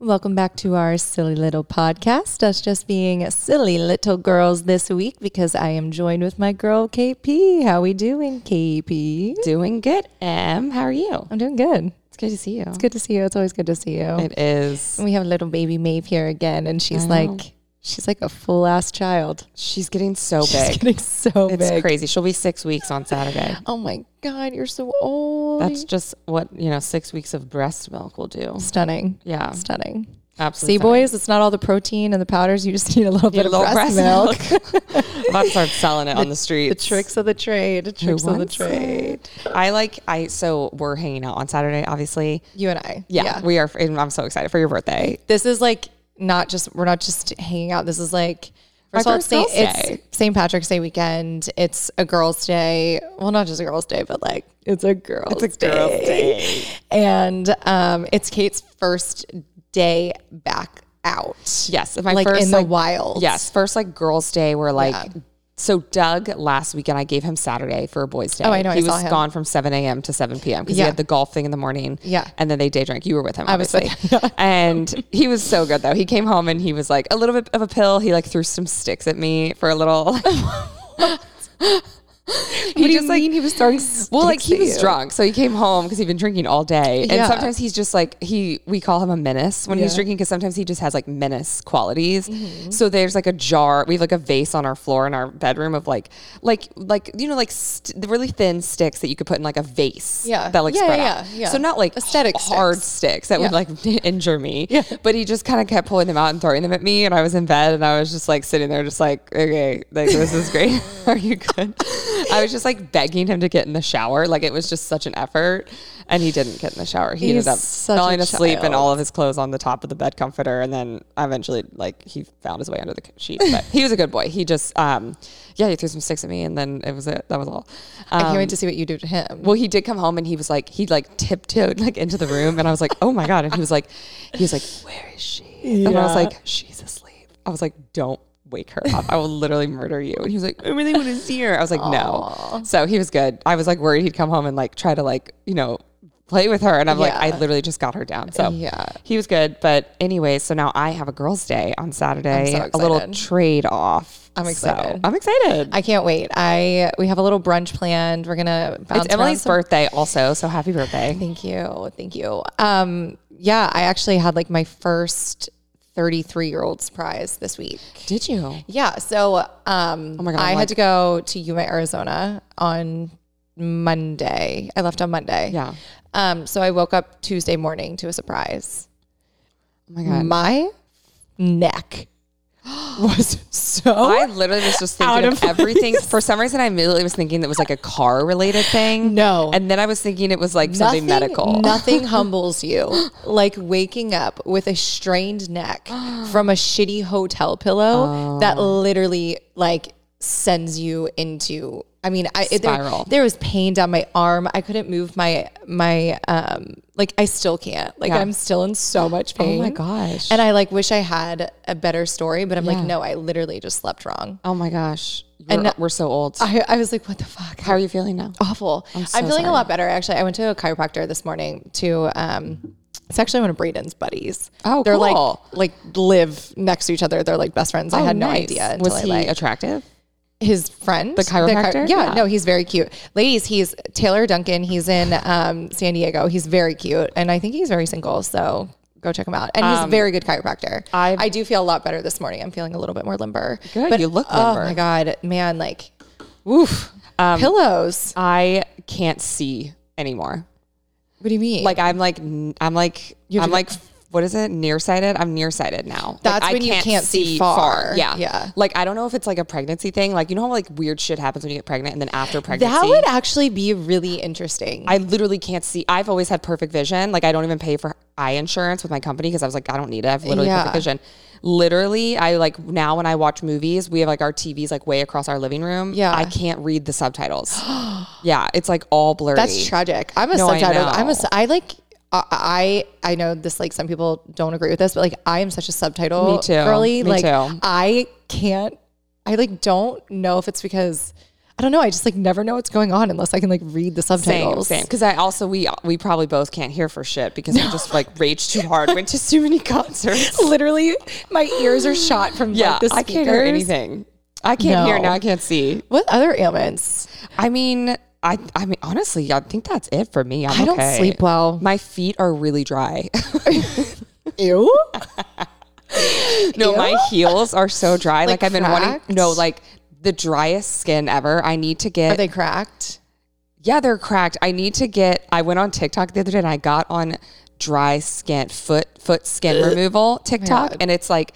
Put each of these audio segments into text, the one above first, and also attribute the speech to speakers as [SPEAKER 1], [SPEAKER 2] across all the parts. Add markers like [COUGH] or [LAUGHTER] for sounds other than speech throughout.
[SPEAKER 1] Welcome back to our silly little podcast. Us just being silly little girls this week because I am joined with my girl KP. How we doing, KP?
[SPEAKER 2] Doing good, Em. How are you?
[SPEAKER 1] I'm doing good.
[SPEAKER 2] It's good to see you.
[SPEAKER 1] It's good to see you. It's always good to see you.
[SPEAKER 2] It is.
[SPEAKER 1] And we have little baby Maeve here again, and she's
[SPEAKER 2] I know.
[SPEAKER 1] like, she's like a full ass child.
[SPEAKER 2] She's getting so
[SPEAKER 1] She's
[SPEAKER 2] big.
[SPEAKER 1] getting so
[SPEAKER 2] It's
[SPEAKER 1] big.
[SPEAKER 2] crazy. She'll be six weeks on Saturday.
[SPEAKER 1] Oh my god, you're so old.
[SPEAKER 2] That's just what you know. Six weeks of breast milk will do.
[SPEAKER 1] stunning.
[SPEAKER 2] Yeah,
[SPEAKER 1] Stunning.
[SPEAKER 2] absolutely.
[SPEAKER 1] See, boys, it's not all the protein and the powders. You just need a little
[SPEAKER 2] Need
[SPEAKER 1] bit
[SPEAKER 2] a
[SPEAKER 1] of
[SPEAKER 2] little
[SPEAKER 1] breast,
[SPEAKER 2] breast
[SPEAKER 1] milk.
[SPEAKER 2] [LAUGHS] I'm about to start selling it on the street.
[SPEAKER 1] The tricks of the trade. The tricks of the trade.
[SPEAKER 2] I like. I so we're hanging out on Saturday, obviously.
[SPEAKER 1] You and I.
[SPEAKER 2] Yeah, we are. And I'm so excited for your birthday.
[SPEAKER 1] This is like not just we're not just hanging out. This is like
[SPEAKER 2] My
[SPEAKER 1] first of all,
[SPEAKER 2] first
[SPEAKER 1] it's Saint-
[SPEAKER 2] girls' day.
[SPEAKER 1] it's St. Patrick's Day weekend. It's a girls' day. Well, not just a girls' day, but like it's a girls' And um, it's Kate's first day back out.
[SPEAKER 2] Yes, my
[SPEAKER 1] like
[SPEAKER 2] first
[SPEAKER 1] in
[SPEAKER 2] like,
[SPEAKER 1] the wild.
[SPEAKER 2] Yes, first like girls' day where like so Doug last weekend I gave him Saturday for a boys' day.
[SPEAKER 1] Oh, I know,
[SPEAKER 2] He
[SPEAKER 1] I
[SPEAKER 2] was
[SPEAKER 1] saw him.
[SPEAKER 2] gone from seven a.m. to seven p.m. because
[SPEAKER 1] Yeah.
[SPEAKER 2] he had the golf thing in the morning.
[SPEAKER 1] Yeah.
[SPEAKER 2] and then they day drank. You were with him,
[SPEAKER 1] was
[SPEAKER 2] obviously, and he was so good though. He came home and he was like a little bit of a pill. He like threw some sticks at me for a little.
[SPEAKER 1] [LAUGHS]
[SPEAKER 2] Like,
[SPEAKER 1] What do you
[SPEAKER 2] just, like-
[SPEAKER 1] mean he was starting?
[SPEAKER 2] well, like he
[SPEAKER 1] sticks at
[SPEAKER 2] was
[SPEAKER 1] you?
[SPEAKER 2] drunk, so he came home because he'd been drinking all day. And
[SPEAKER 1] Yeah.
[SPEAKER 2] sometimes he's just like he. We call him a menace when he's
[SPEAKER 1] Yeah. Mm-hmm.
[SPEAKER 2] drinking because sometimes he just has like menace qualities. So there's like a jar. We have like a vase on our floor in our bedroom of like, like, like you know, like st- the really thin sticks that you could put in like a vase.
[SPEAKER 1] Yeah.
[SPEAKER 2] that like
[SPEAKER 1] Yeah,
[SPEAKER 2] spread
[SPEAKER 1] yeah,
[SPEAKER 2] out.
[SPEAKER 1] yeah, yeah.
[SPEAKER 2] So not like
[SPEAKER 1] Aesthetic
[SPEAKER 2] hard
[SPEAKER 1] sticks.
[SPEAKER 2] sticks, that would
[SPEAKER 1] Yeah.
[SPEAKER 2] like [LAUGHS] injure me. But he just kind of kept pulling them out and throwing them at me, and I was in bed and I was just like sitting there, just like okay, like this is great. [LAUGHS] Are you good? I was just like begging him to get in the shower. Like it was just such an effort, and he didn't get in the shower. He
[SPEAKER 1] He's
[SPEAKER 2] ended up
[SPEAKER 1] such a
[SPEAKER 2] falling asleep
[SPEAKER 1] child.
[SPEAKER 2] and all of his clothes on the top of the bed comforter, and then eventually like he found his way under the sheet. But he was a good boy. He just um yeah, he threw some sticks at me, and then it was it. That was all.
[SPEAKER 1] I can't
[SPEAKER 2] Um,
[SPEAKER 1] wait to see what you do to him.
[SPEAKER 2] well, he did come home and he was like, he like tiptoed like into the room, and I was like, oh my god! And he was like, he was like, where is she? And I was
[SPEAKER 1] Yeah.
[SPEAKER 2] like, she's asleep. I was like, don't wake her up. I will literally murder you. And he was like, I really want to see her. I was like, no. So he was good. I was like worried he'd come home and like try to like you know play with her, and I'm like,
[SPEAKER 1] Yeah.
[SPEAKER 2] I literally just got her down. So
[SPEAKER 1] Yeah.
[SPEAKER 2] he was good. But anyway, so now I have a girls' day on Saturday.
[SPEAKER 1] I'm so
[SPEAKER 2] a little
[SPEAKER 1] excited.
[SPEAKER 2] trade off.
[SPEAKER 1] I'm excited.
[SPEAKER 2] I'm excited.
[SPEAKER 1] I can't wait. I we have a little brunch planned. We're gonna bounce
[SPEAKER 2] it's Emily's
[SPEAKER 1] around some-
[SPEAKER 2] birthday also, so happy birthday.
[SPEAKER 1] Thank you, thank you. Um, yeah, I actually had like my first 33 year old surprise this week.
[SPEAKER 2] Did you?
[SPEAKER 1] Yeah, so um,
[SPEAKER 2] Oh my God,
[SPEAKER 1] I
[SPEAKER 2] I'm
[SPEAKER 1] had
[SPEAKER 2] like-
[SPEAKER 1] to go to Yuma, Arizona on Monday. I left on Monday.
[SPEAKER 2] Yeah.
[SPEAKER 1] Um, so I woke up Tuesday morning to a surprise.
[SPEAKER 2] Oh my god.
[SPEAKER 1] My neck [GASPS] was so
[SPEAKER 2] I literally was just thinking
[SPEAKER 1] Out
[SPEAKER 2] of,
[SPEAKER 1] of
[SPEAKER 2] everything. For some reason, I immediately was thinking it was like a car related thing.
[SPEAKER 1] No.
[SPEAKER 2] And then I was thinking it was like something medical. [LAUGHS]
[SPEAKER 1] Nothing humbles you like waking up with a strained
[SPEAKER 2] [GASPS]
[SPEAKER 1] neck from a shitty hotel pillow that
[SPEAKER 2] Oh.
[SPEAKER 1] literally like sends you into. I mean, I it- There,
[SPEAKER 2] Spiral.
[SPEAKER 1] there was pain down my arm. I couldn't move my my um like I still can't. Like
[SPEAKER 2] Yeah. Oh
[SPEAKER 1] I'm still in so much pain.
[SPEAKER 2] gosh.
[SPEAKER 1] And I like wish I had a better story, but I'm
[SPEAKER 2] Yeah.
[SPEAKER 1] like, no, I literally just slept wrong.
[SPEAKER 2] oh my gosh.
[SPEAKER 1] And
[SPEAKER 2] We're-
[SPEAKER 1] no- Uh, oh,
[SPEAKER 2] we're so old.
[SPEAKER 1] I, I was like, what the fuck?
[SPEAKER 2] How are you feeling now?
[SPEAKER 1] awful. I'm,
[SPEAKER 2] so
[SPEAKER 1] feeling
[SPEAKER 2] sorry.
[SPEAKER 1] a lot better actually. I went to a chiropractor this morning to um it's actually one of Braden's buddies.
[SPEAKER 2] Oh,
[SPEAKER 1] they're
[SPEAKER 2] cool.
[SPEAKER 1] like like live next to each other. They're like best friends. I
[SPEAKER 2] Oh,
[SPEAKER 1] had no
[SPEAKER 2] nice.
[SPEAKER 1] idea until
[SPEAKER 2] Was
[SPEAKER 1] I
[SPEAKER 2] he
[SPEAKER 1] like
[SPEAKER 2] attractive?
[SPEAKER 1] his friend, the
[SPEAKER 2] chiropractor?
[SPEAKER 1] yeah,
[SPEAKER 2] Yeah.
[SPEAKER 1] no, he's very cute. Ladies, he's Taylor Duncan. He's in um, San Diego. He's very cute, and I think he's very single. So go check him out. And he's a very good chiropractor. I
[SPEAKER 2] Um, I've-
[SPEAKER 1] I do feel a lot better this morning. I'm feeling a little bit more limber.
[SPEAKER 2] Good, you look
[SPEAKER 1] Oh
[SPEAKER 2] limber.
[SPEAKER 1] my god, man, like, woof, pillows.
[SPEAKER 2] Um, I can't see anymore.
[SPEAKER 1] What do you mean?
[SPEAKER 2] Like I'm like n- I'm like
[SPEAKER 1] have
[SPEAKER 2] I'm
[SPEAKER 1] to-
[SPEAKER 2] like what is it? Nearsighted. I'm nearsighted now. Like,
[SPEAKER 1] That's
[SPEAKER 2] I
[SPEAKER 1] when you can't see far.
[SPEAKER 2] Yeah,
[SPEAKER 1] Yeah.
[SPEAKER 2] Like I don't know if it's like a pregnancy thing. Like you know how like weird shit happens when you get pregnant, and then after pregnancy,
[SPEAKER 1] that would actually be really interesting.
[SPEAKER 2] I literally can't see. I've always had perfect vision. Like I don't even pay for eye insurance with my company because I was like, I don't need it. I have literally
[SPEAKER 1] Yeah.
[SPEAKER 2] perfect vision. Literally, I like now when I watch movies, we have like our TVs like way across our living room.
[SPEAKER 1] Yeah.
[SPEAKER 2] I can't read the subtitles. [GASPS] yeah, it's like all blurry.
[SPEAKER 1] That's tragic. I'm a
[SPEAKER 2] No, I
[SPEAKER 1] subtitle.
[SPEAKER 2] know.
[SPEAKER 1] I'm a. s- I like. I I I know this. Like some people don't agree with this, but like I am such a subtitle
[SPEAKER 2] Me too.
[SPEAKER 1] girly.
[SPEAKER 2] Me
[SPEAKER 1] like
[SPEAKER 2] too.
[SPEAKER 1] I can't. I like don't know if it's because I don't know. I just like never know what's going on unless I can like read the
[SPEAKER 2] Same,
[SPEAKER 1] subtitles.
[SPEAKER 2] same. Because I also we we probably both can't hear for shit because I just like rage too hard. Went to too many [LAUGHS] concerts.
[SPEAKER 1] Literally, my ears are shot from [LAUGHS]
[SPEAKER 2] Yeah,
[SPEAKER 1] like, the
[SPEAKER 2] I can't hear
[SPEAKER 1] speakers.
[SPEAKER 2] anything. I can't hear
[SPEAKER 1] No.
[SPEAKER 2] now. I can't see.
[SPEAKER 1] What other ailments?
[SPEAKER 2] I mean, I I mean honestly, I think that's it for me. I'm
[SPEAKER 1] I don't
[SPEAKER 2] okay.
[SPEAKER 1] sleep well.
[SPEAKER 2] [LAUGHS] My feet are really dry. [LAUGHS]
[SPEAKER 1] Ew.
[SPEAKER 2] no,
[SPEAKER 1] Ew.
[SPEAKER 2] my heels are so dry.
[SPEAKER 1] Like
[SPEAKER 2] Like, I've been
[SPEAKER 1] cracked?
[SPEAKER 2] wanting no, like the driest skin ever. I need to
[SPEAKER 1] Are
[SPEAKER 2] get
[SPEAKER 1] they cracked?
[SPEAKER 2] yeah, they're cracked. I need to get. I went on TikTok the other day and I got on dry skin foot foot
[SPEAKER 1] [GASPS]
[SPEAKER 2] skin
[SPEAKER 1] Oh
[SPEAKER 2] removal TikTok, and it's like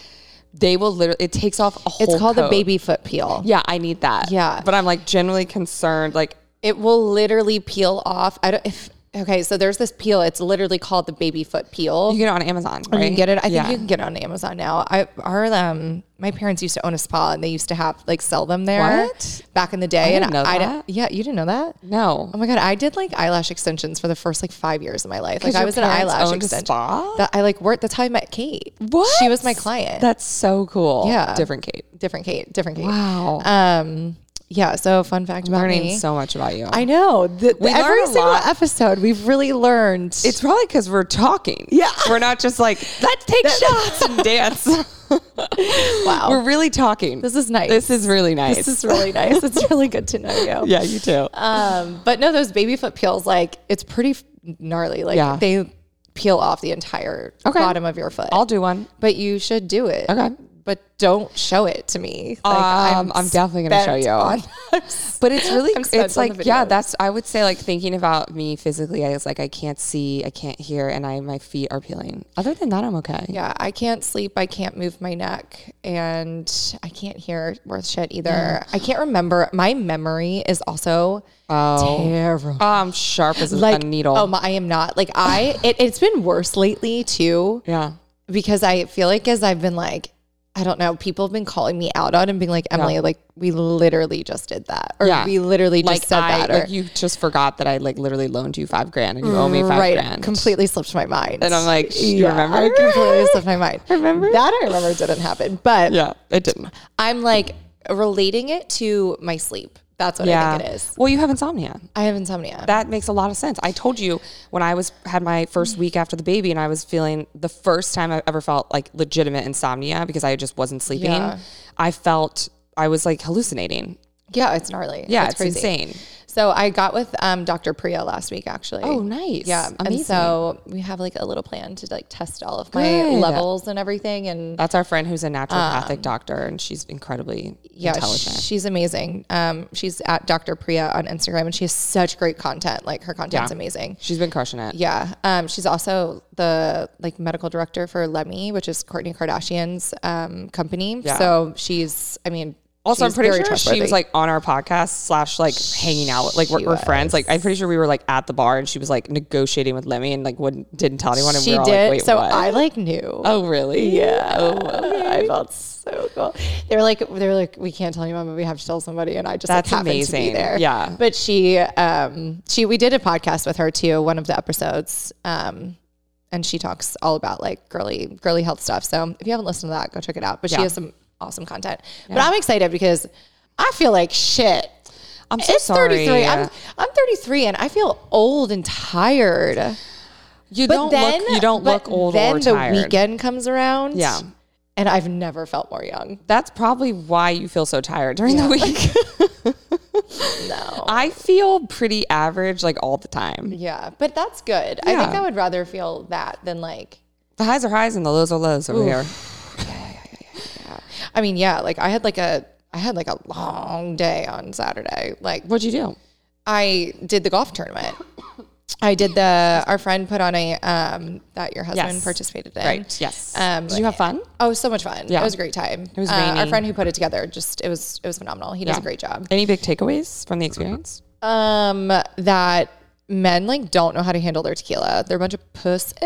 [SPEAKER 2] they will literally. It takes off a whole.
[SPEAKER 1] It's called the
[SPEAKER 2] coat.
[SPEAKER 1] baby foot peel.
[SPEAKER 2] Yeah, I need that.
[SPEAKER 1] Yeah.
[SPEAKER 2] but I'm like generally concerned. Like
[SPEAKER 1] It will literally peel off. I don't if okay. So there's this peel. It's literally called the baby foot peel.
[SPEAKER 2] you get it on Amazon, right?
[SPEAKER 1] You can get it. I think
[SPEAKER 2] Yeah.
[SPEAKER 1] you can get it on Amazon now. I our um my parents used to own a spa and they used to have like sell them there
[SPEAKER 2] What?
[SPEAKER 1] back in the day.
[SPEAKER 2] didn't
[SPEAKER 1] and
[SPEAKER 2] know
[SPEAKER 1] I
[SPEAKER 2] that.
[SPEAKER 1] yeah, you didn't know that.
[SPEAKER 2] No,
[SPEAKER 1] Oh my god, I did like eyelash extensions for the first like five years of my life. Like
[SPEAKER 2] your
[SPEAKER 1] I was an
[SPEAKER 2] parents
[SPEAKER 1] eyelash
[SPEAKER 2] owned a
[SPEAKER 1] extension.
[SPEAKER 2] spa?
[SPEAKER 1] That I like worked. That's how I met Kate. She was my client.
[SPEAKER 2] That's so cool.
[SPEAKER 1] Yeah.
[SPEAKER 2] different Kate.
[SPEAKER 1] different Kate. Different Kate.
[SPEAKER 2] Wow.
[SPEAKER 1] Um. Yeah. So fun fact about
[SPEAKER 2] Learning
[SPEAKER 1] me.
[SPEAKER 2] so much about you.
[SPEAKER 1] I know. The,
[SPEAKER 2] We
[SPEAKER 1] the- every
[SPEAKER 2] learn a
[SPEAKER 1] single
[SPEAKER 2] lot.
[SPEAKER 1] episode, we've really learned.
[SPEAKER 2] it's probably because we're talking.
[SPEAKER 1] Yeah.
[SPEAKER 2] we're not just like let's take [LAUGHS] shots and [LAUGHS] dance.
[SPEAKER 1] wow.
[SPEAKER 2] We're really talking.
[SPEAKER 1] this is nice.
[SPEAKER 2] This is really nice. Uh,
[SPEAKER 1] This is
[SPEAKER 2] [LAUGHS]
[SPEAKER 1] really nice. It's really good to know you.
[SPEAKER 2] yeah, you too.
[SPEAKER 1] Um, but no, those baby foot peels, like it's pretty f- gnarly. Like
[SPEAKER 2] Yeah.
[SPEAKER 1] they peel off the entire
[SPEAKER 2] Okay.
[SPEAKER 1] bottom of your foot.
[SPEAKER 2] I'll do one.
[SPEAKER 1] but you should do it.
[SPEAKER 2] Okay.
[SPEAKER 1] But don't show it to me. Like,
[SPEAKER 2] Um, I'm definitely gonna show
[SPEAKER 1] spent
[SPEAKER 2] you. [LAUGHS]
[SPEAKER 1] on-
[SPEAKER 2] But it's really,
[SPEAKER 1] I'm spent
[SPEAKER 2] it's
[SPEAKER 1] on the
[SPEAKER 2] like, yeah,
[SPEAKER 1] videos.
[SPEAKER 2] that's, I would say, like, thinking about me physically, I was like, I can't see, I can't hear, and I, my feet are peeling. Other than that, I'm okay.
[SPEAKER 1] yeah, I can't sleep. I can't move my neck, and I can't hear worth shit either. I can't remember. My memory is also terrible.
[SPEAKER 2] Oh. I'm sharp as
[SPEAKER 1] like
[SPEAKER 2] a needle.
[SPEAKER 1] Oh my, I am not like I. It, it's been worse lately too
[SPEAKER 2] yeah.
[SPEAKER 1] because I feel like as I've been like, I don't know, people have been calling me out on and being like, Emily, like we literally just did that, or
[SPEAKER 2] Yeah.
[SPEAKER 1] we literally just
[SPEAKER 2] Like,
[SPEAKER 1] said
[SPEAKER 2] I,
[SPEAKER 1] that, or
[SPEAKER 2] like, you just forgot that I, like, literally lowned you five grand and you owe me five
[SPEAKER 1] right,
[SPEAKER 2] grand.
[SPEAKER 1] completely slipped my mind.
[SPEAKER 2] And I'm like, "Sh- you remember?"
[SPEAKER 1] I completely slipped my mind.
[SPEAKER 2] Remember?
[SPEAKER 1] that? I remember didn't happen, but
[SPEAKER 2] [LAUGHS] Yeah, it didn't.
[SPEAKER 1] I'm like relating it to my sleep. That's what I
[SPEAKER 2] Yeah.
[SPEAKER 1] think it is.
[SPEAKER 2] Well, you have insomnia.
[SPEAKER 1] I have insomnia.
[SPEAKER 2] that makes a lot of sense. I told you when I was had my first week after the baby and I was feeling the first time I ever felt like legitimate insomnia because I just wasn't sleeping.
[SPEAKER 1] Yeah.
[SPEAKER 2] I felt I was like hallucinating.
[SPEAKER 1] yeah, it's gnarly.
[SPEAKER 2] Yeah,
[SPEAKER 1] it's,
[SPEAKER 2] it's,
[SPEAKER 1] crazy.
[SPEAKER 2] insane.
[SPEAKER 1] So I got with um, Dr. Priya last week, actually.
[SPEAKER 2] Oh, nice.
[SPEAKER 1] Yeah.
[SPEAKER 2] amazing.
[SPEAKER 1] And so we have like a little plan to like test all of my
[SPEAKER 2] Good.
[SPEAKER 1] levels and everything. And
[SPEAKER 2] that's our friend who's a naturopathic doctor and she's incredibly
[SPEAKER 1] Um, yeah,
[SPEAKER 2] intelligent.
[SPEAKER 1] she's amazing. Um, she's at Dr. Priya on Instagram and she has such great content. Like her content's
[SPEAKER 2] Yeah.
[SPEAKER 1] amazing.
[SPEAKER 2] she's been crushing it.
[SPEAKER 1] Yeah. Um, she's also the like medical director for Lemmy, which is Courtney Kardashian's um, company. So she's, I mean,
[SPEAKER 2] Also, I'm
[SPEAKER 1] she's
[SPEAKER 2] pretty
[SPEAKER 1] very
[SPEAKER 2] sure she was
[SPEAKER 1] trustworthy.
[SPEAKER 2] like on our podcast slash like hanging out with like we're,
[SPEAKER 1] She
[SPEAKER 2] we're friends. Like I'm pretty sure we were like at the bar and she was like negotiating with Lemmy and like wouldn't didn't tell anyone. And
[SPEAKER 1] she
[SPEAKER 2] we were all
[SPEAKER 1] did.
[SPEAKER 2] Like, Wait,
[SPEAKER 1] so
[SPEAKER 2] what?
[SPEAKER 1] I like knew.
[SPEAKER 2] oh really?
[SPEAKER 1] Yeah. I felt so cool. They were like, they were like, we can't tell anyone, but we have to tell somebody. And I just
[SPEAKER 2] That's
[SPEAKER 1] like happened to be
[SPEAKER 2] amazing.
[SPEAKER 1] there.
[SPEAKER 2] Yeah.
[SPEAKER 1] But she, um, she, we did a podcast with her too, one of the episodes. Um, and she talks all about like girly, girly health stuff. So if you haven't listened to that, go check it out. But she
[SPEAKER 2] Yeah.
[SPEAKER 1] has some awesome content. But I'm excited because I feel like shit.
[SPEAKER 2] I'm so
[SPEAKER 1] it's
[SPEAKER 2] sorry.
[SPEAKER 1] 33. I'm, I'm 33 and I feel old and tired.
[SPEAKER 2] you
[SPEAKER 1] But
[SPEAKER 2] don't
[SPEAKER 1] then
[SPEAKER 2] look. You don't
[SPEAKER 1] but
[SPEAKER 2] look old
[SPEAKER 1] then
[SPEAKER 2] or
[SPEAKER 1] the
[SPEAKER 2] tired.
[SPEAKER 1] weekend comes around.
[SPEAKER 2] Yeah.
[SPEAKER 1] And I've never felt more young.
[SPEAKER 2] That's probably why you feel so tired during the week. [LAUGHS]
[SPEAKER 1] No.
[SPEAKER 2] I feel pretty average like all the time.
[SPEAKER 1] Yeah. But that's good. I think
[SPEAKER 2] Yeah.
[SPEAKER 1] I would rather feel that than like,
[SPEAKER 2] The highs are highs and the lows are lows over here.
[SPEAKER 1] I mean, yeah, like I had like a, I had like a long day on Saturday. Like
[SPEAKER 2] What'd you do?
[SPEAKER 1] I did the golf tournament. I did the, our friend put on a, um, that your husband
[SPEAKER 2] Yes.
[SPEAKER 1] participated in.
[SPEAKER 2] Right. Yes.
[SPEAKER 1] Um,
[SPEAKER 2] Did you have fun?
[SPEAKER 1] Oh, so much fun.
[SPEAKER 2] Yeah.
[SPEAKER 1] It was a great time. It
[SPEAKER 2] was
[SPEAKER 1] Our
[SPEAKER 2] rainy.
[SPEAKER 1] friend who put it together just, it was, it was phenomenal. He does a
[SPEAKER 2] Yeah.
[SPEAKER 1] great job.
[SPEAKER 2] Any big takeaways from the experience?
[SPEAKER 1] um that men like don't know how to handle their tequila. They're a bunch of pussies.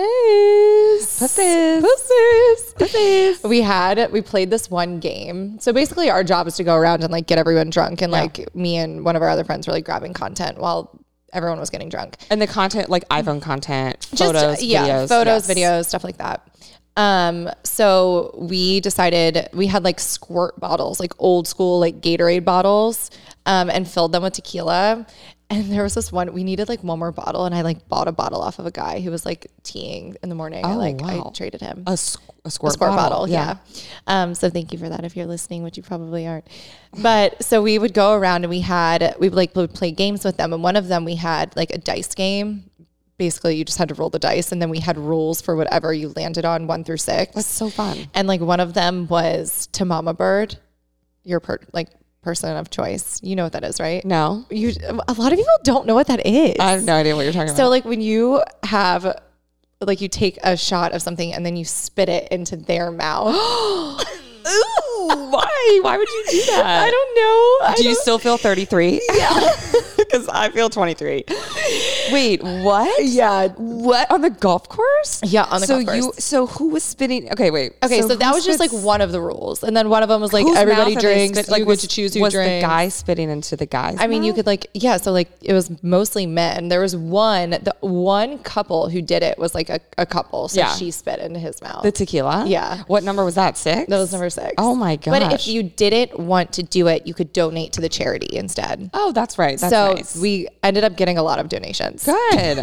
[SPEAKER 2] Pussies.
[SPEAKER 1] Pussies. We had we played this one game. So basically our job is to go around and like get everyone drunk and like me and one of our other friends were like grabbing content while everyone was getting drunk.
[SPEAKER 2] And the content, like iPhone content,
[SPEAKER 1] Mm. Just, uh,
[SPEAKER 2] photos,
[SPEAKER 1] yeah,
[SPEAKER 2] videos,
[SPEAKER 1] photos,
[SPEAKER 2] yes.
[SPEAKER 1] videos, stuff like that. Um, so we decided we had like squirt bottles, like old school like Gatorade bottles um, and filled them with tequila. And there was this one, we needed like one more bottle. And I like bought a bottle off of a guy who was like teeing in the morning. I
[SPEAKER 2] Oh,
[SPEAKER 1] like, I
[SPEAKER 2] wow.
[SPEAKER 1] traded him
[SPEAKER 2] A, squ- a squirt,
[SPEAKER 1] sport bottle. yeah. Um, so thank you for that if you're listening, which you probably aren't. But so we would go around and we had we like would play games with them, and one of them we had like a dice game. Basically, you just had to roll the dice, and then we had rules for whatever you landed on one through six.
[SPEAKER 2] That's so fun.
[SPEAKER 1] and like one of them was to Mama Bird, your per- like person of choice. You know what that is, right?
[SPEAKER 2] No,
[SPEAKER 1] You a lot of people don't know what that is.
[SPEAKER 2] I have no idea what you're talking
[SPEAKER 1] So
[SPEAKER 2] about.
[SPEAKER 1] like when you have like you take a shot of something and then you spit it into their mouth. [GASPS] [LAUGHS]
[SPEAKER 2] Ooh, why? Why would you do that?
[SPEAKER 1] I don't know. I
[SPEAKER 2] do you
[SPEAKER 1] don't-
[SPEAKER 2] still
[SPEAKER 1] [LAUGHS]
[SPEAKER 2] feel 33? [LAUGHS] Yeah, because I feel 23. Wait, what?
[SPEAKER 1] Yeah.
[SPEAKER 2] What on the golf course?
[SPEAKER 1] Yeah, on the
[SPEAKER 2] so
[SPEAKER 1] golf
[SPEAKER 2] you,
[SPEAKER 1] course.
[SPEAKER 2] so who was spinning? Okay, wait.
[SPEAKER 1] Okay, so, that
[SPEAKER 2] who
[SPEAKER 1] was just like
[SPEAKER 2] spits-
[SPEAKER 1] one of the rules, and then one of them was like
[SPEAKER 2] whose
[SPEAKER 1] everybody
[SPEAKER 2] mouth are they
[SPEAKER 1] drinks.
[SPEAKER 2] spit-
[SPEAKER 1] like you
[SPEAKER 2] was-
[SPEAKER 1] get to choose who
[SPEAKER 2] was
[SPEAKER 1] drinks.
[SPEAKER 2] the guy spitting into the guy's?
[SPEAKER 1] I mean, you
[SPEAKER 2] mouth?
[SPEAKER 1] could like yeah. So like it was mostly men. There was one the one couple who did it was like a, a couple. So
[SPEAKER 2] Yeah.
[SPEAKER 1] she spit into his mouth.
[SPEAKER 2] the tequila.
[SPEAKER 1] Yeah.
[SPEAKER 2] What number was that? Six.
[SPEAKER 1] that was number six.
[SPEAKER 2] Oh my gosh.
[SPEAKER 1] But if you didn't want to do it, you could donate to the charity instead.
[SPEAKER 2] oh, that's right. That's
[SPEAKER 1] so
[SPEAKER 2] nice.
[SPEAKER 1] we ended up getting a lot of donations
[SPEAKER 2] good.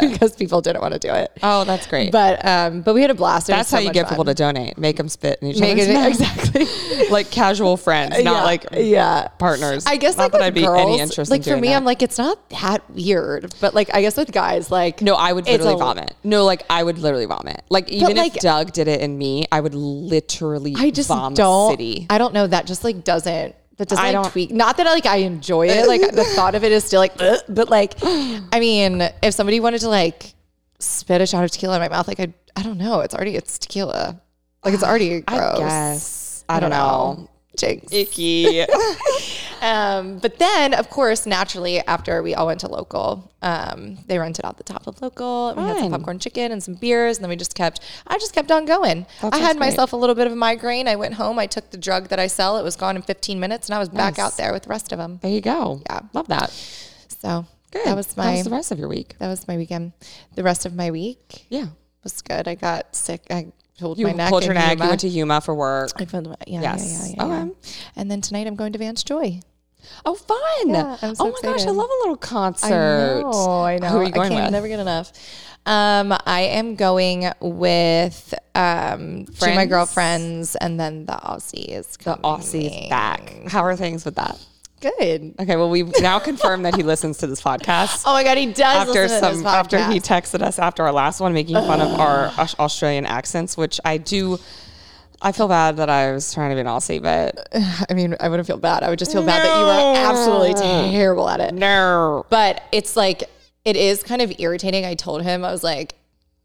[SPEAKER 1] [LAUGHS] because people didn't want to do it.
[SPEAKER 2] oh, that's great.
[SPEAKER 1] But um, but we had a blast. It was
[SPEAKER 2] that's
[SPEAKER 1] so
[SPEAKER 2] how you
[SPEAKER 1] much
[SPEAKER 2] get
[SPEAKER 1] fun.
[SPEAKER 2] people to donate. Make them spit in each
[SPEAKER 1] Make
[SPEAKER 2] other's
[SPEAKER 1] it- [LAUGHS]
[SPEAKER 2] [LAUGHS] mouth.
[SPEAKER 1] exactly.
[SPEAKER 2] [LAUGHS] like casual friends, not
[SPEAKER 1] Yeah.
[SPEAKER 2] like
[SPEAKER 1] yeah.
[SPEAKER 2] partners.
[SPEAKER 1] I guess
[SPEAKER 2] not
[SPEAKER 1] like
[SPEAKER 2] that
[SPEAKER 1] with
[SPEAKER 2] I'd be
[SPEAKER 1] girls,
[SPEAKER 2] any interest.
[SPEAKER 1] like
[SPEAKER 2] in
[SPEAKER 1] for
[SPEAKER 2] doing
[SPEAKER 1] me,
[SPEAKER 2] that.
[SPEAKER 1] I'm like it's not that weird, but like I guess with guys, like
[SPEAKER 2] No, I would
[SPEAKER 1] it's
[SPEAKER 2] literally
[SPEAKER 1] a-
[SPEAKER 2] vomit. No, like I would literally vomit. Like even
[SPEAKER 1] like-
[SPEAKER 2] if Doug did it in me, I would literally
[SPEAKER 1] I just
[SPEAKER 2] vomit
[SPEAKER 1] don't.
[SPEAKER 2] city.
[SPEAKER 1] I don't know. That just like doesn't. That doesn't
[SPEAKER 2] I
[SPEAKER 1] like,
[SPEAKER 2] don't-
[SPEAKER 1] tweak. Not that like I enjoy it. Like
[SPEAKER 2] [LAUGHS]
[SPEAKER 1] the thought of it is still like, "Ugh," but like, I mean, if somebody wanted to like spit a shot of tequila in my mouth, like I, I don't know. It's already it's tequila. Like it's already gross.
[SPEAKER 2] I guess. I, don't, know.
[SPEAKER 1] Jinx. [LAUGHS]
[SPEAKER 2] Icky.
[SPEAKER 1] Um, but then, of course, naturally, after we all went to local, um, they rented out the top of local. And we had some
[SPEAKER 2] Fun.
[SPEAKER 1] popcorn chicken and some beers, and then we just kept. I just kept on going. I had
[SPEAKER 2] sounds great.
[SPEAKER 1] myself a little bit of a migraine. I went home. I took the drug that I sell. It was gone in 15 minutes, and I was back out there with the rest of them.
[SPEAKER 2] there you go. Yeah. Love that.
[SPEAKER 1] So
[SPEAKER 2] Good.
[SPEAKER 1] that was my
[SPEAKER 2] How's the rest of your week?
[SPEAKER 1] that was my weekend. The rest of my week
[SPEAKER 2] Yeah.
[SPEAKER 1] was good. I got sick. I pulled
[SPEAKER 2] You
[SPEAKER 1] my neck.
[SPEAKER 2] pulled your
[SPEAKER 1] in
[SPEAKER 2] neck. You
[SPEAKER 1] Yuma.
[SPEAKER 2] went to Yuma for work.
[SPEAKER 1] I pulled my, yeah, yeah,
[SPEAKER 2] Yes.
[SPEAKER 1] yeah, yeah,
[SPEAKER 2] Okay.
[SPEAKER 1] yeah. And then tonight I'm going to Vance Joy.
[SPEAKER 2] Oh, fun.
[SPEAKER 1] Yeah, I'm so
[SPEAKER 2] oh my gosh, I
[SPEAKER 1] excited.
[SPEAKER 2] love a little concert.
[SPEAKER 1] Oh, I know.
[SPEAKER 2] Who are you going
[SPEAKER 1] I can't
[SPEAKER 2] with?
[SPEAKER 1] never get enough. Um, I am going with um, two of my
[SPEAKER 2] Friends?
[SPEAKER 1] girlfriends, and then the Aussies.
[SPEAKER 2] the Aussies back. How are things with that?
[SPEAKER 1] Good.
[SPEAKER 2] Okay, well, we've now confirmed that he listens to this podcast.
[SPEAKER 1] Oh my god, [GASPS] he does
[SPEAKER 2] after
[SPEAKER 1] listen to
[SPEAKER 2] some
[SPEAKER 1] this
[SPEAKER 2] after he
[SPEAKER 1] podcast.
[SPEAKER 2] texted us after our last one making fun of our Aus- Australian accents, which I do. I feel bad that I was trying to be an Aussie, but
[SPEAKER 1] [LAUGHS] I mean, I wouldn't feel bad. I would just feel bad that you were absolutely terrible at it.
[SPEAKER 2] no.
[SPEAKER 1] But it's like it is kind of irritating. I told him I was like,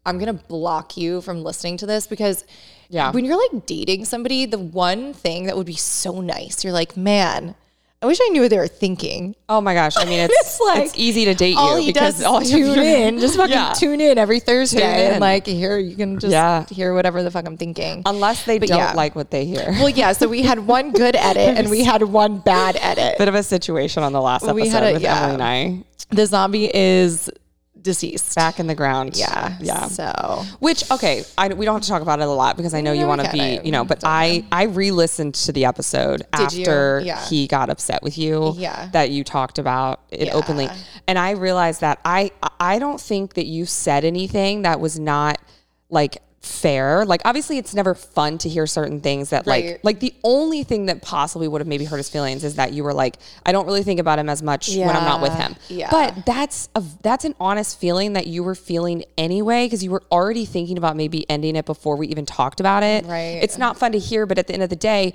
[SPEAKER 1] I'm gonna block you from listening to this because
[SPEAKER 2] Yeah.
[SPEAKER 1] when you're like dating somebody, the one thing that would be so nice, you're like, man, I wish I knew what they were thinking.
[SPEAKER 2] Oh my gosh!
[SPEAKER 1] [LAUGHS]
[SPEAKER 2] I mean, it's
[SPEAKER 1] It's like,
[SPEAKER 2] it's easy to date
[SPEAKER 1] All
[SPEAKER 2] you
[SPEAKER 1] he does is
[SPEAKER 2] you-
[SPEAKER 1] tune in, just fucking
[SPEAKER 2] Yeah.
[SPEAKER 1] tune in every Thursday,
[SPEAKER 2] Tune in.
[SPEAKER 1] and like here you can just
[SPEAKER 2] Yeah.
[SPEAKER 1] hear whatever the fuck I'm thinking.
[SPEAKER 2] unless they
[SPEAKER 1] But
[SPEAKER 2] don't
[SPEAKER 1] yeah.
[SPEAKER 2] like what they hear.
[SPEAKER 1] well, yeah. So we had one good edit and we had one [LAUGHS] bad edit.
[SPEAKER 2] Bit of a situation on the last episode
[SPEAKER 1] We had a-
[SPEAKER 2] with
[SPEAKER 1] yeah.
[SPEAKER 2] Emily and I
[SPEAKER 1] The zombie is deceased.
[SPEAKER 2] back in the ground.
[SPEAKER 1] Yeah.
[SPEAKER 2] yeah.
[SPEAKER 1] So
[SPEAKER 2] Which okay, I, we don't have to talk about it a lot because I know you
[SPEAKER 1] we
[SPEAKER 2] want to
[SPEAKER 1] can.
[SPEAKER 2] be,
[SPEAKER 1] I-
[SPEAKER 2] you know. But I I re-listened to the episode
[SPEAKER 1] Did you?
[SPEAKER 2] after
[SPEAKER 1] Yeah.
[SPEAKER 2] he got upset with you,
[SPEAKER 1] Yeah.
[SPEAKER 2] that you talked about it openly,
[SPEAKER 1] Yeah.
[SPEAKER 2] and I realized that I I don't think that you said anything that was not like fair. Like obviously, it's never fun to hear certain things that
[SPEAKER 1] Right.
[SPEAKER 2] like like the only thing that possibly would have maybe hurt his feelings is that you were like, I don't really think about him as much when I'm not with
[SPEAKER 1] Yeah.
[SPEAKER 2] him.
[SPEAKER 1] Yeah.
[SPEAKER 2] But that's a that's an honest feeling that you were feeling anyway because you were already thinking about maybe ending it before we even talked about it.
[SPEAKER 1] Right.
[SPEAKER 2] It's not fun to hear, but at the end of the day,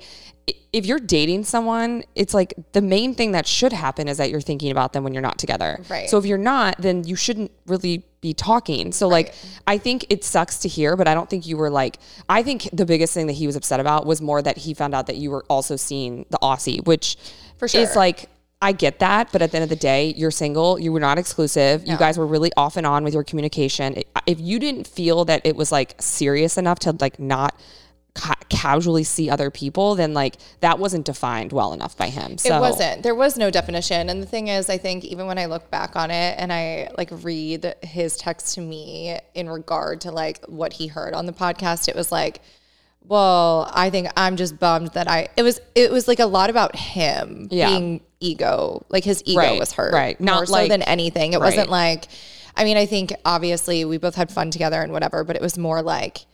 [SPEAKER 2] i- if you're dating someone, it's like the main thing that should happen is that you're thinking about them when you're not together.
[SPEAKER 1] Right.
[SPEAKER 2] So if you're not, then you shouldn't really be talking. So like I think it sucks to hear, but I don't think you were like I think the biggest thing that he was upset about was more that he found out that you were also seeing the Aussie, which
[SPEAKER 1] For
[SPEAKER 2] is
[SPEAKER 1] sure.
[SPEAKER 2] like I get that, but at the end of the day, you're single. You were not exclusive. You guys were really off and on with your communication. I- If you didn't feel that it was like serious enough to like not ca- casually see other people, then like that wasn't defined well enough by him. So
[SPEAKER 1] It wasn't. There was no definition. And the thing is, I think even when I look back on it and I like read his text to me in regard to like what he heard on the podcast, it was like, well, I think I'm just bummed that I it was it was like a lot about him
[SPEAKER 2] Yeah.
[SPEAKER 1] being ego, like his ego
[SPEAKER 2] Right,
[SPEAKER 1] was hurt,
[SPEAKER 2] right.
[SPEAKER 1] Not
[SPEAKER 2] Not
[SPEAKER 1] more so
[SPEAKER 2] like-
[SPEAKER 1] than anything. It
[SPEAKER 2] right.
[SPEAKER 1] wasn't like, I mean, I think obviously we both had fun together and whatever, but it was more like,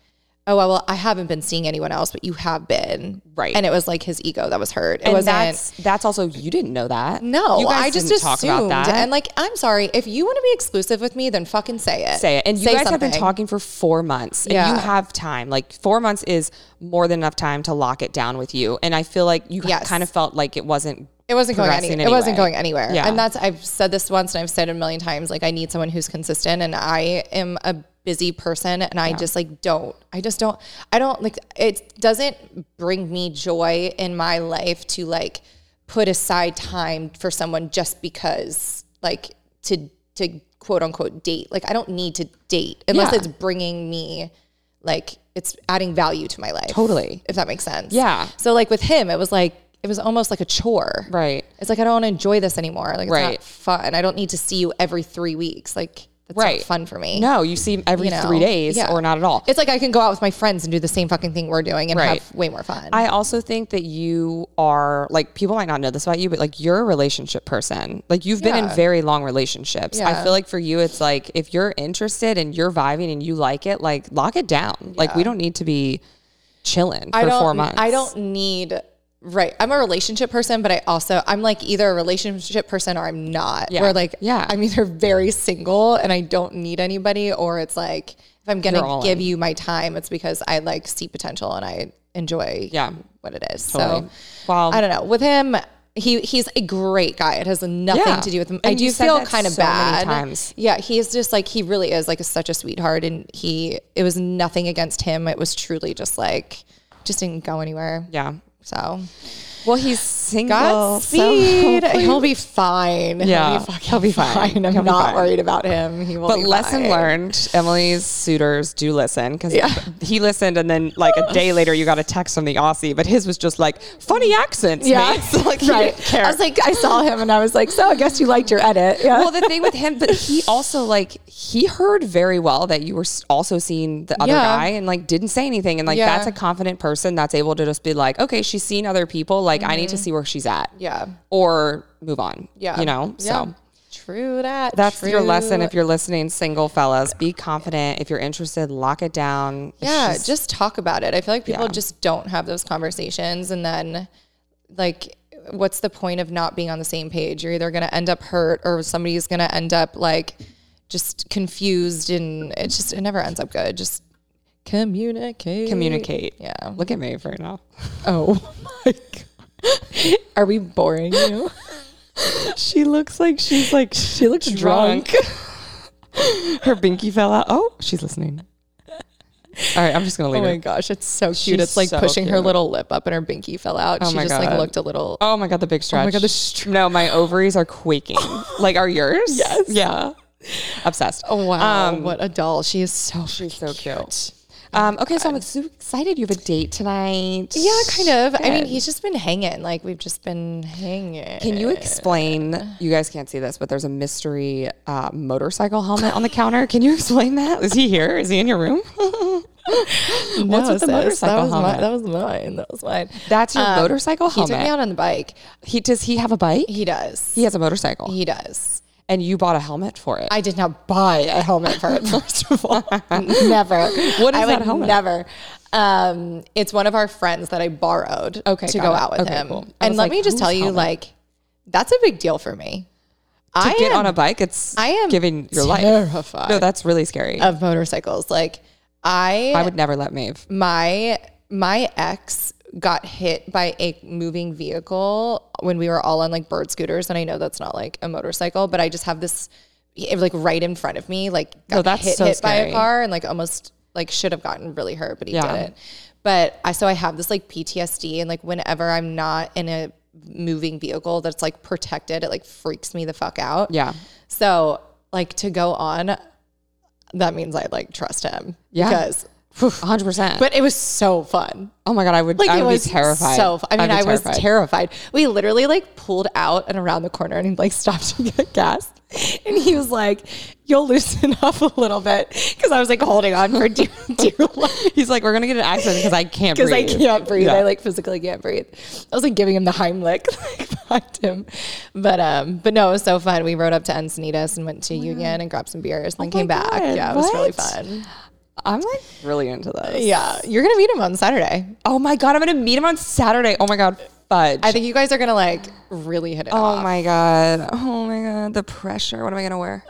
[SPEAKER 1] oh well, I haven't been seeing anyone else, but you have been,
[SPEAKER 2] Right.
[SPEAKER 1] And it was like his ego that was hurt. It
[SPEAKER 2] And
[SPEAKER 1] wasn't.
[SPEAKER 2] that's that's also you didn't know that.
[SPEAKER 1] no,
[SPEAKER 2] you guys
[SPEAKER 1] I just
[SPEAKER 2] didn't
[SPEAKER 1] assumed.
[SPEAKER 2] talk about that.
[SPEAKER 1] And like, I'm sorry if you want to be exclusive with me, then fucking say it.
[SPEAKER 2] say it. And you
[SPEAKER 1] Say
[SPEAKER 2] guys have been
[SPEAKER 1] something.
[SPEAKER 2] talking for four months, and
[SPEAKER 1] Yeah.
[SPEAKER 2] you have time. Like four months is more than enough time to lock it down with you. And I feel like you
[SPEAKER 1] Yes.
[SPEAKER 2] kind of felt like it wasn't.
[SPEAKER 1] It wasn't going
[SPEAKER 2] progressing
[SPEAKER 1] any,
[SPEAKER 2] in
[SPEAKER 1] It wasn't
[SPEAKER 2] way.
[SPEAKER 1] going anywhere.
[SPEAKER 2] Yeah.
[SPEAKER 1] And that's I've said this once and I've said it a million times. Like I need someone who's consistent, and I am a busy person, and I just like don't. I just don't. I don't like. It doesn't bring me joy in my life to like put aside time for someone just because like to to quote unquote date. Like I don't need to date unless
[SPEAKER 2] Yeah.
[SPEAKER 1] it's bringing me like it's adding value to my life.
[SPEAKER 2] Totally.
[SPEAKER 1] If that makes sense.
[SPEAKER 2] Yeah.
[SPEAKER 1] So like with him, it was like it was almost like a chore.
[SPEAKER 2] Right.
[SPEAKER 1] It's like I don't want to enjoy this anymore. Like it's
[SPEAKER 2] Right.
[SPEAKER 1] not fun. I don't need to see you every three weeks. Like that's
[SPEAKER 2] Right.
[SPEAKER 1] not fun for me.
[SPEAKER 2] No, you see him every
[SPEAKER 1] you know?
[SPEAKER 2] three days
[SPEAKER 1] Yeah.
[SPEAKER 2] or not at all.
[SPEAKER 1] It's like I can go out with my friends and do the same fucking thing we're doing and
[SPEAKER 2] Right.
[SPEAKER 1] have way more fun.
[SPEAKER 2] I also think that you are like people might not know this about you, but like you're a relationship person. Like you've been in
[SPEAKER 1] Yeah.
[SPEAKER 2] very long relationships. I
[SPEAKER 1] Yeah.
[SPEAKER 2] feel like for you, it's like if you're interested and you're vibing and you like it, like lock it down. Like we don't need to be chilling for
[SPEAKER 1] I don't.
[SPEAKER 2] four months.
[SPEAKER 1] I don't need. Right. I'm a relationship person, but I also I'm like either a relationship person or I'm not.
[SPEAKER 2] Yeah.
[SPEAKER 1] Where like
[SPEAKER 2] Yeah.
[SPEAKER 1] I'm either very single and I don't need anybody, or it's like if I'm
[SPEAKER 2] You're all
[SPEAKER 1] gonna give you my time, it's because I like see potential and I enjoy
[SPEAKER 2] Yeah.
[SPEAKER 1] what it is.
[SPEAKER 2] Totally.
[SPEAKER 1] So
[SPEAKER 2] Well-
[SPEAKER 1] I don't know. With him, he he's a great guy. It has nothing
[SPEAKER 2] Yeah.
[SPEAKER 1] to do with him. I
[SPEAKER 2] And
[SPEAKER 1] do
[SPEAKER 2] you said
[SPEAKER 1] feel
[SPEAKER 2] that
[SPEAKER 1] kind of
[SPEAKER 2] so many
[SPEAKER 1] bad.
[SPEAKER 2] times.
[SPEAKER 1] Yeah, he is just like he really is like such a sweetheart, and he it was nothing against him. It was truly just like just didn't go anywhere.
[SPEAKER 2] Yeah.
[SPEAKER 1] So
[SPEAKER 2] Well, he's single. [LAUGHS]
[SPEAKER 1] Godspeed. he'll be fine.
[SPEAKER 2] Yeah.
[SPEAKER 1] he'll be, fucking
[SPEAKER 2] He'll be fine.
[SPEAKER 1] fine. I'm
[SPEAKER 2] He'll be
[SPEAKER 1] not
[SPEAKER 2] fine.
[SPEAKER 1] worried about him. He will.
[SPEAKER 2] But
[SPEAKER 1] be
[SPEAKER 2] lesson
[SPEAKER 1] fine.
[SPEAKER 2] learned, Emily's suitors do listen because
[SPEAKER 1] Yeah.
[SPEAKER 2] he listened, and then like a day later, you got a text from the Aussie, but his was just like funny accents. Yeah,
[SPEAKER 1] Yeah,
[SPEAKER 2] mate. [LAUGHS]
[SPEAKER 1] [LAUGHS]
[SPEAKER 2] So, like he
[SPEAKER 1] right.
[SPEAKER 2] didn't care.
[SPEAKER 1] I was like, I saw him, and I was like, so I guess you liked your edit. Yeah.
[SPEAKER 2] well, the thing with him, but [LAUGHS] he also like he heard very well that you were s- also seeing the other
[SPEAKER 1] Yeah.
[SPEAKER 2] guy and like didn't say anything, and like
[SPEAKER 1] Yeah.
[SPEAKER 2] that's a confident person that's able to just be like, okay, she's seen other people. Like I need to see where she's at.
[SPEAKER 1] Yeah.
[SPEAKER 2] or move on.
[SPEAKER 1] yeah.
[SPEAKER 2] you know.
[SPEAKER 1] Yeah.
[SPEAKER 2] So.
[SPEAKER 1] true that.
[SPEAKER 2] That's your
[SPEAKER 1] True.
[SPEAKER 2] lesson if you're listening, single fellas. Be confident. If you're interested, lock it down. It's
[SPEAKER 1] Yeah,
[SPEAKER 2] just-
[SPEAKER 1] just, talk about it. I feel like people
[SPEAKER 2] Yeah.
[SPEAKER 1] just don't have those conversations. And then, like, what's the point of not being on the same page? You're either going to end up hurt or somebody's going to end up like just confused. And it just, it never ends up good. Just communicate.
[SPEAKER 2] communicate.
[SPEAKER 1] Yeah.
[SPEAKER 2] Look at me right now. [LAUGHS]
[SPEAKER 1] Oh my God. Are we boring you?
[SPEAKER 2] She looks like she's like she looks
[SPEAKER 1] drunk.
[SPEAKER 2] Her binky fell out. Oh, she's listening. All right, I'm just gonna leave
[SPEAKER 1] Oh my
[SPEAKER 2] her.
[SPEAKER 1] gosh, it's so cute.
[SPEAKER 2] She's
[SPEAKER 1] it's like
[SPEAKER 2] so
[SPEAKER 1] pushing her
[SPEAKER 2] cute. Oh
[SPEAKER 1] little lip up and her binky fell out. she
[SPEAKER 2] my
[SPEAKER 1] just like
[SPEAKER 2] God.
[SPEAKER 1] looked a little.
[SPEAKER 2] Oh my god, the big stretch.
[SPEAKER 1] God, the
[SPEAKER 2] no, my ovaries are quaking. [LAUGHS] like are yours? Yes. Yeah. Obsessed.
[SPEAKER 1] Oh, wow.
[SPEAKER 2] um,
[SPEAKER 1] what a doll. She is so
[SPEAKER 2] She's so cute. Um, okay, so I'm so excited. You have a date tonight.
[SPEAKER 1] Yeah, kind of. I mean,
[SPEAKER 2] Good.
[SPEAKER 1] he's just been hanging. Like we've just been hanging.
[SPEAKER 2] Can you explain? You guys can't see this, but there's a mystery uh, motorcycle helmet on the counter. Can you explain that? Is he here? Is he in your room? What's with the motorcycle
[SPEAKER 1] that was
[SPEAKER 2] helmet?
[SPEAKER 1] My, that was mine. That was mine.
[SPEAKER 2] That's your
[SPEAKER 1] Um,
[SPEAKER 2] motorcycle
[SPEAKER 1] He took
[SPEAKER 2] helmet.
[SPEAKER 1] me out on the bike.
[SPEAKER 2] He does he have a bike?
[SPEAKER 1] He does.
[SPEAKER 2] He has a motorcycle,
[SPEAKER 1] He does.
[SPEAKER 2] and you bought a helmet for it.
[SPEAKER 1] I did not buy a helmet for
[SPEAKER 2] [LAUGHS]
[SPEAKER 1] it. First of [LAUGHS] all, never. What
[SPEAKER 2] is
[SPEAKER 1] I
[SPEAKER 2] that
[SPEAKER 1] would
[SPEAKER 2] helmet?
[SPEAKER 1] Never. Um, it's one of our friends that I borrowed.
[SPEAKER 2] Okay,
[SPEAKER 1] to
[SPEAKER 2] got
[SPEAKER 1] go
[SPEAKER 2] it.
[SPEAKER 1] out with
[SPEAKER 2] Okay,
[SPEAKER 1] him.
[SPEAKER 2] cool. I
[SPEAKER 1] And
[SPEAKER 2] was
[SPEAKER 1] let
[SPEAKER 2] like,
[SPEAKER 1] me just
[SPEAKER 2] whose
[SPEAKER 1] tell you,
[SPEAKER 2] helmet?
[SPEAKER 1] like, that's a big deal for me.
[SPEAKER 2] to
[SPEAKER 1] I
[SPEAKER 2] get
[SPEAKER 1] am
[SPEAKER 2] on a bike, it's
[SPEAKER 1] I am
[SPEAKER 2] giving your life.
[SPEAKER 1] terrified
[SPEAKER 2] No, that's really scary.
[SPEAKER 1] of motorcycles. Like, I
[SPEAKER 2] I would never let Maeve.
[SPEAKER 1] my my ex got hit by a moving vehicle when we were all on like bird scooters and I know that's not like a motorcycle but I just have this it, like right in front of me like got
[SPEAKER 2] No, that's
[SPEAKER 1] hit
[SPEAKER 2] so
[SPEAKER 1] hit by
[SPEAKER 2] scary.
[SPEAKER 1] a car and like almost like should have gotten really hurt but he
[SPEAKER 2] Yeah.
[SPEAKER 1] didn't but I so I have this like PTSD and like whenever I'm not in a moving vehicle that's like protected it like freaks me the fuck out
[SPEAKER 2] Yeah,
[SPEAKER 1] so like to go on that means I like trust him
[SPEAKER 2] Yeah.
[SPEAKER 1] because
[SPEAKER 2] 100. percent
[SPEAKER 1] but it was so fun.
[SPEAKER 2] Oh my god, I would.
[SPEAKER 1] Like
[SPEAKER 2] I
[SPEAKER 1] it
[SPEAKER 2] would
[SPEAKER 1] was
[SPEAKER 2] be terrified.
[SPEAKER 1] So fun. I mean, I
[SPEAKER 2] I'd be
[SPEAKER 3] [LAUGHS]
[SPEAKER 1] was terrified. We literally like pulled out and around the corner and like stopped to get gas.
[SPEAKER 3] And he was like, You'll loosen [LAUGHS] up a little bit. Because I was like holding on for
[SPEAKER 2] [LAUGHS]
[SPEAKER 3] dear, dear life.
[SPEAKER 2] [LAUGHS] He's like, we're gonna get an accident because I
[SPEAKER 1] [LAUGHS]
[SPEAKER 2] can't breathe.
[SPEAKER 3] Because I can't breathe.
[SPEAKER 2] Yeah.
[SPEAKER 3] I like physically can't breathe. I was like giving him the Heimlich [LAUGHS] like, behind him. But um, but no, it was so fun. We rode up to Encinitas and went to Union and grabbed some beers and then came back.
[SPEAKER 2] Oh God,
[SPEAKER 3] Yeah, it was really
[SPEAKER 2] what?
[SPEAKER 3] fun.
[SPEAKER 2] I'm like really into this.
[SPEAKER 3] Yeah. You're gonna meet him on Saturday.
[SPEAKER 2] Oh my god, I'm gonna meet him on Saturday. Oh my god, fudge.
[SPEAKER 1] I think you guys are gonna like really hit it
[SPEAKER 2] oh
[SPEAKER 1] off.
[SPEAKER 2] my god. Oh my god. The pressure. What am I gonna wear?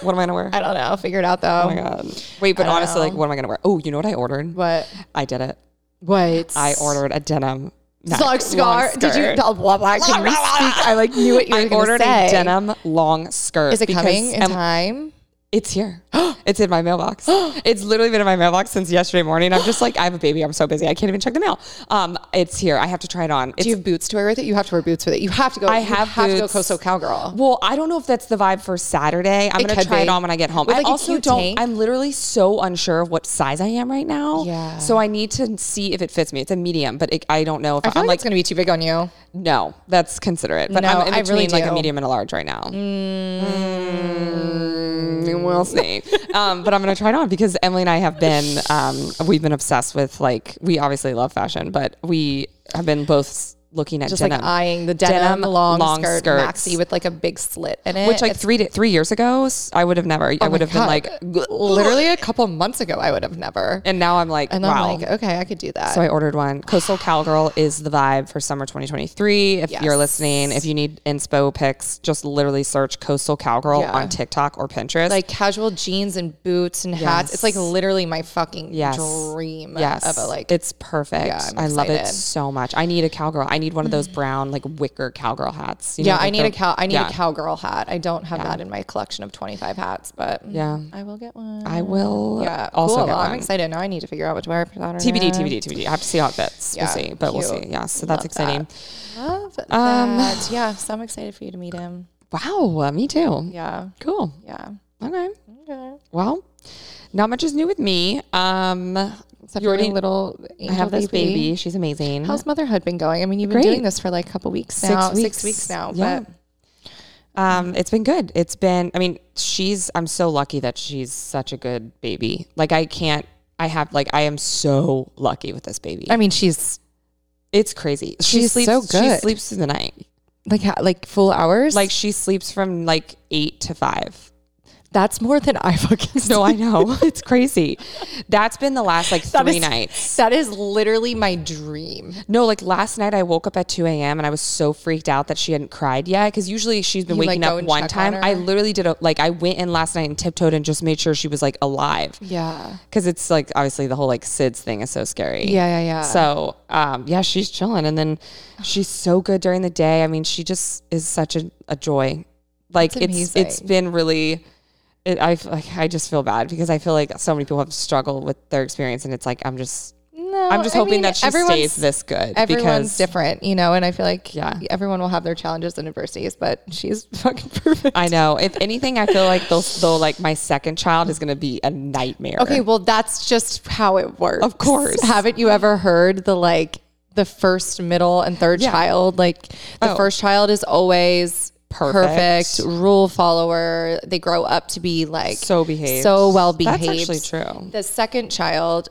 [SPEAKER 2] what am I gonna wear?
[SPEAKER 1] I don't know. Figure it out though.
[SPEAKER 2] oh my god. Wait, but
[SPEAKER 1] I don't
[SPEAKER 2] honestly, like,
[SPEAKER 1] know.
[SPEAKER 2] what am I gonna wear? Oh, you know what I ordered?
[SPEAKER 1] What?
[SPEAKER 2] I did it.
[SPEAKER 1] What?
[SPEAKER 2] I ordered a denim. neck-
[SPEAKER 1] Sock
[SPEAKER 2] long
[SPEAKER 1] scar. Did you?
[SPEAKER 2] skirt.
[SPEAKER 1] Blah, blah, blah. Can we speak? I like knew what you were
[SPEAKER 2] I
[SPEAKER 1] gonna
[SPEAKER 2] ordered
[SPEAKER 1] say.
[SPEAKER 2] a denim long skirt.
[SPEAKER 1] Is it
[SPEAKER 2] because
[SPEAKER 1] coming in
[SPEAKER 2] Em-
[SPEAKER 1] time?
[SPEAKER 2] It's here. it's in my mailbox. it's literally been in my mailbox since yesterday morning. I'm just like, I have a baby. I'm so busy. I can't even check the mail. Um, it's here. I have to try it on. It's,
[SPEAKER 1] Do you have boots to wear with it? You have to wear boots with it. You have to go.
[SPEAKER 2] I
[SPEAKER 1] you
[SPEAKER 2] have
[SPEAKER 1] to go
[SPEAKER 2] boots.
[SPEAKER 1] coastal cowgirl.
[SPEAKER 2] Well, I don't know if that's the vibe for Saturday. I'm
[SPEAKER 1] It
[SPEAKER 2] gonna
[SPEAKER 1] could
[SPEAKER 2] try it
[SPEAKER 1] be.
[SPEAKER 2] on when I get home.
[SPEAKER 1] With,
[SPEAKER 2] I
[SPEAKER 1] like, a
[SPEAKER 2] also
[SPEAKER 1] cute
[SPEAKER 2] don't.
[SPEAKER 1] tank.
[SPEAKER 2] I'm literally so unsure of what size I am right now.
[SPEAKER 1] Yeah.
[SPEAKER 2] So I need to see if it fits me. It's a medium, but it, I don't know if
[SPEAKER 1] I feel
[SPEAKER 2] I'm
[SPEAKER 1] like
[SPEAKER 2] like,
[SPEAKER 1] it's gonna be too big on you.
[SPEAKER 2] no, that's considerate. But
[SPEAKER 1] No,
[SPEAKER 2] I'm in
[SPEAKER 1] I
[SPEAKER 2] between
[SPEAKER 1] really
[SPEAKER 2] like a
[SPEAKER 1] do.
[SPEAKER 2] medium and a large right now. Mm, We'll see. [LAUGHS] um, but I'm gonna try it on because Emily and I have been. Um, we've been obsessed with like we obviously love fashion, but we have been both looking at
[SPEAKER 1] Just
[SPEAKER 2] denim.
[SPEAKER 1] like eyeing the denim, long, skirt
[SPEAKER 2] skirts.
[SPEAKER 1] maxi with like a big slit in it.
[SPEAKER 2] Which like
[SPEAKER 1] It's-
[SPEAKER 2] three di- three years ago, s- I would have never. I
[SPEAKER 1] oh my
[SPEAKER 2] would have been
[SPEAKER 1] God.
[SPEAKER 2] like,
[SPEAKER 1] [LAUGHS] literally a couple months ago. I would have never.
[SPEAKER 2] and now I'm like,
[SPEAKER 1] And
[SPEAKER 2] wow.
[SPEAKER 1] I'm like, okay, I could do that.
[SPEAKER 2] so I ordered one. Coastal Cowgirl is the vibe for summer 2023. If you're
[SPEAKER 1] Yes.
[SPEAKER 2] listening, if you need inspo pics, just literally search Coastal Cowgirl
[SPEAKER 1] Yeah.
[SPEAKER 2] on TikTok or Pinterest.
[SPEAKER 1] like casual jeans and boots and hats. It's like
[SPEAKER 2] Yes.
[SPEAKER 1] literally my fucking
[SPEAKER 2] Yes.
[SPEAKER 1] dream
[SPEAKER 2] yes,
[SPEAKER 1] of a like
[SPEAKER 2] it's perfect.
[SPEAKER 1] Yeah, I'm
[SPEAKER 2] I love it
[SPEAKER 1] excited. Mm.
[SPEAKER 2] so much. I need a cowgirl. I need one of those brown like wicker cowgirl hats. you
[SPEAKER 1] yeah,
[SPEAKER 2] know,
[SPEAKER 1] I
[SPEAKER 2] like
[SPEAKER 1] need a
[SPEAKER 2] the-
[SPEAKER 1] cow. I need
[SPEAKER 2] yeah.
[SPEAKER 1] a cowgirl hat. I don't have that in my collection of twenty five hats, but mm,
[SPEAKER 2] Yeah.
[SPEAKER 1] I will get one.
[SPEAKER 2] I will.
[SPEAKER 1] yeah,
[SPEAKER 2] also
[SPEAKER 1] cool.
[SPEAKER 2] get
[SPEAKER 1] Well,
[SPEAKER 2] one.
[SPEAKER 1] I'm excited now. I need to figure out what to wear for Saturday.
[SPEAKER 2] TBD, TBD, TBD. I have to see how it fits.
[SPEAKER 1] Yeah,
[SPEAKER 2] we'll see, but we'll
[SPEAKER 1] cute.
[SPEAKER 2] see. Yeah, so that's
[SPEAKER 1] Love
[SPEAKER 2] exciting.
[SPEAKER 1] Love that.
[SPEAKER 2] Um, [LAUGHS]
[SPEAKER 1] Yeah, so I'm excited for you to meet him.
[SPEAKER 2] Wow, uh, me too.
[SPEAKER 1] Yeah,
[SPEAKER 2] Cool.
[SPEAKER 1] yeah.
[SPEAKER 2] Okay.
[SPEAKER 1] Okay.
[SPEAKER 2] Well, not much is new with me. Um,
[SPEAKER 1] Except
[SPEAKER 2] you
[SPEAKER 1] for my
[SPEAKER 2] already
[SPEAKER 1] little. Angel
[SPEAKER 2] I have this baby. She's amazing.
[SPEAKER 1] How's motherhood been going? I mean, you've been
[SPEAKER 2] Great.
[SPEAKER 1] doing this for like a couple weeks now, six weeks now,
[SPEAKER 2] Yeah.
[SPEAKER 1] but
[SPEAKER 2] um, it's been good. It's been. I mean, she's. I'm so lucky that she's such a good baby. Like I can't. I have like I am so lucky with this baby.
[SPEAKER 1] I mean, she's
[SPEAKER 2] it's crazy. She
[SPEAKER 1] she's
[SPEAKER 2] sleeps
[SPEAKER 1] so
[SPEAKER 2] She
[SPEAKER 1] good.
[SPEAKER 2] sleeps through the night.
[SPEAKER 1] like ha- like full hours.
[SPEAKER 2] Like she sleeps from like eight
[SPEAKER 1] [LAUGHS]
[SPEAKER 2] to five.
[SPEAKER 1] that's more than I [LAUGHS] fucking.
[SPEAKER 2] No, I know. [LAUGHS] it's crazy. That's been the last like
[SPEAKER 1] That
[SPEAKER 2] three
[SPEAKER 1] is-
[SPEAKER 2] nights.
[SPEAKER 1] That is literally my dream.
[SPEAKER 2] No, like last night I woke up at 2 a.m. and I was so freaked out that she hadn't cried yet. Cause usually she's been
[SPEAKER 1] You, like,
[SPEAKER 2] waking
[SPEAKER 1] go
[SPEAKER 2] up
[SPEAKER 1] and
[SPEAKER 2] one
[SPEAKER 1] check
[SPEAKER 2] time.
[SPEAKER 1] on her?
[SPEAKER 2] I literally did a, like, I went in last night and tiptoed and just made sure she was like alive.
[SPEAKER 1] Yeah.
[SPEAKER 2] Cause it's like, obviously the whole like SIDS thing is so scary.
[SPEAKER 1] Yeah, yeah, yeah.
[SPEAKER 2] So, um, yeah, she's chilling. And then she's so good during the day. I mean, she just is such a, a joy. Like
[SPEAKER 1] That's
[SPEAKER 2] it's, it's
[SPEAKER 1] amazing.
[SPEAKER 2] been really, it, I, like, I just feel bad because I feel like so many people have struggled with their experience and it's like, I'm just,
[SPEAKER 1] No,
[SPEAKER 2] I'm just
[SPEAKER 1] I
[SPEAKER 2] hoping
[SPEAKER 1] mean,
[SPEAKER 2] that she stays
[SPEAKER 1] everyone's-
[SPEAKER 2] this good.
[SPEAKER 1] Everyone's
[SPEAKER 2] because
[SPEAKER 1] different, you know, and I feel like
[SPEAKER 2] Yeah.
[SPEAKER 1] everyone will have their challenges and adversities, but she's [LAUGHS] fucking perfect.
[SPEAKER 2] I know. If anything, I feel like they'll, though, like my second child is going to be a nightmare.
[SPEAKER 1] Okay, well, that's just how it works.
[SPEAKER 2] Of course.
[SPEAKER 1] Haven't you ever heard the like the first, middle, and third
[SPEAKER 2] Yeah.
[SPEAKER 1] child? Like the
[SPEAKER 2] Oh.
[SPEAKER 1] first child is always
[SPEAKER 2] Perfect.
[SPEAKER 1] perfect. rule follower. They grow up to be like
[SPEAKER 2] So behaved.
[SPEAKER 1] so well
[SPEAKER 2] That's
[SPEAKER 1] behaved.
[SPEAKER 2] actually true.
[SPEAKER 1] The second child,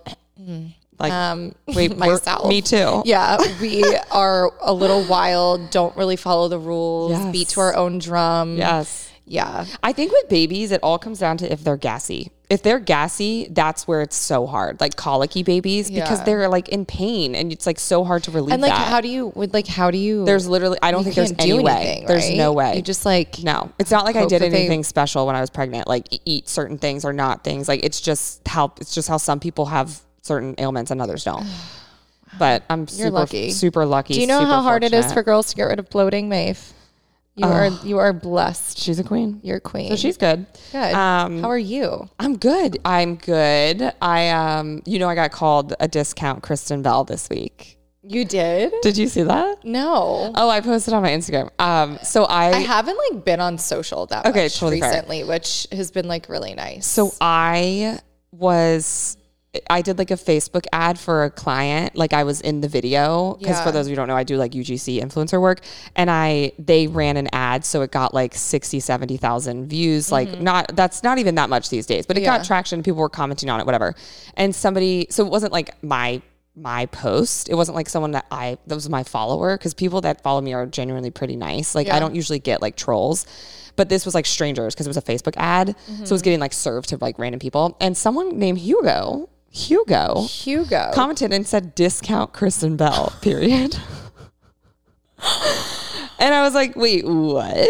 [SPEAKER 2] Like,
[SPEAKER 1] um, [LAUGHS]
[SPEAKER 2] wait, we're-
[SPEAKER 1] myself.
[SPEAKER 2] Me too. [LAUGHS]
[SPEAKER 1] Yeah, we are a little wild. Don't really follow the rules.
[SPEAKER 2] Yes.
[SPEAKER 1] Beat to our own drum.
[SPEAKER 2] Yes.
[SPEAKER 1] yeah.
[SPEAKER 2] I think with babies, it all comes down to if they're gassy. If they're gassy, that's where it's so hard. Like colicky babies, because
[SPEAKER 1] Yeah.
[SPEAKER 2] they're like in pain and it's like so hard to relieve
[SPEAKER 1] And like,
[SPEAKER 2] that.
[SPEAKER 1] how do you? Would like, how do you?
[SPEAKER 2] there's literally, I don't
[SPEAKER 1] you
[SPEAKER 2] think there's
[SPEAKER 1] can't
[SPEAKER 2] any
[SPEAKER 1] do
[SPEAKER 2] way.
[SPEAKER 1] anything,
[SPEAKER 2] There's no
[SPEAKER 1] right?
[SPEAKER 2] way.
[SPEAKER 1] You just like
[SPEAKER 2] No, it's not like I
[SPEAKER 1] hope
[SPEAKER 2] did
[SPEAKER 1] that they-
[SPEAKER 2] anything special when I was pregnant, like e- eat certain things or not things. Like it's just how it's just how some people have certain ailments and
[SPEAKER 1] [SIGHS]
[SPEAKER 2] others don't. But I'm super
[SPEAKER 1] lucky.
[SPEAKER 2] super lucky.
[SPEAKER 1] Do you know
[SPEAKER 2] super
[SPEAKER 1] how hard it is
[SPEAKER 2] fortunate.
[SPEAKER 1] for girls to get rid of bloating, Maeve? You are you are blessed.
[SPEAKER 2] She's a queen.
[SPEAKER 1] You're a queen.
[SPEAKER 2] So she's good.
[SPEAKER 1] good.
[SPEAKER 2] Um,
[SPEAKER 1] How are you?
[SPEAKER 2] I'm good. I'm good. I um, you know, I got called a discount Kristen Bell this week.
[SPEAKER 1] You did?
[SPEAKER 2] Did you see that?
[SPEAKER 1] No.
[SPEAKER 2] Oh, I posted on my Instagram. Um, so
[SPEAKER 1] I haven't like been on social that
[SPEAKER 2] Okay,
[SPEAKER 1] much
[SPEAKER 2] totally fair.
[SPEAKER 1] recently, which has been like really nice.
[SPEAKER 2] So I was I did like a Facebook ad for a client. Like I was in the video because for
[SPEAKER 1] Yeah.
[SPEAKER 2] those of you who don't know, I do like UGC influencer work, and I they ran an ad, so it got like 60, 70,000 views. Like not that's not even that much these days, but it
[SPEAKER 1] Yeah.
[SPEAKER 2] got traction. People were commenting on it, whatever. And somebody, so it wasn't like my my post. It wasn't like someone that I that was my follower because people that follow me are genuinely pretty nice. Like I don't usually get like trolls. But this was like strangers because it was a Facebook ad. So it was getting like served to like random people. And someone named Hugo, Hugo
[SPEAKER 1] Hugo.
[SPEAKER 2] commented and said discount Kristen Bell, [LAUGHS] period. and I was like, wait, what?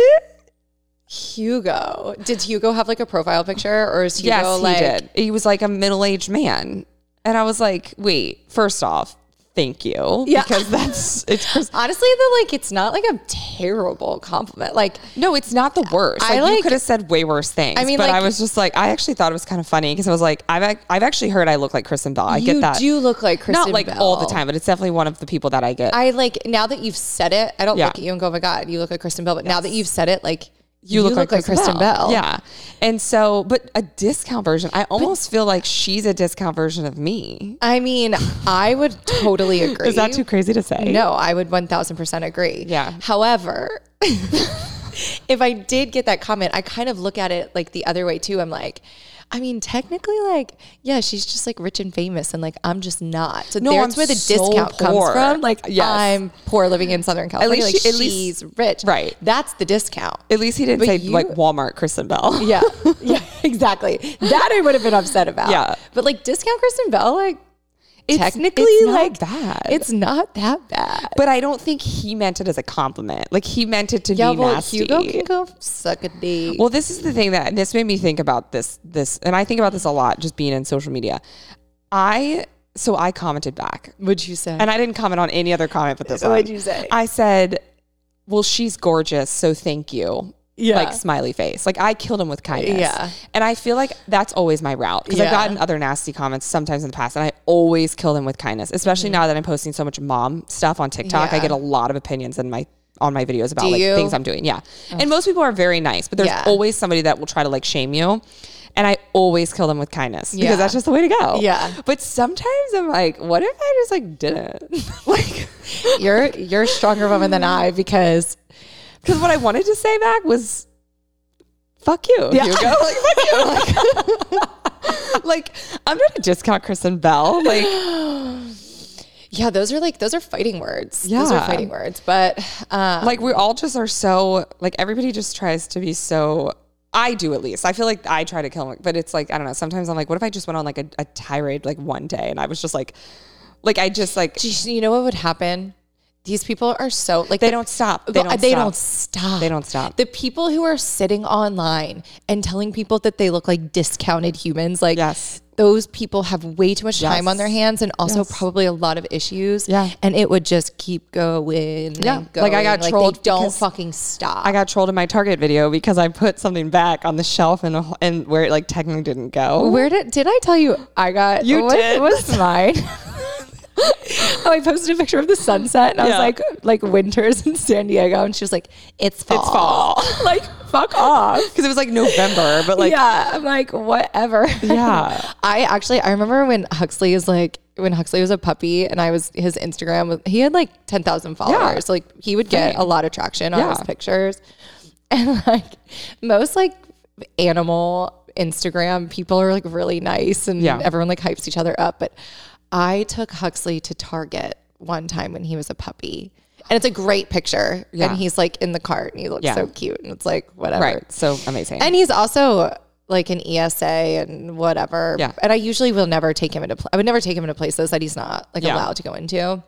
[SPEAKER 1] Hugo. Did Hugo have like a profile picture or is Hugo
[SPEAKER 2] yes, he
[SPEAKER 1] like
[SPEAKER 2] did. He was like a middle aged man. And I was like, wait, first off, thank you.
[SPEAKER 1] Yeah. [LAUGHS]
[SPEAKER 2] Because that's, it's Kristen.
[SPEAKER 1] honestly though, like it's not like a terrible compliment. Like
[SPEAKER 2] No, it's not the worst.
[SPEAKER 1] I
[SPEAKER 2] Like,
[SPEAKER 1] like-
[SPEAKER 2] you could have said way worse things. I
[SPEAKER 1] mean,
[SPEAKER 2] mean, but
[SPEAKER 1] like-
[SPEAKER 2] I was just like, I actually thought it was kind of funny because I was like, I've ac- I've actually heard I look like Kristen Bell. I
[SPEAKER 1] you
[SPEAKER 2] get that.
[SPEAKER 1] do look like Kristen
[SPEAKER 2] not like
[SPEAKER 1] Bell.
[SPEAKER 2] all the time, but it's definitely one of the people that I get.
[SPEAKER 1] I like now that you've said it, I don't
[SPEAKER 2] Yeah.
[SPEAKER 1] look at you and go, oh my God, you look like Kristen Bell. But now that you've said it, like
[SPEAKER 2] you, look, like, Kristen, Bell.
[SPEAKER 1] Yeah.
[SPEAKER 2] Yeah. And so, but a discount version, I almost feel like she's a discount version of me.
[SPEAKER 1] I mean, I would totally agree.
[SPEAKER 2] [LAUGHS] Is that too crazy to say?
[SPEAKER 1] No, I would 1000% agree.
[SPEAKER 2] Yeah.
[SPEAKER 1] However, [LAUGHS] if I did get that comment, I kind of look at it like the other way too. I'm like, I mean, technically, like, yeah, she's just like rich and famous, and like, I'm just not. So
[SPEAKER 2] No,
[SPEAKER 1] there's
[SPEAKER 2] I'm
[SPEAKER 1] where the
[SPEAKER 2] so
[SPEAKER 1] discount comes
[SPEAKER 2] poor.
[SPEAKER 1] from. Like,
[SPEAKER 2] Yes.
[SPEAKER 1] I'm poor living in Southern California.
[SPEAKER 2] least
[SPEAKER 1] like,
[SPEAKER 2] she- at least-
[SPEAKER 1] she's rich.
[SPEAKER 2] Right.
[SPEAKER 1] That's the discount.
[SPEAKER 2] At least he didn't say
[SPEAKER 1] you-
[SPEAKER 2] like Walmart Kristen Bell.
[SPEAKER 1] [LAUGHS] Yeah. Yeah, exactly. That I would have been upset about.
[SPEAKER 2] Yeah.
[SPEAKER 1] But like, discount Kristen Bell, like,
[SPEAKER 2] It's-
[SPEAKER 1] technically,
[SPEAKER 2] it's not
[SPEAKER 1] like,
[SPEAKER 2] bad.
[SPEAKER 1] it's not that bad.
[SPEAKER 2] [LAUGHS] But I don't think he meant it as a compliment. Like he meant it to
[SPEAKER 1] Yeah,
[SPEAKER 2] be
[SPEAKER 1] well,
[SPEAKER 2] nasty.
[SPEAKER 1] Hugo can go suck a dick.
[SPEAKER 2] Well, this is the thing that and this made me think about this this and I think about this a lot just being in social media. I so I commented back.
[SPEAKER 1] would you say?
[SPEAKER 2] And I didn't comment on any other comment but this one.
[SPEAKER 1] What'd you say?
[SPEAKER 2] I said, "Well, she's gorgeous, so thank you."
[SPEAKER 1] Yeah.
[SPEAKER 2] Like smiley face. Like I killed him with kindness.
[SPEAKER 1] Yeah.
[SPEAKER 2] And I feel like that's always my route because
[SPEAKER 1] Yeah.
[SPEAKER 2] I've gotten other nasty comments sometimes in the past, and I always kill them with kindness. Especially now that I'm posting so much mom stuff on TikTok, I
[SPEAKER 1] Mm-hmm. Yeah.
[SPEAKER 2] get a lot of opinions in my on my videos about like
[SPEAKER 1] you?
[SPEAKER 2] things I'm doing. Yeah. And most people are very nice, but there's
[SPEAKER 1] Yeah.
[SPEAKER 2] always somebody that will try to like shame you. And I always kill them with kindness
[SPEAKER 1] Yeah.
[SPEAKER 2] because that's just the way to go.
[SPEAKER 1] Yeah.
[SPEAKER 2] But sometimes I'm like, what if I just like didn't? [LAUGHS] like
[SPEAKER 1] you're you're a stronger woman than I because
[SPEAKER 2] Because what I wanted to say back was, "Fuck you, [LAUGHS] Hugo." Like, fuck you.
[SPEAKER 1] [LAUGHS]
[SPEAKER 2] Like, like, I'm not a discount Kristen Bell. Like,
[SPEAKER 1] yeah, those are like those are fighting words. Those are
[SPEAKER 2] Yeah.
[SPEAKER 1] fighting words. But uh,
[SPEAKER 2] like we all just are so like everybody just tries to be so. I do at least. I feel like I try to kill him, but it's like I don't know. Sometimes I'm like, what if I just went on like a, a tirade like one day and I was just like, like I just like
[SPEAKER 1] geez, you know what would happen? These people are so like
[SPEAKER 2] they don't stop. They
[SPEAKER 1] Well,
[SPEAKER 2] don't.
[SPEAKER 1] they
[SPEAKER 2] stop.
[SPEAKER 1] don't stop.
[SPEAKER 2] They don't stop.
[SPEAKER 1] The people who are sitting online and telling people that they look like discounted humans, like
[SPEAKER 2] Yes.
[SPEAKER 1] those people have way too much time
[SPEAKER 2] Yes.
[SPEAKER 1] on their hands and also
[SPEAKER 2] Yes.
[SPEAKER 1] probably a lot of issues.
[SPEAKER 2] Yeah.
[SPEAKER 1] And it would just keep going.
[SPEAKER 2] Yeah.
[SPEAKER 1] And going.
[SPEAKER 2] Like, I got
[SPEAKER 1] they
[SPEAKER 2] trolled
[SPEAKER 1] don't
[SPEAKER 2] because
[SPEAKER 1] fucking stop.
[SPEAKER 2] I got trolled in my Target video because I put something back on the shelf and and where it like technically didn't go.
[SPEAKER 1] Where did did I tell you I got
[SPEAKER 2] You
[SPEAKER 1] what
[SPEAKER 2] did.
[SPEAKER 1] was [LAUGHS] mine? oh, I posted a picture of the sunset and I was
[SPEAKER 2] Yeah.
[SPEAKER 1] like like winters in San Diego and she was like, It's fall. [LAUGHS]
[SPEAKER 2] It's fall.
[SPEAKER 1] like fuck
[SPEAKER 2] [LAUGHS]
[SPEAKER 1] off.
[SPEAKER 2] because it was like November, but
[SPEAKER 1] [LAUGHS]
[SPEAKER 2] like
[SPEAKER 1] yeah. I'm like, whatever.
[SPEAKER 2] Yeah.
[SPEAKER 1] [LAUGHS] I actually I remember when Huxley is like when Huxley was a puppy and I was his Instagram was he had like ten thousand followers.
[SPEAKER 2] Yeah.
[SPEAKER 1] Like he would get
[SPEAKER 2] Same.
[SPEAKER 1] a lot of traction on
[SPEAKER 2] Yeah.
[SPEAKER 1] his pictures. [LAUGHS] And like most like animal Instagram people are like really nice and
[SPEAKER 2] Yeah.
[SPEAKER 1] everyone like hypes each other up. But I took Huxley to Target one time when he was a puppy. And it's a great picture.
[SPEAKER 2] Yeah.
[SPEAKER 1] And he's like in the cart and he looks
[SPEAKER 2] Yeah.
[SPEAKER 1] so cute. And it's like whatever.
[SPEAKER 2] Right. So amazing.
[SPEAKER 1] And he's also like an ESA and whatever.
[SPEAKER 2] Yeah.
[SPEAKER 1] And I usually will never take him into. Pl- I would never take him into places that he's not like
[SPEAKER 2] Yeah.
[SPEAKER 1] allowed to go into.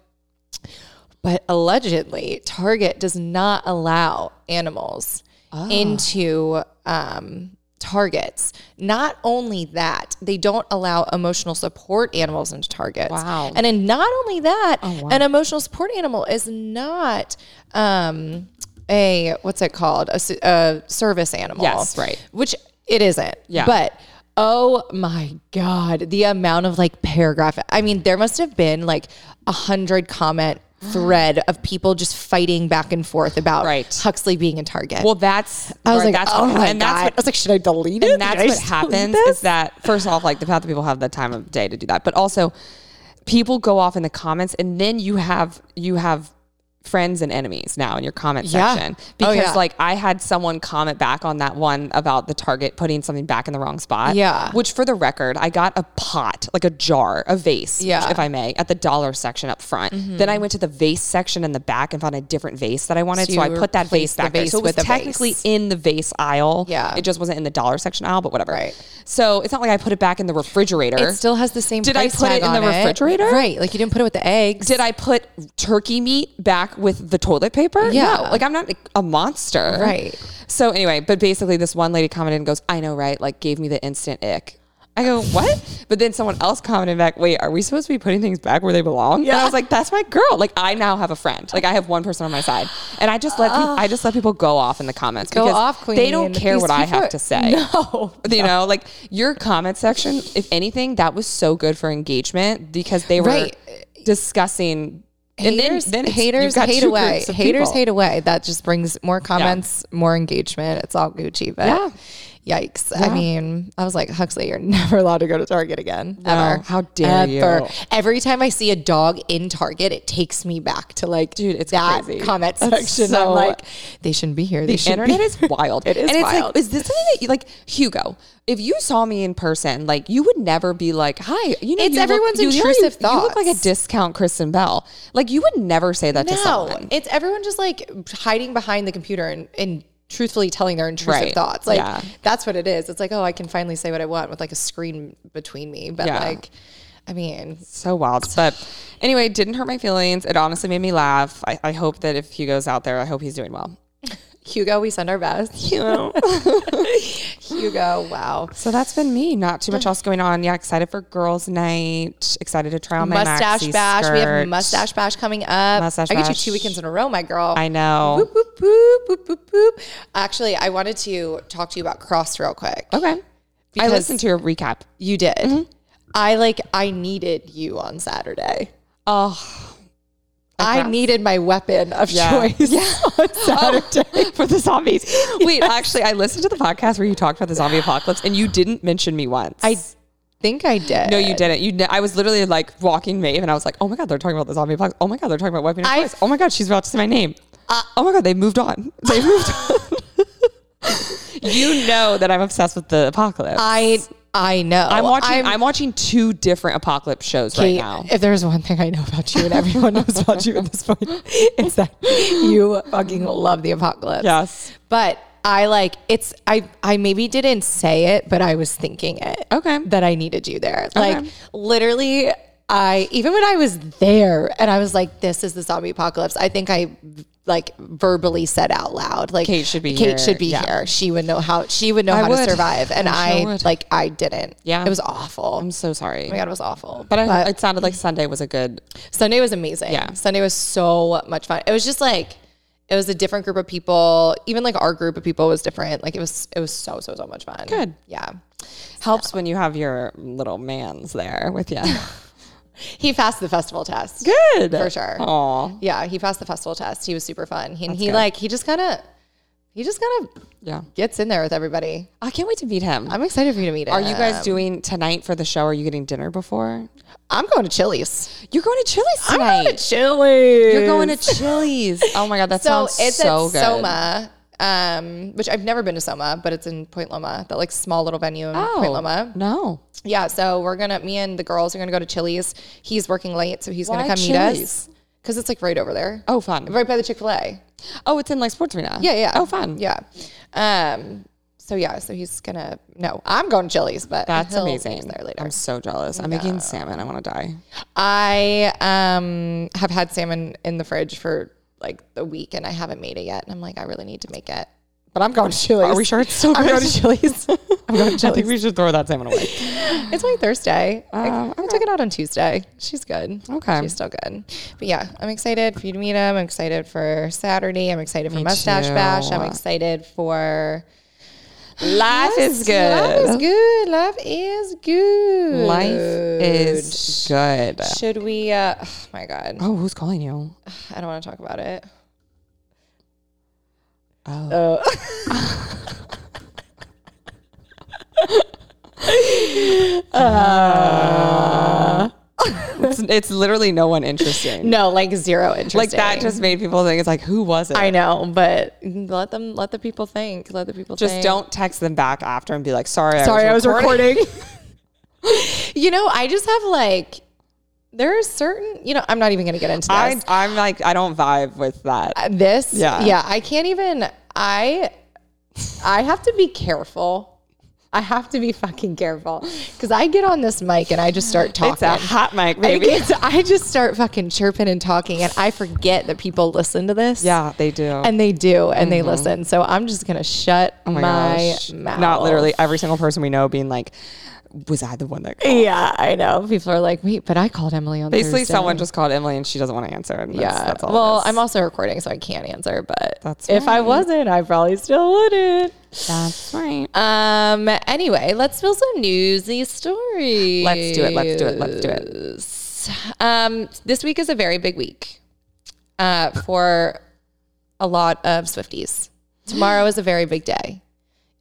[SPEAKER 1] But allegedly, Target does not allow animals
[SPEAKER 2] Ah.
[SPEAKER 1] into um, targets. Not only that, they don't allow emotional support animals into targets.
[SPEAKER 2] Wow. Oh,
[SPEAKER 1] And then not only that, an emotional support animal is not um, a what's it called? A, s- a service animal.
[SPEAKER 2] Yes, right.
[SPEAKER 1] Which it isn't.
[SPEAKER 2] Yeah.
[SPEAKER 1] But oh my
[SPEAKER 2] [GASPS]
[SPEAKER 1] god, the amount of like paragraph. I mean, there must have been like a hundred comment thread of people just fighting back and forth about
[SPEAKER 2] Right.
[SPEAKER 1] Huxley being a target.
[SPEAKER 2] Well, that's
[SPEAKER 1] I was
[SPEAKER 2] right,
[SPEAKER 1] like,
[SPEAKER 2] that's
[SPEAKER 1] oh
[SPEAKER 2] what,
[SPEAKER 1] my
[SPEAKER 2] and
[SPEAKER 1] god!
[SPEAKER 2] that's what
[SPEAKER 1] I was like, should I delete it?
[SPEAKER 2] and that's what happens is that first off, like the fact that people have the time of day to do that, but also people go off in the comments, and then you have you have friends and enemies now in your comment
[SPEAKER 1] Yeah.
[SPEAKER 2] section
[SPEAKER 1] Oh,
[SPEAKER 2] because
[SPEAKER 1] yeah.
[SPEAKER 2] like I had someone comment back on that one about the target putting something back in the wrong spot.
[SPEAKER 1] Yeah.
[SPEAKER 2] which for the record, I got a pot, like a jar, a vase,
[SPEAKER 1] Yeah. Mm-hmm.
[SPEAKER 2] if I may, at the dollar section up front. Then I went to the vase section in the back and found a different vase that I wanted, so,
[SPEAKER 1] you
[SPEAKER 2] I put that
[SPEAKER 1] replaced
[SPEAKER 2] vase
[SPEAKER 1] the
[SPEAKER 2] back there.
[SPEAKER 1] vase
[SPEAKER 2] So it was
[SPEAKER 1] with a
[SPEAKER 2] technically
[SPEAKER 1] vase.
[SPEAKER 2] in the vase aisle.
[SPEAKER 1] Yeah.
[SPEAKER 2] it just wasn't in the dollar section aisle, but whatever.
[SPEAKER 1] Right.
[SPEAKER 2] So it's not like I put it back in the refrigerator.
[SPEAKER 1] It still has the same.
[SPEAKER 2] Did I
[SPEAKER 1] price
[SPEAKER 2] put
[SPEAKER 1] tag
[SPEAKER 2] it in the
[SPEAKER 1] on
[SPEAKER 2] refrigerator?
[SPEAKER 1] Right, like you didn't put it with the eggs.
[SPEAKER 2] Did I put turkey meat back with the toilet paper?
[SPEAKER 1] Yeah.
[SPEAKER 2] No. Like I'm not a monster.
[SPEAKER 1] Right.
[SPEAKER 2] So anyway, but basically this one lady commented and goes, I know, right? Like gave me the instant ick. I go,
[SPEAKER 1] [LAUGHS]
[SPEAKER 2] what? But then someone else commented back, wait, are we supposed to be putting things back where they belong? And I was like, that's my girl. Like I now have a friend. Like I have one person on my side. And I just let peop- I just let people go off in the comments
[SPEAKER 1] Go
[SPEAKER 2] because
[SPEAKER 1] off,
[SPEAKER 2] they don't
[SPEAKER 1] queen.
[SPEAKER 2] care
[SPEAKER 1] These
[SPEAKER 2] what I
[SPEAKER 1] people
[SPEAKER 2] have
[SPEAKER 1] are-
[SPEAKER 2] to say.
[SPEAKER 1] [LAUGHS] No.
[SPEAKER 2] You know, like your comment section, if anything, that was so good for engagement because they were
[SPEAKER 1] Right.
[SPEAKER 2] discussing
[SPEAKER 1] haters,
[SPEAKER 2] and then, then it's- you've
[SPEAKER 1] haters
[SPEAKER 2] got
[SPEAKER 1] hate
[SPEAKER 2] two
[SPEAKER 1] away.
[SPEAKER 2] groups of
[SPEAKER 1] Haters
[SPEAKER 2] people.
[SPEAKER 1] hate away. That just brings more comments, more engagement. It's all Gucci, but yikes. I mean, I was like, Huxley, you're [LAUGHS] never allowed to go to Target again. ever.
[SPEAKER 2] how dare you.
[SPEAKER 1] ever. Every time I see a dog in Target, it takes me back to like
[SPEAKER 2] Dude, it's
[SPEAKER 1] that
[SPEAKER 2] crazy.
[SPEAKER 1] comment
[SPEAKER 2] That's
[SPEAKER 1] section.
[SPEAKER 2] so-
[SPEAKER 1] I'm like, they shouldn't be here. They
[SPEAKER 2] The
[SPEAKER 1] should
[SPEAKER 2] internet
[SPEAKER 1] be. [LAUGHS]
[SPEAKER 2] is wild.
[SPEAKER 1] It is
[SPEAKER 2] and it's
[SPEAKER 1] wild.
[SPEAKER 2] like, is this something that you like, Hugo? If you saw me in person, like you would never be like, "Hi," you know.
[SPEAKER 1] It's
[SPEAKER 2] you
[SPEAKER 1] everyone's
[SPEAKER 2] look, you know,
[SPEAKER 1] intrusive
[SPEAKER 2] you, You look like a
[SPEAKER 1] thoughts.
[SPEAKER 2] discount Kristen Bell. Like you would never say that to
[SPEAKER 1] No,
[SPEAKER 2] someone.
[SPEAKER 1] it's everyone just like hiding behind the computer and, and truthfully telling their intrusive
[SPEAKER 2] Right.
[SPEAKER 1] thoughts. Like
[SPEAKER 2] Yeah.
[SPEAKER 1] that's what it is. It's like, oh, I can finally say what I want with like a screen between me. But
[SPEAKER 2] Yeah.
[SPEAKER 1] like, I mean,
[SPEAKER 2] so wild. But anyway, it didn't hurt my feelings. It honestly made me laugh. I, I hope that if Hugo's out there, I hope he's
[SPEAKER 1] [LAUGHS]
[SPEAKER 2] doing well.
[SPEAKER 1] Hugo, we send our
[SPEAKER 2] [LAUGHS]
[SPEAKER 1] best. [LAUGHS] Hugo, Hugo, wow.
[SPEAKER 2] So that's been me. Not too much else going on. Yeah, excited for girls' night. Excited to try on my
[SPEAKER 1] mustache
[SPEAKER 2] maxi
[SPEAKER 1] bash. We have
[SPEAKER 2] skirt.
[SPEAKER 1] mustache bash coming up.
[SPEAKER 2] Mustache
[SPEAKER 1] I get you
[SPEAKER 2] bash.
[SPEAKER 1] two weekends in a row, my girl.
[SPEAKER 2] I know.
[SPEAKER 1] Boop, boop, boop, boop, boop, boop. Actually, I wanted to talk to you about cross real quick.
[SPEAKER 2] Okay. I
[SPEAKER 1] Because-
[SPEAKER 2] listened to your recap.
[SPEAKER 1] You did.
[SPEAKER 2] Mm-hmm.
[SPEAKER 1] I like I needed you on Saturday. [LAUGHS]
[SPEAKER 2] Oh,
[SPEAKER 1] I needed my weapon of
[SPEAKER 2] Yeah. [LAUGHS]
[SPEAKER 1] choice on Saturday.
[SPEAKER 2] for the zombies. Wait, actually, I listened to the podcast where you talked about the
[SPEAKER 1] [GASPS]
[SPEAKER 2] zombie apocalypse, and you didn't mention me once.
[SPEAKER 1] I think I did.
[SPEAKER 2] no, you didn't. You, ne- I was literally like walking Maeve, and I was like, "Oh my god, they're talking about the zombie apocalypse. Oh my god, they're talking about weapon of
[SPEAKER 1] I- Uh,
[SPEAKER 2] choice. Oh my god, she's about to say my name. oh my god, they moved on.
[SPEAKER 1] [LAUGHS]
[SPEAKER 2] They moved on." [LAUGHS] you know that I'm obsessed with the apocalypse.
[SPEAKER 1] I I know.
[SPEAKER 2] I'm watching. I'm, watching two different apocalypse shows right
[SPEAKER 1] Kate,
[SPEAKER 2] now.
[SPEAKER 1] If there's one thing I know about you and [LAUGHS] everyone knows about you at this point, [LAUGHS] it's that
[SPEAKER 2] [LAUGHS]
[SPEAKER 1] you fucking love the apocalypse.
[SPEAKER 2] Yes.
[SPEAKER 1] But I like it's I I maybe didn't say it, but I was thinking it.
[SPEAKER 2] Okay.
[SPEAKER 1] That I needed you there.
[SPEAKER 2] Okay.
[SPEAKER 1] Like literally I even when I was there and I was like, this is the zombie apocalypse, I think I like verbally said out loud. Like
[SPEAKER 2] Kate should be
[SPEAKER 1] Kate
[SPEAKER 2] here.
[SPEAKER 1] should be
[SPEAKER 2] Yeah.
[SPEAKER 1] here. She would know how she would know
[SPEAKER 2] I
[SPEAKER 1] how
[SPEAKER 2] would.
[SPEAKER 1] to survive. And
[SPEAKER 2] I
[SPEAKER 1] I,
[SPEAKER 2] sure would.
[SPEAKER 1] like I didn't.
[SPEAKER 2] Yeah.
[SPEAKER 1] It was awful.
[SPEAKER 2] I'm so sorry,
[SPEAKER 1] oh my god, it was awful.
[SPEAKER 2] but, I, it sounded like Sunday was a good.
[SPEAKER 1] Sunday was amazing.
[SPEAKER 2] Yeah.
[SPEAKER 1] Sunday was so much fun. It was just like it was a different group of people. Even like our group of people was different. Like it was it was so so so much fun.
[SPEAKER 2] Good.
[SPEAKER 1] Yeah.
[SPEAKER 2] Helps when you have your little man's there
[SPEAKER 1] [LAUGHS]
[SPEAKER 2] with you.
[SPEAKER 1] He passed the festival test.
[SPEAKER 2] good
[SPEAKER 1] For sure.
[SPEAKER 2] Aw.
[SPEAKER 1] Yeah, he passed the festival test. He was super fun. He, and he
[SPEAKER 2] good.
[SPEAKER 1] like he just kind of he just kind of
[SPEAKER 2] Yeah.
[SPEAKER 1] gets in there with everybody.
[SPEAKER 2] I can't wait to meet him.
[SPEAKER 1] I'm um, excited for you to meet him.
[SPEAKER 2] Are you guys doing tonight for the show? Are you getting dinner before?
[SPEAKER 1] I'm going to Chili's.
[SPEAKER 2] You're going to Chili's tonight.
[SPEAKER 1] Chili's.
[SPEAKER 2] You're going to Chili's. Oh my god,
[SPEAKER 1] [LAUGHS]
[SPEAKER 2] that
[SPEAKER 1] so
[SPEAKER 2] sounds
[SPEAKER 1] it's
[SPEAKER 2] so
[SPEAKER 1] at
[SPEAKER 2] good.
[SPEAKER 1] Soma, um, which I've never been to Soma, but it's in Point Loma, that like small little venue in
[SPEAKER 2] Oh.
[SPEAKER 1] Point Loma.
[SPEAKER 2] no.
[SPEAKER 1] Yeah, so we're gonna, me and the girls are gonna go to Chili's. He's working late, so he's
[SPEAKER 2] Why
[SPEAKER 1] gonna come meet
[SPEAKER 2] Chili's?
[SPEAKER 1] us because it's like right over there.
[SPEAKER 2] Oh fun.
[SPEAKER 1] right by the Chick Fil A.
[SPEAKER 2] Oh, it's in like Sports Arena.
[SPEAKER 1] Yeah, yeah.
[SPEAKER 2] Oh fun.
[SPEAKER 1] Yeah. Um. So yeah, so he's gonna. No, I'm going to Chili's, but
[SPEAKER 2] That's
[SPEAKER 1] he'll meet us
[SPEAKER 2] amazing.
[SPEAKER 1] There later.
[SPEAKER 2] I'm so jealous. I'm making salmon. I want to die.
[SPEAKER 1] I um have had salmon in the fridge for like the week and I haven't made it yet. And I'm like, I really need to make it. But I'm going to Chili's.
[SPEAKER 2] Are we sure it's [LAUGHS] still
[SPEAKER 1] I'm
[SPEAKER 2] good?
[SPEAKER 1] going to Chili's. I'm going to
[SPEAKER 2] I
[SPEAKER 1] Chili's.
[SPEAKER 2] think we should throw that salmon away.
[SPEAKER 1] It's my Thursday.
[SPEAKER 2] Oh,
[SPEAKER 1] I, I took it out on Tuesday. She's good.
[SPEAKER 2] Okay.
[SPEAKER 1] She's still good. But yeah, I'm excited for you to meet him. I'm excited for Saturday. I'm excited for Mustache
[SPEAKER 2] too.
[SPEAKER 1] Bash. I'm excited for
[SPEAKER 2] [LAUGHS] Life is good.
[SPEAKER 1] Life is good. Life is good.
[SPEAKER 2] Life is good.
[SPEAKER 1] Should we? Uh, oh my God,
[SPEAKER 2] Oh, who's calling you?
[SPEAKER 1] I don't want to talk about it. Uh,
[SPEAKER 2] Oh. it's, it's literally [LAUGHS] no one
[SPEAKER 1] [LAUGHS]
[SPEAKER 2] interesting.
[SPEAKER 1] No, like zero interest.
[SPEAKER 2] like that just made people think it's like, who was it?
[SPEAKER 1] I know, but let them let the people think. Let the people
[SPEAKER 2] Just
[SPEAKER 1] think.
[SPEAKER 2] don't text them back after and be like, sorry,
[SPEAKER 1] Sorry,
[SPEAKER 2] I was recording.
[SPEAKER 1] you know, I just have like there are certain. You know, I'm not even going to get into this.
[SPEAKER 2] [LAUGHS] I, I'm like, I don't vibe with that.
[SPEAKER 1] this
[SPEAKER 2] Yeah.
[SPEAKER 1] yeah i can't even i i have to be careful i have to be fucking careful because i get on this mic and i just start talking
[SPEAKER 2] It's a hot mic,
[SPEAKER 1] I,
[SPEAKER 2] baby.
[SPEAKER 1] get- I just start fucking chirping and talking and i forget that people listen to this
[SPEAKER 2] Yeah, they do.
[SPEAKER 1] and they do and they listen so i'm just gonna shut my,
[SPEAKER 2] Oh gosh.
[SPEAKER 1] mouth
[SPEAKER 2] Not literally every single person we know being like, was I the one that called?
[SPEAKER 1] yeah i know people are like wait but i called emily on
[SPEAKER 2] Basically,
[SPEAKER 1] Thursday.
[SPEAKER 2] someone just called Emily and she doesn't want to answer. And that's,
[SPEAKER 1] yeah.
[SPEAKER 2] that's all it
[SPEAKER 1] well,
[SPEAKER 2] is.
[SPEAKER 1] I'm also recording, so I can't answer. But
[SPEAKER 2] That's
[SPEAKER 1] if I
[SPEAKER 2] right.
[SPEAKER 1] wasn't, I probably still wouldn't.
[SPEAKER 2] That's right.
[SPEAKER 1] Um. Anyway, let's spill some newsy stories.
[SPEAKER 2] Let's do it. Let's do it. Let's do it.
[SPEAKER 1] Um. This week is a very big week, uh, for a lot of Swifties. Tomorrow is a very big day.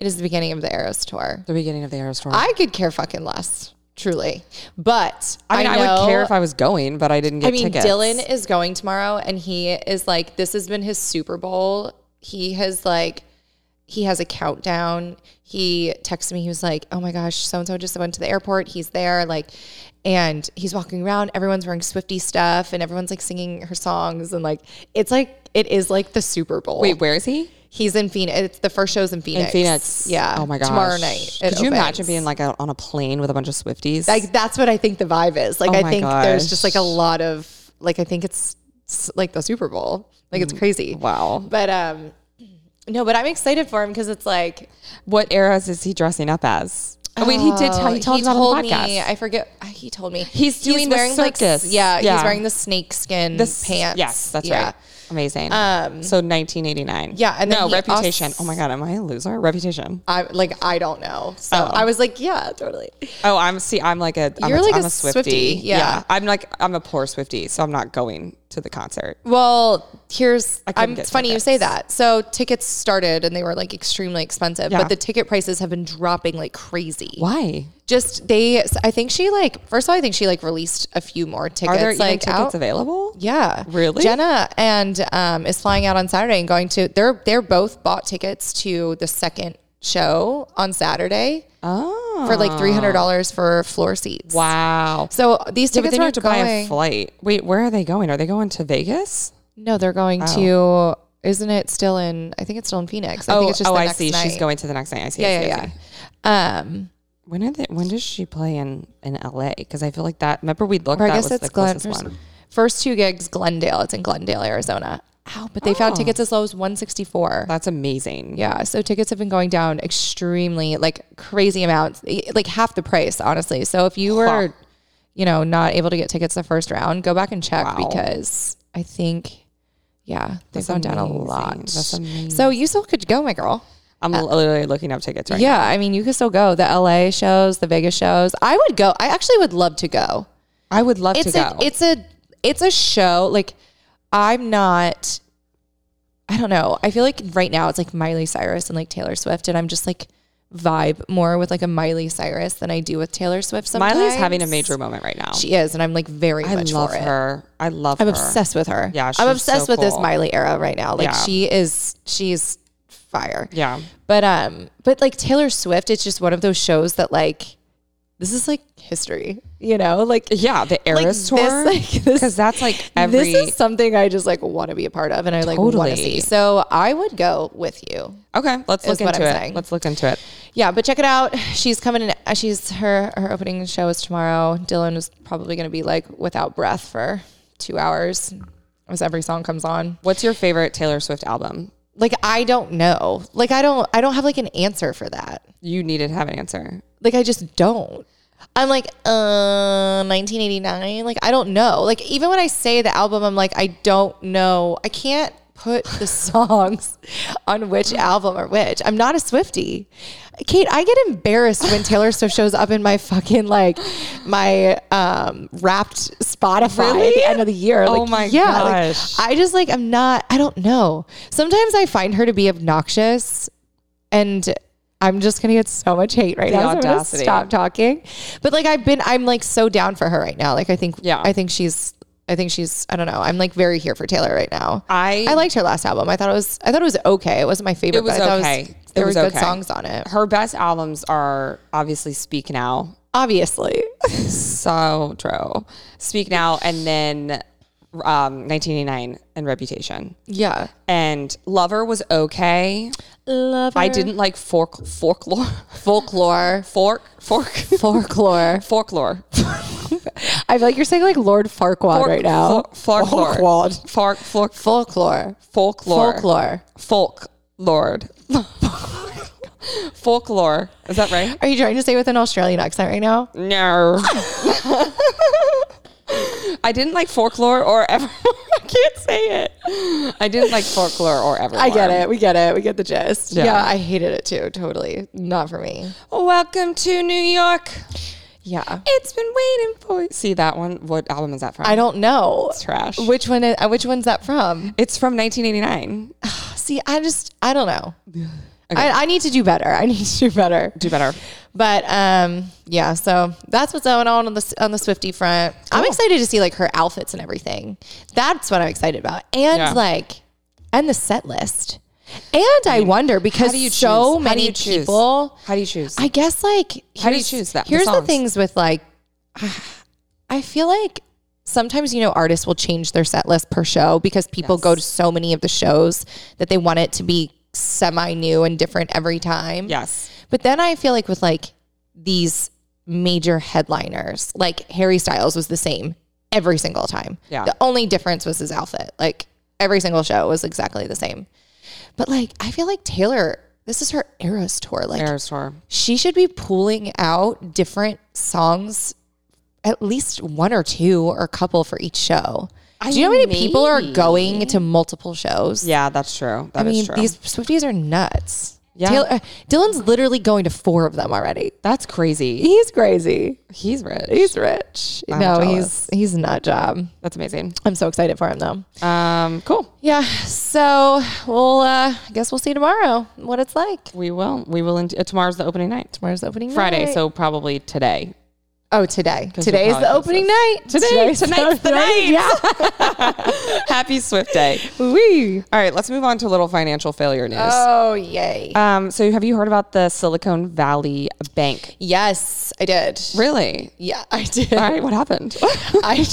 [SPEAKER 1] It is the beginning of the Eras tour.
[SPEAKER 2] The beginning of the Aerostorm. I,
[SPEAKER 1] I could care fucking less, truly. But
[SPEAKER 2] mean, I,
[SPEAKER 1] know-
[SPEAKER 2] would care if I was going, but I didn't get
[SPEAKER 1] I mean,
[SPEAKER 2] tickets.
[SPEAKER 1] Dylan is going tomorrow, and he is like, this has been his Super Bowl. He has like, he has a countdown. He texted me. He was like, oh my gosh, so and so just went to the airport. He's there, like, and he's walking around. Everyone's wearing Swifty stuff, and everyone's like singing her songs, and like, it's like. It is like the Super Bowl.
[SPEAKER 2] Wait, where is he?
[SPEAKER 1] he's in Phoenix. It's the first show's in Phoenix.
[SPEAKER 2] In Phoenix.
[SPEAKER 1] yeah.
[SPEAKER 2] Oh my gosh.
[SPEAKER 1] tomorrow night.
[SPEAKER 2] Could
[SPEAKER 1] it
[SPEAKER 2] you imagine
[SPEAKER 1] opens.
[SPEAKER 2] being like out on a plane with a bunch of Swifties?
[SPEAKER 1] like that's what I think the vibe is. Like
[SPEAKER 2] Oh
[SPEAKER 1] I
[SPEAKER 2] my
[SPEAKER 1] think
[SPEAKER 2] gosh.
[SPEAKER 1] there's just like a lot of like I think it's s- like the Super Bowl. Like it's crazy.
[SPEAKER 2] Mm, wow.
[SPEAKER 1] But um no, but I'm excited for him because it's like
[SPEAKER 2] What eras is he dressing up as? Oh, wait, he did. Tell,
[SPEAKER 1] oh,
[SPEAKER 2] he told us on the podcast.
[SPEAKER 1] me. I forget. uh, He told me
[SPEAKER 2] He's doing the
[SPEAKER 1] like
[SPEAKER 2] circus.
[SPEAKER 1] s- yeah,
[SPEAKER 2] Yeah.
[SPEAKER 1] He's wearing the snakeskin
[SPEAKER 2] This-
[SPEAKER 1] pants.
[SPEAKER 2] Yes, that's
[SPEAKER 1] yeah.
[SPEAKER 2] right. Amazing. Um, so 1989.
[SPEAKER 1] yeah, and then
[SPEAKER 2] no
[SPEAKER 1] he
[SPEAKER 2] reputation.
[SPEAKER 1] also-
[SPEAKER 2] oh my god, am I a loser? Reputation.
[SPEAKER 1] I like I don't know. So
[SPEAKER 2] Oh.
[SPEAKER 1] I was like, yeah, totally.
[SPEAKER 2] Oh, I'm see. I'm like a. I'm
[SPEAKER 1] You're
[SPEAKER 2] a,
[SPEAKER 1] like
[SPEAKER 2] I'm
[SPEAKER 1] a
[SPEAKER 2] a Swifty.
[SPEAKER 1] Swiftie, yeah.
[SPEAKER 2] I'm like I'm a poor Swifty, so I'm not going to the concert.
[SPEAKER 1] Well, here's
[SPEAKER 2] I couldn't
[SPEAKER 1] I'm,
[SPEAKER 2] get
[SPEAKER 1] it's funny you
[SPEAKER 2] tickets.
[SPEAKER 1] say that. So tickets started and they were like extremely expensive,
[SPEAKER 2] Yeah.
[SPEAKER 1] but the ticket prices have been dropping like crazy.
[SPEAKER 2] Why?
[SPEAKER 1] Just they, I think she like first of all, I think she like released a few more tickets.
[SPEAKER 2] Are there even
[SPEAKER 1] like
[SPEAKER 2] tickets
[SPEAKER 1] out.
[SPEAKER 2] available?
[SPEAKER 1] yeah,
[SPEAKER 2] Really?
[SPEAKER 1] Jenna and um, is flying out on Saturday and going to. They're they're both bought tickets to the second show on Saturday
[SPEAKER 2] Oh.
[SPEAKER 1] for like three hundred dollars for floor seats.
[SPEAKER 2] Wow.
[SPEAKER 1] So these
[SPEAKER 2] Yeah, but
[SPEAKER 1] tickets
[SPEAKER 2] then you
[SPEAKER 1] are
[SPEAKER 2] have to
[SPEAKER 1] going.
[SPEAKER 2] buy a flight. Wait, where are they going? Are they going to Vegas?
[SPEAKER 1] No, they're going to. Isn't it still in? I think it's still in Phoenix. I think
[SPEAKER 2] Oh,
[SPEAKER 1] it's just
[SPEAKER 2] oh,
[SPEAKER 1] the
[SPEAKER 2] I
[SPEAKER 1] next
[SPEAKER 2] see. She's
[SPEAKER 1] night.
[SPEAKER 2] going to the next night. I see. I
[SPEAKER 1] Yeah,
[SPEAKER 2] see, I
[SPEAKER 1] yeah,
[SPEAKER 2] see.
[SPEAKER 1] yeah. Um,
[SPEAKER 2] When are they, When does she play in in LA? Because I feel like that. Remember we looked.
[SPEAKER 1] or I
[SPEAKER 2] that
[SPEAKER 1] guess
[SPEAKER 2] was
[SPEAKER 1] it's
[SPEAKER 2] the
[SPEAKER 1] Glen.
[SPEAKER 2] closest
[SPEAKER 1] First,
[SPEAKER 2] one.
[SPEAKER 1] first two gigs, Glendale. It's in Glendale, Arizona. Ow, but they
[SPEAKER 2] Oh.
[SPEAKER 1] found tickets as low as one sixty four.
[SPEAKER 2] That's amazing.
[SPEAKER 1] Yeah, so tickets have been going down extremely, like crazy amounts, e- like half the price, honestly. So if you were, you know, not able to get tickets the first round, go back and check
[SPEAKER 2] Wow.
[SPEAKER 1] because I think, yeah, they've gone down a lot.
[SPEAKER 2] amazing. That's amazing. Uh,
[SPEAKER 1] So you still could go, my girl.
[SPEAKER 2] I'm literally looking up tickets right now.
[SPEAKER 1] yeah, I mean, you could still go. The LA shows, the Vegas shows. I would go. I actually would love to go.
[SPEAKER 2] I would love
[SPEAKER 1] it's
[SPEAKER 2] to
[SPEAKER 1] a
[SPEAKER 2] go.
[SPEAKER 1] it's a it's a show like i'm not i don't know i feel like right now it's like miley cyrus and like taylor swift and i'm just like vibe more with like a miley cyrus than i do with taylor swift sometimes
[SPEAKER 2] Miley's having a major moment right now.
[SPEAKER 1] she is and i'm like very
[SPEAKER 2] I
[SPEAKER 1] much
[SPEAKER 2] love
[SPEAKER 1] for it
[SPEAKER 2] her. I love
[SPEAKER 1] i'm
[SPEAKER 2] her.
[SPEAKER 1] obsessed with her
[SPEAKER 2] Yeah, she's
[SPEAKER 1] i'm obsessed
[SPEAKER 2] so
[SPEAKER 1] with this
[SPEAKER 2] cool.
[SPEAKER 1] miley era right now like
[SPEAKER 2] Yeah.
[SPEAKER 1] she is she's fire
[SPEAKER 2] Yeah.
[SPEAKER 1] but um, but like Taylor Swift, it's just one of those shows that like this is like history, you know? Like
[SPEAKER 2] Yeah, the Eras
[SPEAKER 1] this, [LAUGHS]
[SPEAKER 2] tour.
[SPEAKER 1] like, this-
[SPEAKER 2] Because that's like every.
[SPEAKER 1] this is something I just like want to be a part of and I like want
[SPEAKER 2] Totally.
[SPEAKER 1] to see. So I would go with you.
[SPEAKER 2] okay, let's look
[SPEAKER 1] is what
[SPEAKER 2] into
[SPEAKER 1] I'm
[SPEAKER 2] it.
[SPEAKER 1] saying.
[SPEAKER 2] Let's look into it.
[SPEAKER 1] Yeah, but check it out. She's coming in uh, she's her her opening show is tomorrow. Dylan is probably gonna be like without breath for two hours as every song comes on.
[SPEAKER 2] What's your favorite Taylor Swift album?
[SPEAKER 1] Like I don't know. Like I don't I don't have like an answer for that.
[SPEAKER 2] You needed to have an answer.
[SPEAKER 1] Like I just don't. I'm like, uh, 1989. Like I don't know. Like even when I say the album, I'm like, I don't know. I can't put
[SPEAKER 2] [LAUGHS]
[SPEAKER 1] the songs on which album or which. I'm not a Swifty. Kate, I get embarrassed when Taylor Swift shows up in my fucking like my um wrapped Spotify at the end of the year.
[SPEAKER 2] Oh
[SPEAKER 1] Like,
[SPEAKER 2] my
[SPEAKER 1] yeah, like,
[SPEAKER 2] gosh.
[SPEAKER 1] I just like I'm not I don't know. Sometimes I find her to be obnoxious and I'm just gonna get so much hate right
[SPEAKER 2] The
[SPEAKER 1] now. so I'm gonna
[SPEAKER 2] audacity.
[SPEAKER 1] stop talking. But like I've been I'm like so down for her right now. Like I think
[SPEAKER 2] Yeah.
[SPEAKER 1] I think she's I think she's I don't know. I'm like very here for Taylor right now.
[SPEAKER 2] I-
[SPEAKER 1] I liked her last album. I thought it was I thought it was okay. It wasn't my favorite,
[SPEAKER 2] It was
[SPEAKER 1] but I thought it
[SPEAKER 2] okay.
[SPEAKER 1] was,
[SPEAKER 2] It
[SPEAKER 1] there
[SPEAKER 2] was
[SPEAKER 1] were good
[SPEAKER 2] okay.
[SPEAKER 1] songs on it.
[SPEAKER 2] Her best albums are obviously Speak Now,
[SPEAKER 1] Obviously.
[SPEAKER 2] So True, Speak Now, and then um, 1989 and Reputation.
[SPEAKER 1] yeah.
[SPEAKER 2] And Lover was okay.
[SPEAKER 1] Love
[SPEAKER 2] I didn't like fork, folklore,
[SPEAKER 1] folklore.
[SPEAKER 2] [LAUGHS] fork, fork,
[SPEAKER 1] Folklore.
[SPEAKER 2] folklore.
[SPEAKER 1] I feel like you're saying like Lord Farquaad right now.
[SPEAKER 2] Fork, folklore.
[SPEAKER 1] Farquaad.
[SPEAKER 2] Fork, fork,
[SPEAKER 1] Folklore.
[SPEAKER 2] folklore.
[SPEAKER 1] Folklore.
[SPEAKER 2] Folk Lord. Folklore. Is that right?
[SPEAKER 1] Are you trying to say with an Australian accent right now?
[SPEAKER 2] No. [LAUGHS] I didn't like folklore or ever. [LAUGHS] I can't say it. I didn't like folklore or ever.
[SPEAKER 1] I get it. We get it. We get the gist.
[SPEAKER 2] Yeah.
[SPEAKER 1] Yeah. I hated it too. Totally. Not for me.
[SPEAKER 2] Welcome to New York.
[SPEAKER 1] Yeah.
[SPEAKER 2] It's been waiting for you. See that one? What album is that from?
[SPEAKER 1] I don't know. It's
[SPEAKER 2] trash.
[SPEAKER 1] Which one is, uh, which one's that from?
[SPEAKER 2] It's from 1989.
[SPEAKER 1] See, I just I don't
[SPEAKER 2] [SIGHS]
[SPEAKER 1] know. I, I need to do better. I need to do better.
[SPEAKER 2] Do better.
[SPEAKER 1] But um yeah, so that's what's going on on the on the Swifty front. I'm excited to see like her outfits and everything. That's what I'm excited about. And
[SPEAKER 2] Yeah.
[SPEAKER 1] like and the set list. And I wonder because
[SPEAKER 2] do you choose?
[SPEAKER 1] so
[SPEAKER 2] How do
[SPEAKER 1] many
[SPEAKER 2] you choose?
[SPEAKER 1] people
[SPEAKER 2] [LAUGHS] How do you choose?
[SPEAKER 1] I guess like
[SPEAKER 2] How do you
[SPEAKER 1] here's-
[SPEAKER 2] choose that- the
[SPEAKER 1] Here's the
[SPEAKER 2] songs?
[SPEAKER 1] things with like [SIGHS] I feel like sometimes you know artists will change their set list per show because people go to so many of the shows that they want it to be semi new and different every time.
[SPEAKER 2] yes.
[SPEAKER 1] But then I feel like with like these major headliners, like Harry Styles was the same every single time.
[SPEAKER 2] Yeah.
[SPEAKER 1] The only difference was his outfit. Like every single show was exactly the same. But like I feel like Taylor, this is her Eras tour. Like
[SPEAKER 2] Air Store.
[SPEAKER 1] she should be pulling out different songs, at least one or two or a couple for each show. Do you know how many people are going to multiple shows?
[SPEAKER 2] Yeah, that's true. That
[SPEAKER 1] I
[SPEAKER 2] is
[SPEAKER 1] mean,
[SPEAKER 2] true.
[SPEAKER 1] these Swifties are nuts.
[SPEAKER 2] Yeah.
[SPEAKER 1] Taylor, uh, Dylan's literally going to four of them already.
[SPEAKER 2] that's crazy.
[SPEAKER 1] He's crazy.
[SPEAKER 2] He's rich.
[SPEAKER 1] He's rich. no,
[SPEAKER 2] jealous.
[SPEAKER 1] he's he's a nut job.
[SPEAKER 2] that's amazing.
[SPEAKER 1] I'm so excited for him though.
[SPEAKER 2] Um, cool.
[SPEAKER 1] Yeah. So we'll uh I guess we'll see tomorrow what it's like.
[SPEAKER 2] We will. We will. In- uh, tomorrow's the opening night.
[SPEAKER 1] Tomorrow's opening
[SPEAKER 2] Friday,
[SPEAKER 1] night.
[SPEAKER 2] so probably today. [LAUGHS]
[SPEAKER 1] Oh, today.
[SPEAKER 2] we
[SPEAKER 1] Today is
[SPEAKER 2] probably
[SPEAKER 1] the
[SPEAKER 2] post
[SPEAKER 1] opening
[SPEAKER 2] this.
[SPEAKER 1] night.
[SPEAKER 2] Today, tonight's the night. [LAUGHS]
[SPEAKER 1] Yeah.
[SPEAKER 2] Happy Swift Day.
[SPEAKER 1] We.
[SPEAKER 2] All right, let's move on to a little financial failure news.
[SPEAKER 1] Oh, yay.
[SPEAKER 2] um, so have you heard about the Silicon Valley Bank?
[SPEAKER 1] yes, I did.
[SPEAKER 2] Really?
[SPEAKER 1] Yeah, I did.
[SPEAKER 2] All right, what happened?
[SPEAKER 1] [LAUGHS] I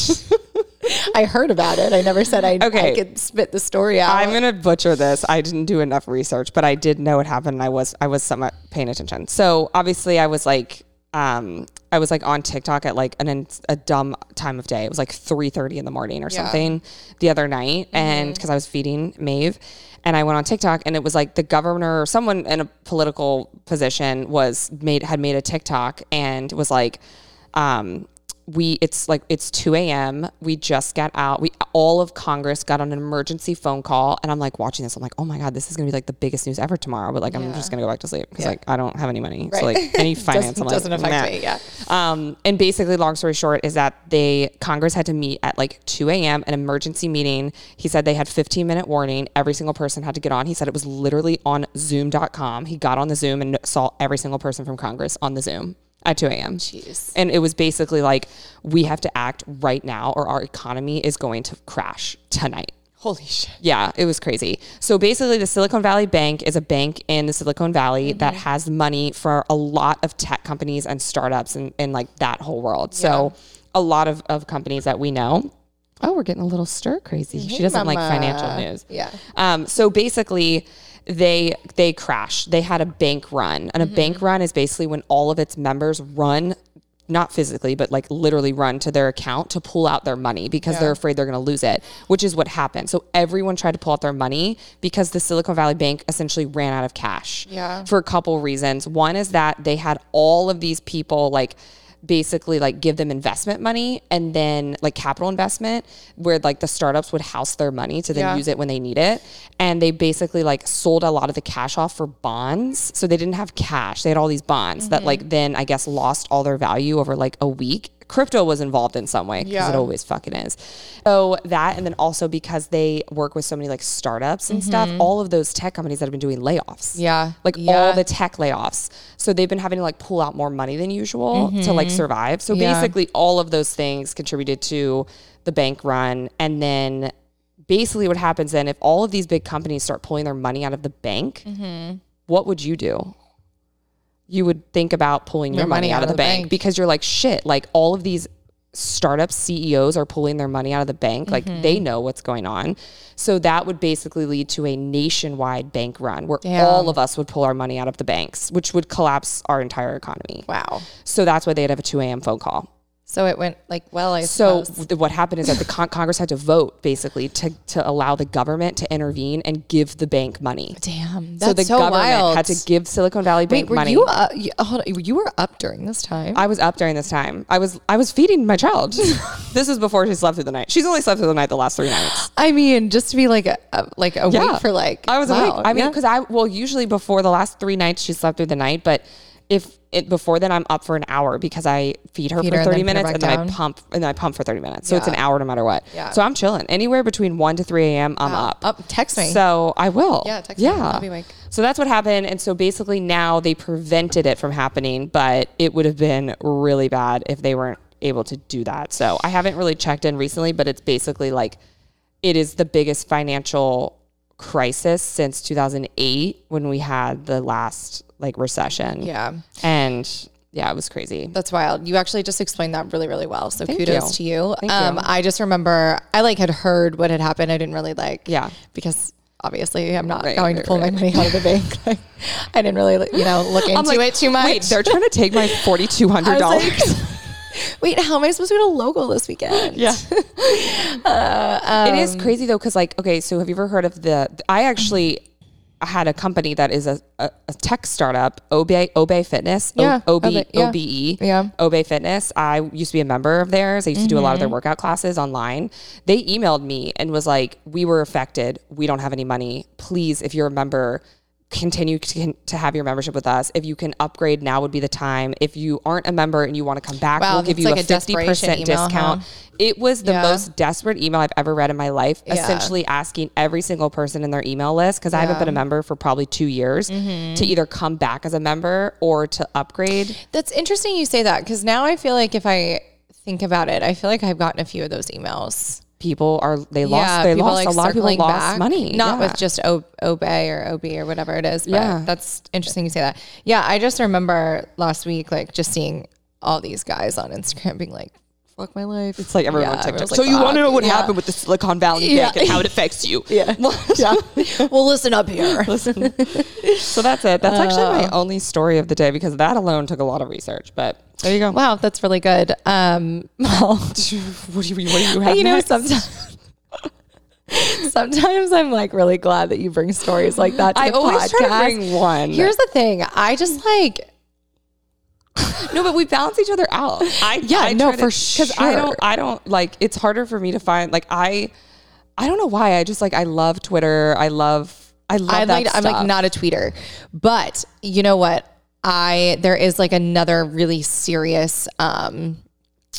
[SPEAKER 1] I heard about it. I never said I,
[SPEAKER 2] Okay.
[SPEAKER 1] I could spit the story out.
[SPEAKER 2] I'm gonna butcher this. I didn't do enough research, but I did know it happened. And I was I was somewhat paying attention. So obviously, I was like, um, I was like on TikTok at like an ins- a dumb time of day. It was like 3:30 in the morning or something the other night, and because I was feeding Maeve, and I went on TikTok, and it was like the governor or someone in a political position was made had made a TikTok and was like, um, we it's like it's 2 a.m we just got out we all of congress got on an emergency phone call and i'm like watching this i'm like oh my god this is gonna be like the biggest news ever tomorrow but like i'm just gonna go back to sleep because like i don't have any money so like any finance I'm
[SPEAKER 1] [LAUGHS]
[SPEAKER 2] like,
[SPEAKER 1] doesn't affect
[SPEAKER 2] nah.
[SPEAKER 1] me, yeah.
[SPEAKER 2] um and basically long story short is that they congress had to meet at like 2 a.m an emergency meeting he said they had 15 minute warning every single person had to get on he said it was literally on zoom.com he got on the zoom and saw every single person from congress on the zoom at 2 a.m
[SPEAKER 1] Jeez.
[SPEAKER 2] and it was basically like, we have to act right now or our economy is going to crash tonight.
[SPEAKER 1] Holy shit.
[SPEAKER 2] Yeah, it was crazy. So basically, the Silicon Valley Bank is a bank in the Silicon Valley that has money for a lot of tech companies and startups and, and like that whole world. So a lot of, of companies that we know. Oh, we're getting a little stir crazy. she doesn't like financial news.
[SPEAKER 1] Yeah.
[SPEAKER 2] Um, so basically, they they crashed. They had a bank run, and a bank run is basically when all of its members run, not physically, but like literally run to their account to pull out their money because they're afraid they're going to lose it, which is what happened. So everyone tried to pull out their money because the Silicon Valley Bank essentially ran out of cash.
[SPEAKER 1] Yeah.
[SPEAKER 2] For a couple reasons. One is that they had all of these people like basically like give them investment money and then like capital investment where like the startups would house their money to then
[SPEAKER 1] Yeah.
[SPEAKER 2] use it when they need it and they basically like sold a lot of the cash off for bonds so they didn't have cash they had all these bonds
[SPEAKER 1] Mm-hmm.
[SPEAKER 2] that like then i guess lost all their value over like a week crypto was involved in some way because it
[SPEAKER 1] Yeah.
[SPEAKER 2] always fucking is so that and then also because they work with so many like startups
[SPEAKER 1] Mm-hmm.
[SPEAKER 2] and stuff all of those tech companies that have been doing layoffs
[SPEAKER 1] Yeah.
[SPEAKER 2] like all
[SPEAKER 1] Yeah.
[SPEAKER 2] the tech layoffs. So they've been having to like pull out more money than usual to like survive. So basically, all of those things contributed to the bank run. And then basically, what happens then if all of these big companies start pulling their money out of the bank, Mm-hmm. what would you do? You would think about pulling your, money, out, of the bank, because you're like, shit, like all of these startup CEOs are pulling their money out of the bank. Like they know what's going on. So that would basically lead to a nationwide bank run where all of us would pull our money out of the banks, which would collapse our entire economy.
[SPEAKER 1] Wow.
[SPEAKER 2] So that's why they'd have a 2 a.m. phone call.
[SPEAKER 1] So it went like well. I
[SPEAKER 2] So
[SPEAKER 1] suppose.
[SPEAKER 2] th- what happened is that the con- Congress had to vote basically to, to allow the government to intervene and give the bank money.
[SPEAKER 1] damn.
[SPEAKER 2] so the government had to give Silicon Valley Bank
[SPEAKER 4] Wait, were
[SPEAKER 2] money.
[SPEAKER 4] you up? You, hold on, you were up during this time.
[SPEAKER 2] I was up during this time. I was I was feeding
[SPEAKER 4] [LAUGHS]
[SPEAKER 2] my child. this is before she slept through the night. She's only slept through the night the last three nights.
[SPEAKER 4] I mean, just to be like a, a- like awake for like
[SPEAKER 2] I was
[SPEAKER 4] wow,
[SPEAKER 2] awake. I mean,
[SPEAKER 4] yeah.
[SPEAKER 2] because I well usually before the last three nights she slept through the night, but if it before then I'm up for an hour because I feed her
[SPEAKER 4] Feed
[SPEAKER 2] for
[SPEAKER 4] her and
[SPEAKER 2] thirty
[SPEAKER 4] then put her
[SPEAKER 2] minutes
[SPEAKER 4] back
[SPEAKER 2] and then I
[SPEAKER 4] down.
[SPEAKER 2] pump and then I pump for thirty minutes. So it's an
[SPEAKER 4] Yeah.
[SPEAKER 2] hour no matter what.
[SPEAKER 4] Yeah.
[SPEAKER 2] So I'm chilling anywhere between one to three a.m. I'm up.
[SPEAKER 4] up. Text me.
[SPEAKER 2] So I will.
[SPEAKER 4] Yeah, text me. I'll be awake.
[SPEAKER 2] So that's what happened. And so basically now they prevented it from happening, but it would have been really bad if they weren't able to do that. So I haven't really checked in recently, but it's basically like it is the biggest financial crisis since 2008 when we had the last like recession.
[SPEAKER 1] yeah,
[SPEAKER 2] And yeah, it was crazy.
[SPEAKER 1] that's wild. You actually just explained that really, really well. So kudos
[SPEAKER 2] you.
[SPEAKER 1] to you. um, I just remember I like had heard what had happened. I didn't really like
[SPEAKER 2] Yeah.
[SPEAKER 1] because obviously I'm not
[SPEAKER 2] Right,
[SPEAKER 1] going
[SPEAKER 2] right,
[SPEAKER 1] to pull my money out of the bank. [LAUGHS] Like I didn't really you
[SPEAKER 2] [LAUGHS]
[SPEAKER 1] know look into
[SPEAKER 2] like,
[SPEAKER 1] it too much.
[SPEAKER 2] Wait, they're trying to take my $4,200.
[SPEAKER 1] I was
[SPEAKER 2] [LAUGHS]
[SPEAKER 1] like, [LAUGHS] Wait, how am I supposed to go to local this weekend?
[SPEAKER 2] Yeah.
[SPEAKER 1] [LAUGHS] Uh,
[SPEAKER 2] it
[SPEAKER 1] um,
[SPEAKER 2] is crazy though, because like, okay, so have you ever heard of the? I actually had a company that is a, a, a tech startup, Obey Obey Fitness, O-
[SPEAKER 1] Yeah,
[SPEAKER 2] OB,
[SPEAKER 1] Obey, yeah.
[SPEAKER 2] OBE,
[SPEAKER 1] Yeah.
[SPEAKER 2] Obey Fitness. I used to be a member of theirs. I used to do a lot
[SPEAKER 1] Mm-hmm.
[SPEAKER 2] of their workout classes online. They emailed me and was like, "We were affected. We don't have any money. Please, if you're a member." continue to, to have your membership with us if you can upgrade now would be the time if you aren't a member and you want to come back
[SPEAKER 1] Wow,
[SPEAKER 2] we'll give
[SPEAKER 1] that's
[SPEAKER 2] you
[SPEAKER 1] like
[SPEAKER 2] a
[SPEAKER 1] a desperation
[SPEAKER 2] 50%
[SPEAKER 1] email, huh?
[SPEAKER 2] discount it was the
[SPEAKER 1] Yeah.
[SPEAKER 2] most desperate email I've ever read in my life, essentially asking every single person in their email list, because I haven't been a member for probably two years,
[SPEAKER 1] Mm-hmm.
[SPEAKER 2] to either come back as a member or to upgrade.
[SPEAKER 1] That's interesting you say that because now I feel like if I think about it, I feel like I've gotten a few of those emails.
[SPEAKER 2] People are, they lost, they
[SPEAKER 1] people,
[SPEAKER 2] lost, a lot of people
[SPEAKER 1] circling
[SPEAKER 2] lost
[SPEAKER 1] back.
[SPEAKER 2] money.
[SPEAKER 1] Not
[SPEAKER 2] Yeah.
[SPEAKER 1] with just o- obey or ob or whatever it is. But
[SPEAKER 2] Yeah.
[SPEAKER 1] that's interesting you say that. Yeah, I just remember last week, like just seeing all these guys on Instagram being like, "Fuck my life."
[SPEAKER 2] It's like everyone
[SPEAKER 1] Yeah,
[SPEAKER 2] on TikTok.
[SPEAKER 1] everyone's
[SPEAKER 2] so
[SPEAKER 1] like,
[SPEAKER 2] you want to
[SPEAKER 1] "Fuck."
[SPEAKER 2] know what
[SPEAKER 1] Yeah.
[SPEAKER 2] happened with the Silicon Valley
[SPEAKER 1] Yeah.
[SPEAKER 2] Bank and how it affects you.
[SPEAKER 1] [LAUGHS] Yeah. yeah. well, listen up here.
[SPEAKER 2] [LAUGHS] So that's it. That's actually
[SPEAKER 1] Uh.
[SPEAKER 2] my only story of the day because that alone took a lot of research. But there you go.
[SPEAKER 1] Wow, that's really good. Um,
[SPEAKER 2] [LAUGHS] what do you, what do you have
[SPEAKER 1] [LAUGHS] you know,
[SPEAKER 2] next?
[SPEAKER 1] sometimes. [LAUGHS] Sometimes I'm like really glad that you bring stories like that. To
[SPEAKER 2] I
[SPEAKER 1] the
[SPEAKER 2] always
[SPEAKER 1] podcast.
[SPEAKER 2] try to bring one.
[SPEAKER 1] Here's the thing. I just like
[SPEAKER 2] No, but we balance each other out. I
[SPEAKER 1] Yeah,
[SPEAKER 2] I
[SPEAKER 1] no, for
[SPEAKER 2] Because I don't,
[SPEAKER 1] sure.
[SPEAKER 2] I don't like. It's harder for me to find. Like I, I don't know why. I just like I love Twitter. I love. I love
[SPEAKER 1] I
[SPEAKER 2] that
[SPEAKER 1] like I'm like
[SPEAKER 2] stuff.
[SPEAKER 1] not a tweeter. But you know what? I there is like another really serious um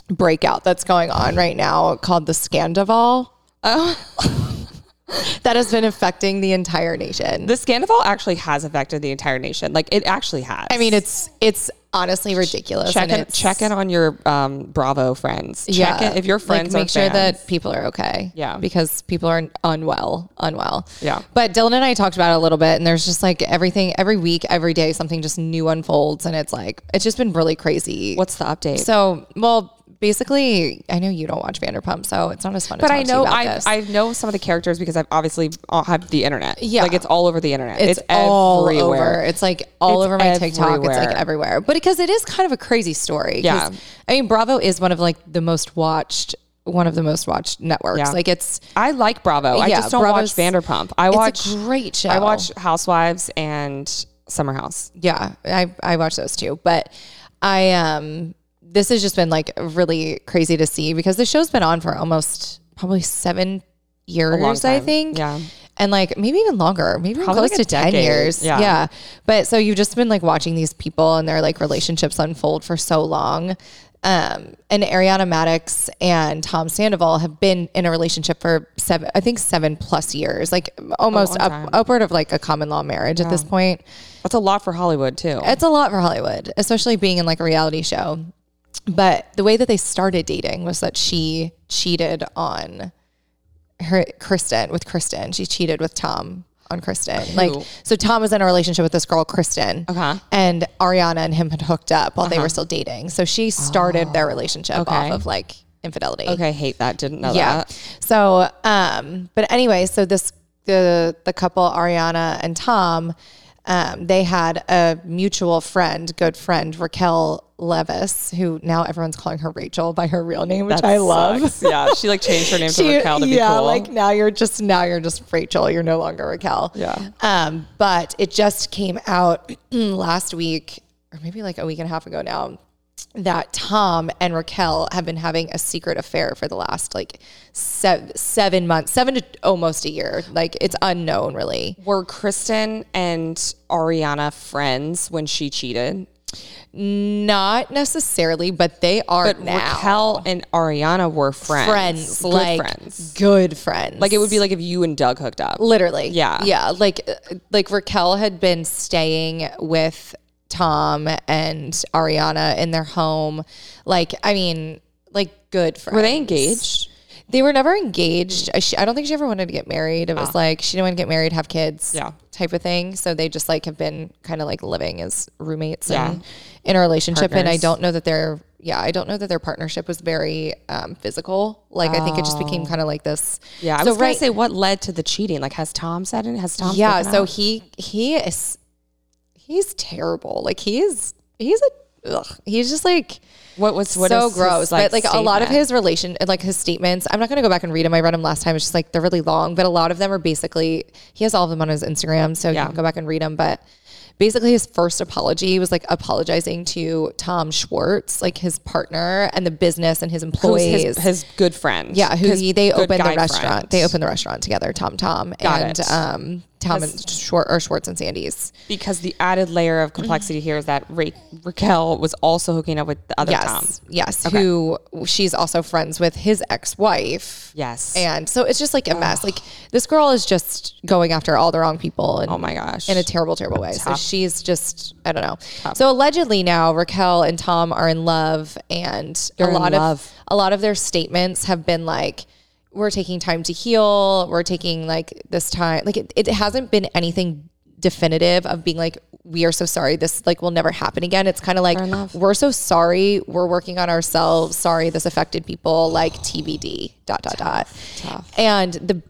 [SPEAKER 1] breakout that's going on
[SPEAKER 2] Oh.
[SPEAKER 1] right now called the Scandival. Oh. [LAUGHS] that has been affecting the entire nation.
[SPEAKER 2] The Scandival actually has affected the entire nation. Like it actually has.
[SPEAKER 1] I mean, it's it's honestly riculous.
[SPEAKER 2] check
[SPEAKER 1] and
[SPEAKER 2] in,
[SPEAKER 1] it's-
[SPEAKER 2] check in on your um, Bravo friends. Check
[SPEAKER 1] yeah,
[SPEAKER 2] in if your
[SPEAKER 1] like,
[SPEAKER 2] friends
[SPEAKER 1] make
[SPEAKER 2] are
[SPEAKER 1] sure
[SPEAKER 2] fans.
[SPEAKER 1] that people are okay.
[SPEAKER 2] Yeah.
[SPEAKER 1] because people are unwell, unwell.
[SPEAKER 2] Yeah.
[SPEAKER 1] But Dylan and I talked about it a little bit, and there's just like everything, every week, every day, something just new unfolds, and it's like it's just been really crazy.
[SPEAKER 2] What's the update?
[SPEAKER 1] so well? Basically, I know you don't watch Vanderpump, so it's not as fun.
[SPEAKER 2] but
[SPEAKER 1] to
[SPEAKER 2] I
[SPEAKER 1] talk to
[SPEAKER 2] know
[SPEAKER 1] you about
[SPEAKER 2] I
[SPEAKER 1] this.
[SPEAKER 2] I know some of the characters because I've obviously all have the internet.
[SPEAKER 1] Yeah.
[SPEAKER 2] like it's all over the internet.
[SPEAKER 1] it's, all
[SPEAKER 2] everywhere.
[SPEAKER 1] over. It's like all
[SPEAKER 2] It's
[SPEAKER 1] over my TikTok. It's
[SPEAKER 2] everywhere.
[SPEAKER 1] like everywhere. But because it is kind of a crazy story. 'Cause,
[SPEAKER 2] Yeah.
[SPEAKER 1] I mean, Bravo is one of like the most watched, one of the most watched networks.
[SPEAKER 2] Yeah.
[SPEAKER 1] Like it's,
[SPEAKER 2] I like Bravo. I
[SPEAKER 1] Yeah,
[SPEAKER 2] just don't
[SPEAKER 1] Bravo's-
[SPEAKER 2] watch Vanderpump. I watch
[SPEAKER 1] it's a great show.
[SPEAKER 2] I watch Housewives and Summer House.
[SPEAKER 1] yeah, I, I watch those too. But I, um, this has just been like really crazy to see because the show's been on for almost probably seven years, I
[SPEAKER 2] time.
[SPEAKER 1] think.
[SPEAKER 2] Yeah.
[SPEAKER 1] And like maybe even longer, maybe even
[SPEAKER 2] Probably,
[SPEAKER 1] close
[SPEAKER 2] like, a
[SPEAKER 1] to 10
[SPEAKER 2] decade.
[SPEAKER 1] years.
[SPEAKER 2] Yeah.
[SPEAKER 1] But so you've just been like watching these people and their like relationships unfold for so long. Um, and Ariana Maddox and Tom Sandoval have been in a relationship for seven, I think seven plus years, like almost
[SPEAKER 2] long
[SPEAKER 1] up,
[SPEAKER 2] time.
[SPEAKER 1] upward of like a common law marriage at this point.
[SPEAKER 2] That's a lot for Hollywood too.
[SPEAKER 1] It's a lot for Hollywood, especially being in like a reality show. But the way that they started dating was that she cheated on her Kristen with Kristen. She cheated with Tom on Kristen. Like so Tom was in a relationship with this girl Kristen.
[SPEAKER 2] Okay. Uh-huh.
[SPEAKER 1] And Ariana and him had hooked up while they were still dating. So she started their relationship
[SPEAKER 2] Okay.
[SPEAKER 1] off of like infidelity.
[SPEAKER 2] okay, hate that. Didn't know
[SPEAKER 1] Yeah.
[SPEAKER 2] that.
[SPEAKER 1] So, um, but anyway, so this the the couple Ariana and Tom, um, they had a mutual friend, good friend Raquel Levis, who now everyone's calling her Rachel by her real name, which I love. [LAUGHS]
[SPEAKER 2] Sucks. yeah, she like changed her name to Raquel to be
[SPEAKER 1] yeah,
[SPEAKER 2] cool.
[SPEAKER 1] like now you're just now you're just Rachel. You're no longer Raquel.
[SPEAKER 2] Yeah.
[SPEAKER 1] Um, but it just came out [CLEARS THROAT] last week, or maybe like a week and a half ago now, that Tom and Raquel have been having a secret affair for the last like seven seven months, seven to almost a year. Like it's unknown really.
[SPEAKER 2] Were Kristen and Ariana friends when she cheated?
[SPEAKER 1] Not necessarily, but they are
[SPEAKER 2] But
[SPEAKER 1] now
[SPEAKER 2] Raquel and Ariana were friends.
[SPEAKER 1] friends,
[SPEAKER 2] Good
[SPEAKER 1] like
[SPEAKER 2] friends.
[SPEAKER 1] good friends.
[SPEAKER 2] Like it would be like if you and Doug hooked up.
[SPEAKER 1] Literally.
[SPEAKER 2] Yeah.
[SPEAKER 1] Yeah. Like uh, like Raquel had been staying with Tom and Ariana in their home. Like, I mean, like good friends.
[SPEAKER 2] Were they engaged?
[SPEAKER 1] They were never engaged. I, she, I don't think she ever wanted to get married. It was like she didn't want to get married, have kids,
[SPEAKER 2] Ah. Yeah.
[SPEAKER 1] type of thing. So they just like have been kind of like living as roommates
[SPEAKER 2] Yeah.
[SPEAKER 1] and in a relationship. And I
[SPEAKER 2] Partners.
[SPEAKER 1] don't know that their yeah, I don't know that their partnership was very um, physical. Like I think it just became kind of like this.
[SPEAKER 2] Oh. Yeah, I
[SPEAKER 1] So
[SPEAKER 2] was gonna say what led to the cheating. Like, has Tom said it? Has Tom?
[SPEAKER 1] yeah
[SPEAKER 2] spoken
[SPEAKER 1] so
[SPEAKER 2] out?
[SPEAKER 1] he he is he's terrible like he's he's a ugh, he's just like
[SPEAKER 2] what was what
[SPEAKER 1] so
[SPEAKER 2] is his,
[SPEAKER 1] gross but like a lot of
[SPEAKER 2] statement?
[SPEAKER 1] his relation like his statements i'm not going to go back and read them i read them last time it's just like they're really long but a lot of them are basically he has all of them on his instagram so you
[SPEAKER 2] Yeah.
[SPEAKER 1] can go back and read them but basically his first apology was like apologizing to tom schwartz like his partner and the business and his
[SPEAKER 2] Who's
[SPEAKER 1] employees
[SPEAKER 2] his, his good friend.
[SPEAKER 1] yeah, who
[SPEAKER 2] His
[SPEAKER 1] he, they
[SPEAKER 2] good
[SPEAKER 1] opened the
[SPEAKER 2] guy
[SPEAKER 1] restaurant.
[SPEAKER 2] friend.
[SPEAKER 1] They opened the restaurant together, Tom Tom
[SPEAKER 2] Got
[SPEAKER 1] and
[SPEAKER 2] it.
[SPEAKER 1] um Tom and Schwartz or Schwartz and Sandy's.
[SPEAKER 2] because the added layer of complexity here is that Ra- Raquel was also hooking up with the other Tom.
[SPEAKER 1] Yes. Yes, who she's also friends with his ex-wife.
[SPEAKER 2] Yes.
[SPEAKER 1] And so it's just like a mess. Like this girl is just going after all the wrong people and
[SPEAKER 2] oh my gosh.
[SPEAKER 1] in a terrible, terrible way. So she's just, I don't know. So allegedly now Raquel and Tom are in love and
[SPEAKER 2] They're
[SPEAKER 1] a
[SPEAKER 2] in
[SPEAKER 1] lot of
[SPEAKER 2] love.
[SPEAKER 1] a lot of their statements have been like, we're taking time to heal. We're taking like this time. Like it, it hasn't been anything definitive of being like, we are so sorry. This like will never happen again. It's kind of like
[SPEAKER 2] love.
[SPEAKER 1] we're so sorry. We're working on ourselves. Sorry, this affected people. Like TBD. Dot dot dot. And the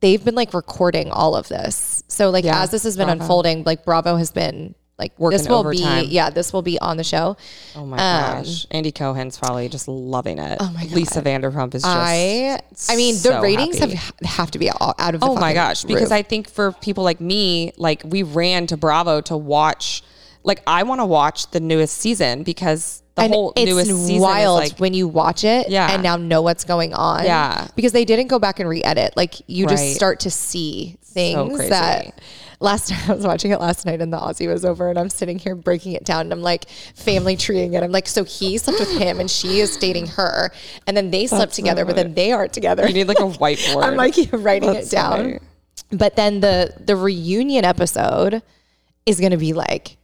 [SPEAKER 1] they've been like recording all of this. So like
[SPEAKER 2] Yeah,
[SPEAKER 1] as this has been unfolding, like Bravo has been like
[SPEAKER 2] Working
[SPEAKER 1] this will
[SPEAKER 2] overtime.
[SPEAKER 1] be yeah this will be on the show.
[SPEAKER 2] oh my
[SPEAKER 1] um,
[SPEAKER 2] gosh. Andy Cohen's probably just loving it. Oh my god. Lisa Vanderpump is just.
[SPEAKER 1] I I mean the
[SPEAKER 2] so
[SPEAKER 1] ratings
[SPEAKER 2] happy.
[SPEAKER 1] have have to be all out of the
[SPEAKER 2] Oh my
[SPEAKER 1] fucking
[SPEAKER 2] gosh. Because
[SPEAKER 1] roof.
[SPEAKER 2] I think for people like me, like we ran to Bravo to watch, like I want to watch the newest season because the
[SPEAKER 1] and
[SPEAKER 2] whole newest
[SPEAKER 1] it's
[SPEAKER 2] season
[SPEAKER 1] wild
[SPEAKER 2] is like,
[SPEAKER 1] when you watch it
[SPEAKER 2] Yeah.
[SPEAKER 1] and now know what's going on.
[SPEAKER 2] Yeah.
[SPEAKER 1] Because they didn't go back and re edit. Like you just
[SPEAKER 2] Right.
[SPEAKER 1] start to see things
[SPEAKER 2] crazy.
[SPEAKER 1] that last [LAUGHS] night I was watching it last night and the Aussie was over and I'm sitting here breaking it down and I'm like family treeing it. I'm like, so he slept with him and she is dating her. And then they slept together, but then they aren't together.
[SPEAKER 2] you
[SPEAKER 1] [LAUGHS]
[SPEAKER 2] need like a whiteboard.
[SPEAKER 1] I'm like writing it down.
[SPEAKER 2] funny.
[SPEAKER 1] But then the the reunion episode is gonna be like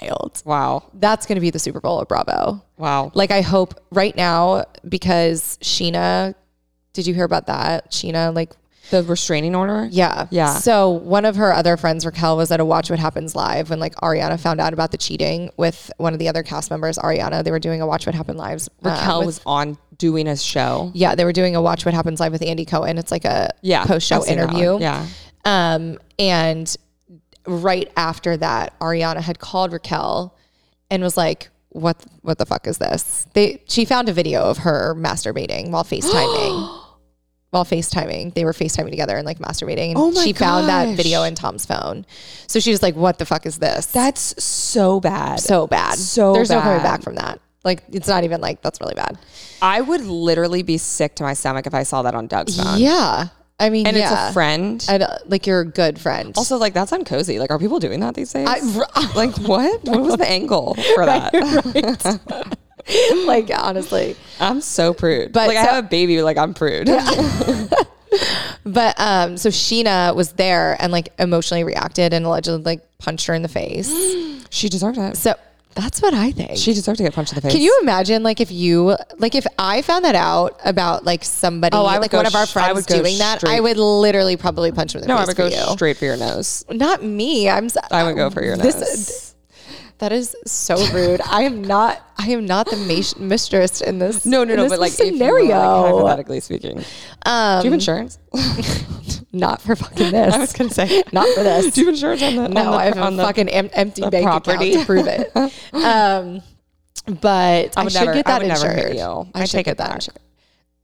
[SPEAKER 1] wild.
[SPEAKER 2] wow.
[SPEAKER 1] That's gonna be the Super Bowl of Bravo.
[SPEAKER 2] Wow.
[SPEAKER 1] Like I hope right now because Sheena, did you hear about that? Sheena, like
[SPEAKER 2] The restraining order?
[SPEAKER 1] yeah,
[SPEAKER 2] Yeah.
[SPEAKER 1] So one of her other friends, Raquel, was at a Watch What Happens live when like Ariana found out about the cheating with one of the other cast members, Ariana. They were doing a Watch What Happens lives. uh,
[SPEAKER 2] Raquel
[SPEAKER 1] with-
[SPEAKER 2] was on doing a show.
[SPEAKER 1] yeah, they were doing a Watch What Happens live with Andy Cohen. It's like a
[SPEAKER 2] Yeah.
[SPEAKER 1] post show
[SPEAKER 2] I've seen that one.
[SPEAKER 1] interview.
[SPEAKER 2] Yeah.
[SPEAKER 1] Um, and right after that, Ariana had called Raquel and was like, "What? What the fuck is this?" They she found a video of her masturbating while
[SPEAKER 2] [GASPS]
[SPEAKER 1] FaceTiming. while FaceTiming, they were FaceTiming together and like masturbating. And
[SPEAKER 2] Oh my
[SPEAKER 1] she found that
[SPEAKER 2] gosh.
[SPEAKER 1] video in Tom's phone. So she was like, "What the fuck is this?"
[SPEAKER 2] That's so bad.
[SPEAKER 1] so bad.
[SPEAKER 2] so
[SPEAKER 1] there's no coming
[SPEAKER 2] bad.
[SPEAKER 1] back from that. Like it's not even like that's really bad.
[SPEAKER 2] I would literally be sick to my stomach if I saw that on Doug's phone.
[SPEAKER 1] Yeah. I mean,
[SPEAKER 2] And
[SPEAKER 1] yeah.
[SPEAKER 2] it's a friend.
[SPEAKER 1] And, uh, like you're a good friend.
[SPEAKER 2] also, like that's uncozy. Like, are people doing that these days?
[SPEAKER 1] I- [LAUGHS] r-
[SPEAKER 2] [LAUGHS] like, [LAUGHS] what? What was the angle for that?
[SPEAKER 1] like honestly.
[SPEAKER 2] I'm so prude.
[SPEAKER 1] But
[SPEAKER 2] But like, I
[SPEAKER 1] so-
[SPEAKER 2] have a baby. Like, I'm prude.
[SPEAKER 1] But um, so Sheena was there and like emotionally reacted and allegedly like punched her in the face.
[SPEAKER 2] [LAUGHS] [GASPS] she deserved it.
[SPEAKER 1] so that's what I think.
[SPEAKER 2] She deserved to get punched in the face.
[SPEAKER 1] Can you imagine like if you like if I found that out about like somebody
[SPEAKER 2] Oh, I would
[SPEAKER 1] like
[SPEAKER 2] go
[SPEAKER 1] one of our
[SPEAKER 2] sh- I
[SPEAKER 1] friends
[SPEAKER 2] would go
[SPEAKER 1] doing that, I
[SPEAKER 2] straight-
[SPEAKER 1] would literally probably punch him in the
[SPEAKER 2] No,
[SPEAKER 1] face.
[SPEAKER 2] I would go
[SPEAKER 1] for you.
[SPEAKER 2] straight for your nose.
[SPEAKER 1] Not me. I'm. s-
[SPEAKER 2] I would go for your
[SPEAKER 1] This-
[SPEAKER 2] nose.
[SPEAKER 1] That is so rude. I am not. I am not the ma- mistress in this.
[SPEAKER 2] No, no,
[SPEAKER 1] in
[SPEAKER 2] no.
[SPEAKER 1] this
[SPEAKER 2] But like, if you were, like,
[SPEAKER 1] scenario,
[SPEAKER 2] hypothetically speaking,
[SPEAKER 1] um,
[SPEAKER 2] do you have insurance?
[SPEAKER 1] not for fucking this.
[SPEAKER 2] [LAUGHS] I was gonna [LAUGHS] say,
[SPEAKER 1] not for this.
[SPEAKER 2] do you have insurance on the
[SPEAKER 1] no,
[SPEAKER 2] on the,
[SPEAKER 1] I have
[SPEAKER 2] on
[SPEAKER 1] a
[SPEAKER 2] [LAUGHS] the-
[SPEAKER 1] fucking em- empty
[SPEAKER 2] the
[SPEAKER 1] bank
[SPEAKER 2] property.
[SPEAKER 1] account to prove
[SPEAKER 2] [LAUGHS]
[SPEAKER 1] it. um, but I,
[SPEAKER 2] I would
[SPEAKER 1] should
[SPEAKER 2] never.
[SPEAKER 1] get
[SPEAKER 2] I
[SPEAKER 1] that
[SPEAKER 2] would never
[SPEAKER 1] insured.
[SPEAKER 2] hit you.
[SPEAKER 1] I,
[SPEAKER 2] I
[SPEAKER 1] should
[SPEAKER 2] take
[SPEAKER 1] get
[SPEAKER 2] it
[SPEAKER 1] that
[SPEAKER 2] back.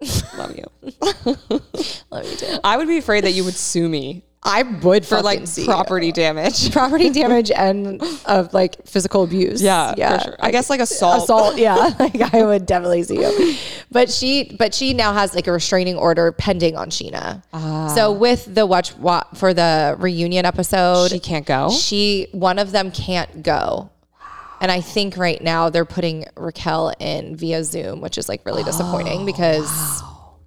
[SPEAKER 1] insured.
[SPEAKER 2] Love you.
[SPEAKER 1] Let me do.
[SPEAKER 2] I would be afraid that you would sue me
[SPEAKER 1] I would
[SPEAKER 2] for like [LAUGHS] property damage.
[SPEAKER 1] property damage and of like physical abuse.
[SPEAKER 2] Yeah, For sure. I guess like
[SPEAKER 1] [LAUGHS]
[SPEAKER 2] assault.
[SPEAKER 1] assault. Yeah, like I would definitely see you. But she, but she now has like a restraining order pending on Sheena.
[SPEAKER 2] Ah.
[SPEAKER 1] So with the watch wa- for the reunion episode,
[SPEAKER 2] She can't
[SPEAKER 1] Oh.
[SPEAKER 2] go.
[SPEAKER 1] She one of them can't go. And I think right now they're putting Raquel in via Zoom, which is like really disappointing because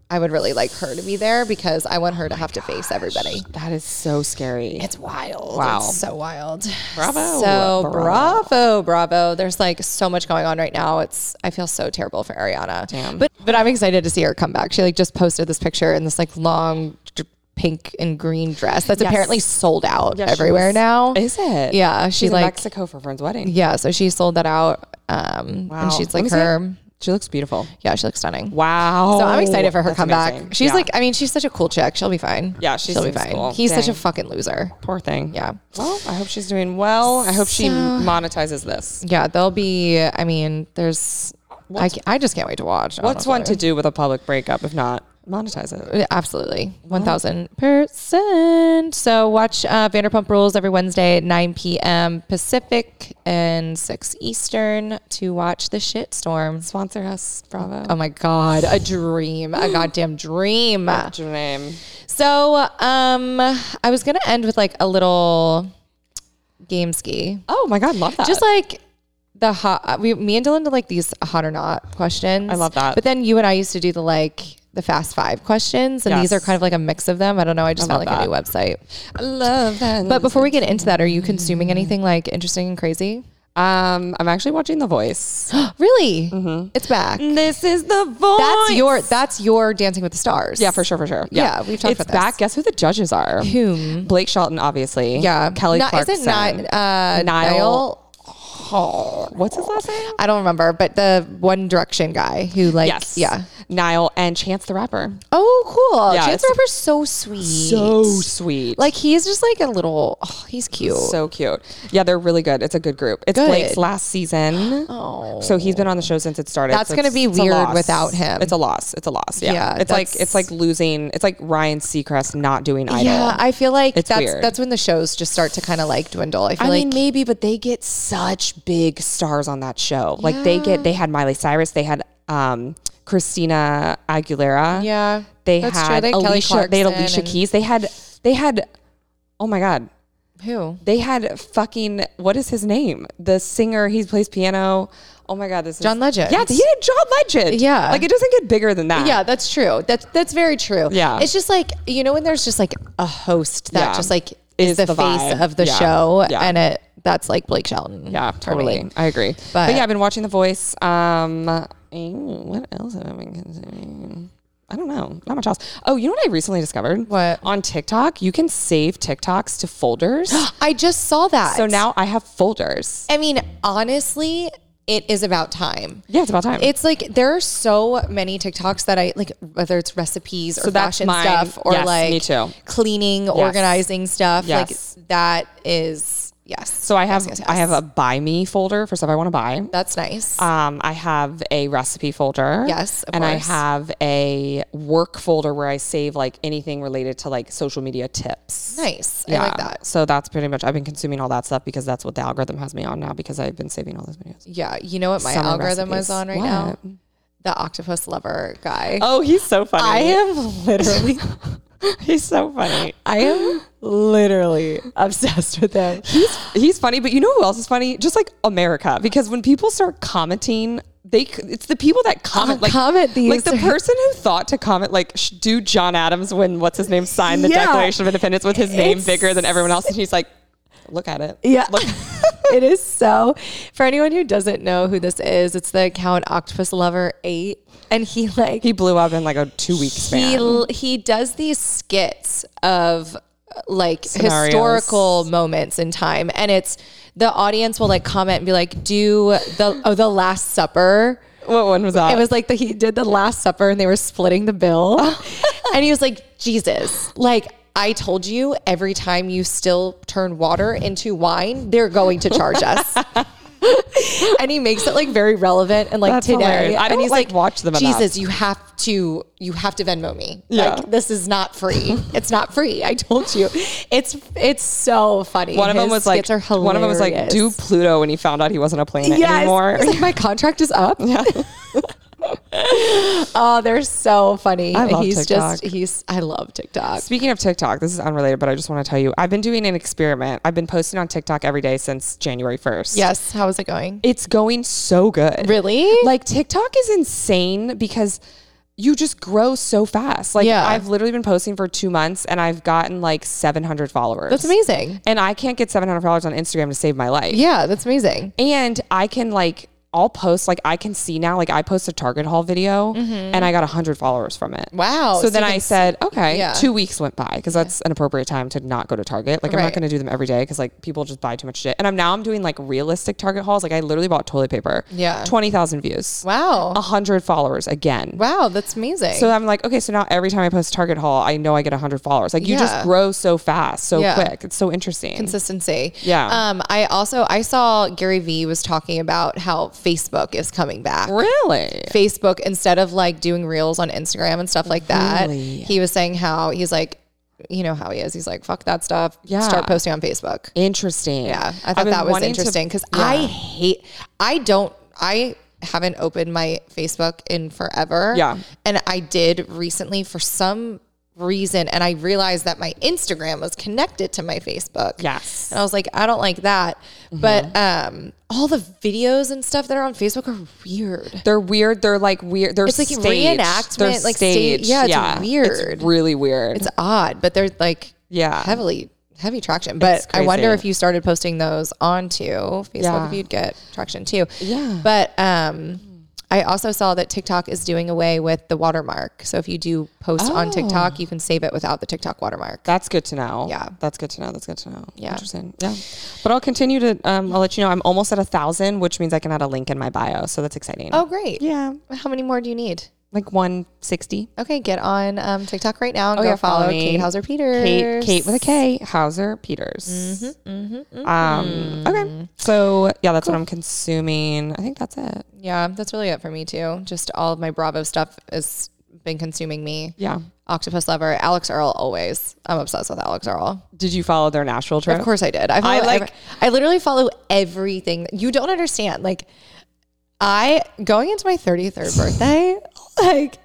[SPEAKER 1] I would really like her to be there because I want her to have to face everybody.
[SPEAKER 2] That is so scary.
[SPEAKER 1] Oh It's wild.
[SPEAKER 2] Wow.
[SPEAKER 1] It's so wild.
[SPEAKER 2] Bravo.
[SPEAKER 1] So bravo.
[SPEAKER 2] Bravo.
[SPEAKER 1] bravo, There's like so much going on right now. It's I feel so terrible for Ariana.
[SPEAKER 2] Damn.
[SPEAKER 1] But but I'm excited to see her come back. She like just posted this picture in this like long d- pink and green dress that's apparently sold out
[SPEAKER 2] Yeah, she
[SPEAKER 1] everywhere
[SPEAKER 2] was-
[SPEAKER 1] now.
[SPEAKER 2] Is it?
[SPEAKER 1] Yeah,
[SPEAKER 2] She's
[SPEAKER 1] she
[SPEAKER 2] in
[SPEAKER 1] like
[SPEAKER 2] Mexico for a friend's wedding.
[SPEAKER 1] yeah, so she sold that out. Um
[SPEAKER 2] Wow.
[SPEAKER 1] and she's
[SPEAKER 2] Let
[SPEAKER 1] like
[SPEAKER 2] me see
[SPEAKER 1] her
[SPEAKER 2] it. She looks beautiful.
[SPEAKER 1] yeah, she looks stunning.
[SPEAKER 2] Wow.
[SPEAKER 1] So I'm excited for her
[SPEAKER 2] That's
[SPEAKER 1] comeback.
[SPEAKER 2] amazing.
[SPEAKER 1] She's
[SPEAKER 2] Yeah.
[SPEAKER 1] like I mean, she's such a cool chick. She'll be fine.
[SPEAKER 2] Yeah, she
[SPEAKER 1] she'll be
[SPEAKER 2] seems
[SPEAKER 1] fine.
[SPEAKER 2] cool.
[SPEAKER 1] He's such a
[SPEAKER 2] Dang.
[SPEAKER 1] fucking loser.
[SPEAKER 2] poor thing.
[SPEAKER 1] Yeah.
[SPEAKER 2] Well, I hope she's doing well. I hope she monetizes this.
[SPEAKER 1] Yeah, there'll be. I mean, there's. I, ca- I just can't wait to watch.
[SPEAKER 2] What's one to do with a public breakup if not monetize it?
[SPEAKER 1] honestly. Uh, Absolutely, one thousand percent. So watch uh, Vanderpump Rules every Wednesday at nine p.m. Pacific and six Eastern to watch the shit storm.
[SPEAKER 2] Sponsor us, Bravo.
[SPEAKER 1] Oh my god, a dream, a goddamn dream.
[SPEAKER 2] What's your name?
[SPEAKER 1] So, um, I was gonna end with like a little game ski.
[SPEAKER 2] Oh my God, love that.
[SPEAKER 1] just like the hot we me and Dylan did like these hot or not questions.
[SPEAKER 2] I love that.
[SPEAKER 1] But then you and I used to do the like the fast five questions and these are
[SPEAKER 2] Yes.
[SPEAKER 1] kind of like a mix of them. I don't know. I just found
[SPEAKER 2] love
[SPEAKER 1] like a new website.
[SPEAKER 2] I love Mm. that.
[SPEAKER 1] But before we get into that, are you consuming anything like interesting and
[SPEAKER 2] [GASPS]
[SPEAKER 1] crazy?
[SPEAKER 2] um, I'm actually watching The Voice.
[SPEAKER 1] really? It's back.
[SPEAKER 2] this is The Voice.
[SPEAKER 1] That's your that's your Dancing with the Stars.
[SPEAKER 2] Yeah, for sure, for sure.
[SPEAKER 1] Yeah, we've talked
[SPEAKER 2] it's
[SPEAKER 1] about this.
[SPEAKER 2] back. Guess who the judges are?
[SPEAKER 1] Whom?
[SPEAKER 2] Blake Shelton, obviously.
[SPEAKER 1] Yeah.
[SPEAKER 2] Kelly
[SPEAKER 1] Ni-
[SPEAKER 2] Clarkson.
[SPEAKER 1] Is it Ni- uh, Niall?
[SPEAKER 2] What's his last name?
[SPEAKER 1] I don't remember, but the One Direction guy who like
[SPEAKER 2] Yes.
[SPEAKER 1] yeah.
[SPEAKER 2] Niall and Chance the Rapper.
[SPEAKER 1] Oh, cool.
[SPEAKER 2] Yeah,
[SPEAKER 1] Chance the
[SPEAKER 2] it's-
[SPEAKER 1] Rapper's so sweet.
[SPEAKER 2] So sweet.
[SPEAKER 1] Like he's just like a little. Oh, he's cute.
[SPEAKER 2] so cute. Yeah, they're really good. It's a good group. It's
[SPEAKER 1] Good.
[SPEAKER 2] Blake's last season.
[SPEAKER 1] Oh.
[SPEAKER 2] So he's been on the show since it started.
[SPEAKER 1] That's
[SPEAKER 2] so
[SPEAKER 1] gonna
[SPEAKER 2] it's-
[SPEAKER 1] be
[SPEAKER 2] it's a
[SPEAKER 1] weird
[SPEAKER 2] loss.
[SPEAKER 1] without him.
[SPEAKER 2] It's a loss. It's a loss. Yeah.
[SPEAKER 1] Yeah,
[SPEAKER 2] it's like
[SPEAKER 1] that's-
[SPEAKER 2] it's like losing it's like Ryan Seacrest not doing Idol.
[SPEAKER 1] yeah, I feel like
[SPEAKER 2] It's
[SPEAKER 1] that's
[SPEAKER 2] weird.
[SPEAKER 1] that's when the shows just start to kind of like dwindle. I feel
[SPEAKER 2] I
[SPEAKER 1] like
[SPEAKER 2] mean, maybe, but they get such big stars on that show. Like they get, they had Miley Cyrus, they had um, Christina Aguilera,
[SPEAKER 1] yeah,
[SPEAKER 2] they
[SPEAKER 1] that's true.
[SPEAKER 2] had
[SPEAKER 1] They had Kelly
[SPEAKER 2] Alicia, they had
[SPEAKER 1] Clarkson
[SPEAKER 2] Alicia
[SPEAKER 1] and-
[SPEAKER 2] Keys, they had, they had, oh my god,
[SPEAKER 1] who?
[SPEAKER 2] they had fucking what is his name? The singer, he plays piano. Oh my god, this
[SPEAKER 1] John
[SPEAKER 2] is,
[SPEAKER 1] Legend.
[SPEAKER 2] Yeah, he had John Legend.
[SPEAKER 1] Yeah.
[SPEAKER 2] like it doesn't get bigger than that.
[SPEAKER 1] Yeah, that's true. That's that's very true.
[SPEAKER 2] Yeah.
[SPEAKER 1] it's just like you know when there's just like a host that
[SPEAKER 2] Yeah.
[SPEAKER 1] just like is,
[SPEAKER 2] Is
[SPEAKER 1] the,
[SPEAKER 2] the
[SPEAKER 1] face
[SPEAKER 2] vibe.
[SPEAKER 1] of the
[SPEAKER 2] Yeah.
[SPEAKER 1] show,
[SPEAKER 2] Yeah.
[SPEAKER 1] and it that's like Blake Shelton.
[SPEAKER 2] Yeah,
[SPEAKER 1] for me.
[SPEAKER 2] totally. I agree. But,
[SPEAKER 1] But-
[SPEAKER 2] yeah, I've been watching The Voice. Um, eh, what else have I been consuming? I don't know. Not much else. Oh, you know what I recently discovered?
[SPEAKER 1] What?
[SPEAKER 2] On TikTok, you can save TikToks
[SPEAKER 1] [GASPS]
[SPEAKER 2] to folders.
[SPEAKER 1] I just saw that.
[SPEAKER 2] so now I have folders.
[SPEAKER 1] I mean, honestly, it is about time.
[SPEAKER 2] Yeah, it's about time.
[SPEAKER 1] It's like there are so many TikToks that I like, whether it's recipes or
[SPEAKER 2] that's
[SPEAKER 1] fashion
[SPEAKER 2] mine.
[SPEAKER 1] stuff or
[SPEAKER 2] Yes,
[SPEAKER 1] like
[SPEAKER 2] me too.
[SPEAKER 1] cleaning, organizing stuff.
[SPEAKER 2] Yes.
[SPEAKER 1] Like that is Yes.
[SPEAKER 2] So I have
[SPEAKER 1] yes,
[SPEAKER 2] I have a buy me folder for stuff I want to buy.
[SPEAKER 1] That's nice.
[SPEAKER 2] Um, I have a recipe folder.
[SPEAKER 1] Yes, of
[SPEAKER 2] and I
[SPEAKER 1] course.
[SPEAKER 2] have a work folder where I save like anything related to like social media tips.
[SPEAKER 1] nice.
[SPEAKER 2] Yeah.
[SPEAKER 1] I like that.
[SPEAKER 2] So that's pretty much I've been consuming all that stuff because that's what the algorithm has me on now because I've been saving all those videos.
[SPEAKER 1] Yeah. You know what my
[SPEAKER 2] Summer
[SPEAKER 1] algorithm
[SPEAKER 2] recipes.
[SPEAKER 1] was on right
[SPEAKER 2] What?
[SPEAKER 1] now? The octopus lover guy.
[SPEAKER 2] Oh, he's so funny.
[SPEAKER 1] I am literally
[SPEAKER 2] [LAUGHS] he's so funny.
[SPEAKER 1] I am literally obsessed with [LAUGHS] him.
[SPEAKER 2] He's he's funny, but you know who else is funny? Just like America, because when people start commenting, they c- it's the people that comment
[SPEAKER 1] Oh,
[SPEAKER 2] like
[SPEAKER 1] comment these.
[SPEAKER 2] like the person who thought to comment like sh- do John Adams when what's his name signed the
[SPEAKER 1] Yeah.
[SPEAKER 2] Declaration of Independence with his name
[SPEAKER 1] It's-
[SPEAKER 2] bigger than everyone else, and he's like, look at it.
[SPEAKER 1] Yeah.
[SPEAKER 2] Look. [LAUGHS]
[SPEAKER 1] it is so. For anyone who doesn't know who this is, it's the account Octopus Lover 8 and he like
[SPEAKER 2] He blew up in like a two week
[SPEAKER 1] he
[SPEAKER 2] span.
[SPEAKER 1] l- he does these skits of uh, like
[SPEAKER 2] Scenarios.
[SPEAKER 1] historical moments in time and it's the audience will like comment and be like do the oh the last supper
[SPEAKER 2] what one was that?
[SPEAKER 1] it was like the, he did the last supper and they were splitting the bill
[SPEAKER 2] Oh.
[SPEAKER 1] [LAUGHS] and he was like jesus like i told you every time you still turn water into wine they're going to charge
[SPEAKER 2] [LAUGHS]
[SPEAKER 1] us and he makes it like very relevant and like
[SPEAKER 2] That's
[SPEAKER 1] today
[SPEAKER 2] hilarious. I
[SPEAKER 1] and
[SPEAKER 2] don't,
[SPEAKER 1] he's
[SPEAKER 2] like, watch them enough.
[SPEAKER 1] jesus you have to you have to venmo me
[SPEAKER 2] Yeah.
[SPEAKER 1] like this is not free it's not free i told you it's it's so funny
[SPEAKER 2] one of them
[SPEAKER 1] His
[SPEAKER 2] was like
[SPEAKER 1] skits are
[SPEAKER 2] one of them was like
[SPEAKER 1] hilarious.
[SPEAKER 2] do Pluto when he found out he wasn't a planet
[SPEAKER 1] Yes.
[SPEAKER 2] anymore. [LAUGHS]
[SPEAKER 1] It's like my contract is up. [LAUGHS] oh, they're so funny.
[SPEAKER 2] I love
[SPEAKER 1] he's just
[SPEAKER 2] TikTok.
[SPEAKER 1] he's I love TikTok.
[SPEAKER 2] Speaking of TikTok, this is unrelated, but I just want to tell you I've been doing an experiment. I've been posting on TikTok every day since January 1st.
[SPEAKER 1] Yes. How is it going?
[SPEAKER 2] It's going so good.
[SPEAKER 1] Really?
[SPEAKER 2] Like TikTok is insane because you just grow so fast. Like
[SPEAKER 1] Yeah.
[SPEAKER 2] I've literally been posting for 2 months and I've gotten like 700 followers.
[SPEAKER 1] That's amazing.
[SPEAKER 2] And I can't get 700 followers on Instagram to save my life.
[SPEAKER 1] Yeah, that's amazing.
[SPEAKER 2] And I can like I'll post like I can see now like I post a Target haul video and I got 100 followers from it.
[SPEAKER 1] Mm-hmm. Wow.
[SPEAKER 2] So, then
[SPEAKER 1] you
[SPEAKER 2] I
[SPEAKER 1] can-
[SPEAKER 2] said, okay,
[SPEAKER 1] Yeah.
[SPEAKER 2] two weeks went by because that's an appropriate time to not go to Target. Like I'm not
[SPEAKER 1] Right.
[SPEAKER 2] going to do them every day because like people just buy too much shit. And I'm now I'm doing like realistic Target hauls. Like I literally bought toilet paper.
[SPEAKER 1] Yeah.
[SPEAKER 2] twenty thousand views.
[SPEAKER 1] Wow.
[SPEAKER 2] hundred followers again.
[SPEAKER 1] Wow, that's amazing.
[SPEAKER 2] So I'm like, okay, so now every time I post a Target haul, I know I get hundred followers. Like you just
[SPEAKER 1] Yeah.
[SPEAKER 2] grow so fast, so
[SPEAKER 1] Yeah.
[SPEAKER 2] quick. It's so interesting.
[SPEAKER 1] consistency.
[SPEAKER 2] Yeah.
[SPEAKER 1] Um, I also I saw Gary Vee was talking about how Facebook is coming back.
[SPEAKER 2] really?
[SPEAKER 1] Facebook instead of like doing reels on Instagram and stuff like that. He was saying how he's like, you know how he is. He's like, fuck that stuff.
[SPEAKER 2] Yeah.
[SPEAKER 1] Start posting on Facebook.
[SPEAKER 2] Interesting.
[SPEAKER 1] Yeah. I
[SPEAKER 2] I've
[SPEAKER 1] thought
[SPEAKER 2] been
[SPEAKER 1] that was
[SPEAKER 2] wanting to-
[SPEAKER 1] interesting because I hate, I don't, I haven't opened my Facebook in forever.
[SPEAKER 2] Yeah.
[SPEAKER 1] And I did recently for some reason. And I realized that my Instagram was connected to my Facebook.
[SPEAKER 2] Yes. Mm-hmm.
[SPEAKER 1] And I was like, I don't like that. But um, all the videos and stuff that are on Facebook are weird.
[SPEAKER 2] They're weird. They're like weird. They're
[SPEAKER 1] It's like
[SPEAKER 2] staged.
[SPEAKER 1] reenactment,
[SPEAKER 2] They're
[SPEAKER 1] like sta-
[SPEAKER 2] staged.
[SPEAKER 1] yeah, it's weird.
[SPEAKER 2] really weird.
[SPEAKER 1] It's odd, but they're like
[SPEAKER 2] Yeah.
[SPEAKER 1] heavily heavy traction. But I
[SPEAKER 2] crazy.
[SPEAKER 1] wonder if you started posting those onto Facebook
[SPEAKER 2] Yeah.
[SPEAKER 1] if you'd get traction too.
[SPEAKER 2] Yeah.
[SPEAKER 1] But um I also saw that TikTok is doing away with the watermark. So if you do post on TikTok,
[SPEAKER 2] Oh.
[SPEAKER 1] you can save it without the TikTok watermark.
[SPEAKER 2] That's good to know.
[SPEAKER 1] Yeah.
[SPEAKER 2] That's good to know. That's good to know.
[SPEAKER 1] Yeah.
[SPEAKER 2] Interesting. Yeah. But I'll continue to, um, I'll let you know I'm almost at a thousand, which means I can add a link in my bio. So that's exciting.
[SPEAKER 1] Oh, great.
[SPEAKER 2] yeah.
[SPEAKER 1] How many more do you need?
[SPEAKER 2] Like 160.
[SPEAKER 1] Okay, get on um, TikTok right now and go
[SPEAKER 2] Oh, yeah, follow
[SPEAKER 1] follow,
[SPEAKER 2] me.
[SPEAKER 1] Kate Hauser Peters. Mm-hmm,
[SPEAKER 2] Kate, Kate with a K, Hauser Peters. Um, okay. So yeah, that's what I'm consuming. I think that's it.
[SPEAKER 1] Yeah, that's really it for me too. Just all of my Bravo stuff has been consuming me.
[SPEAKER 2] Yeah.
[SPEAKER 1] Octopus Lover, Alex Earl, always. I'm obsessed with Alex Earl.
[SPEAKER 2] Did you follow their Nashville trip?
[SPEAKER 1] Of course, I did. I, follow
[SPEAKER 2] like-
[SPEAKER 1] every- I literally follow everything. You don't understand. Like, I going into my 33rd birthday, [LAUGHS] like,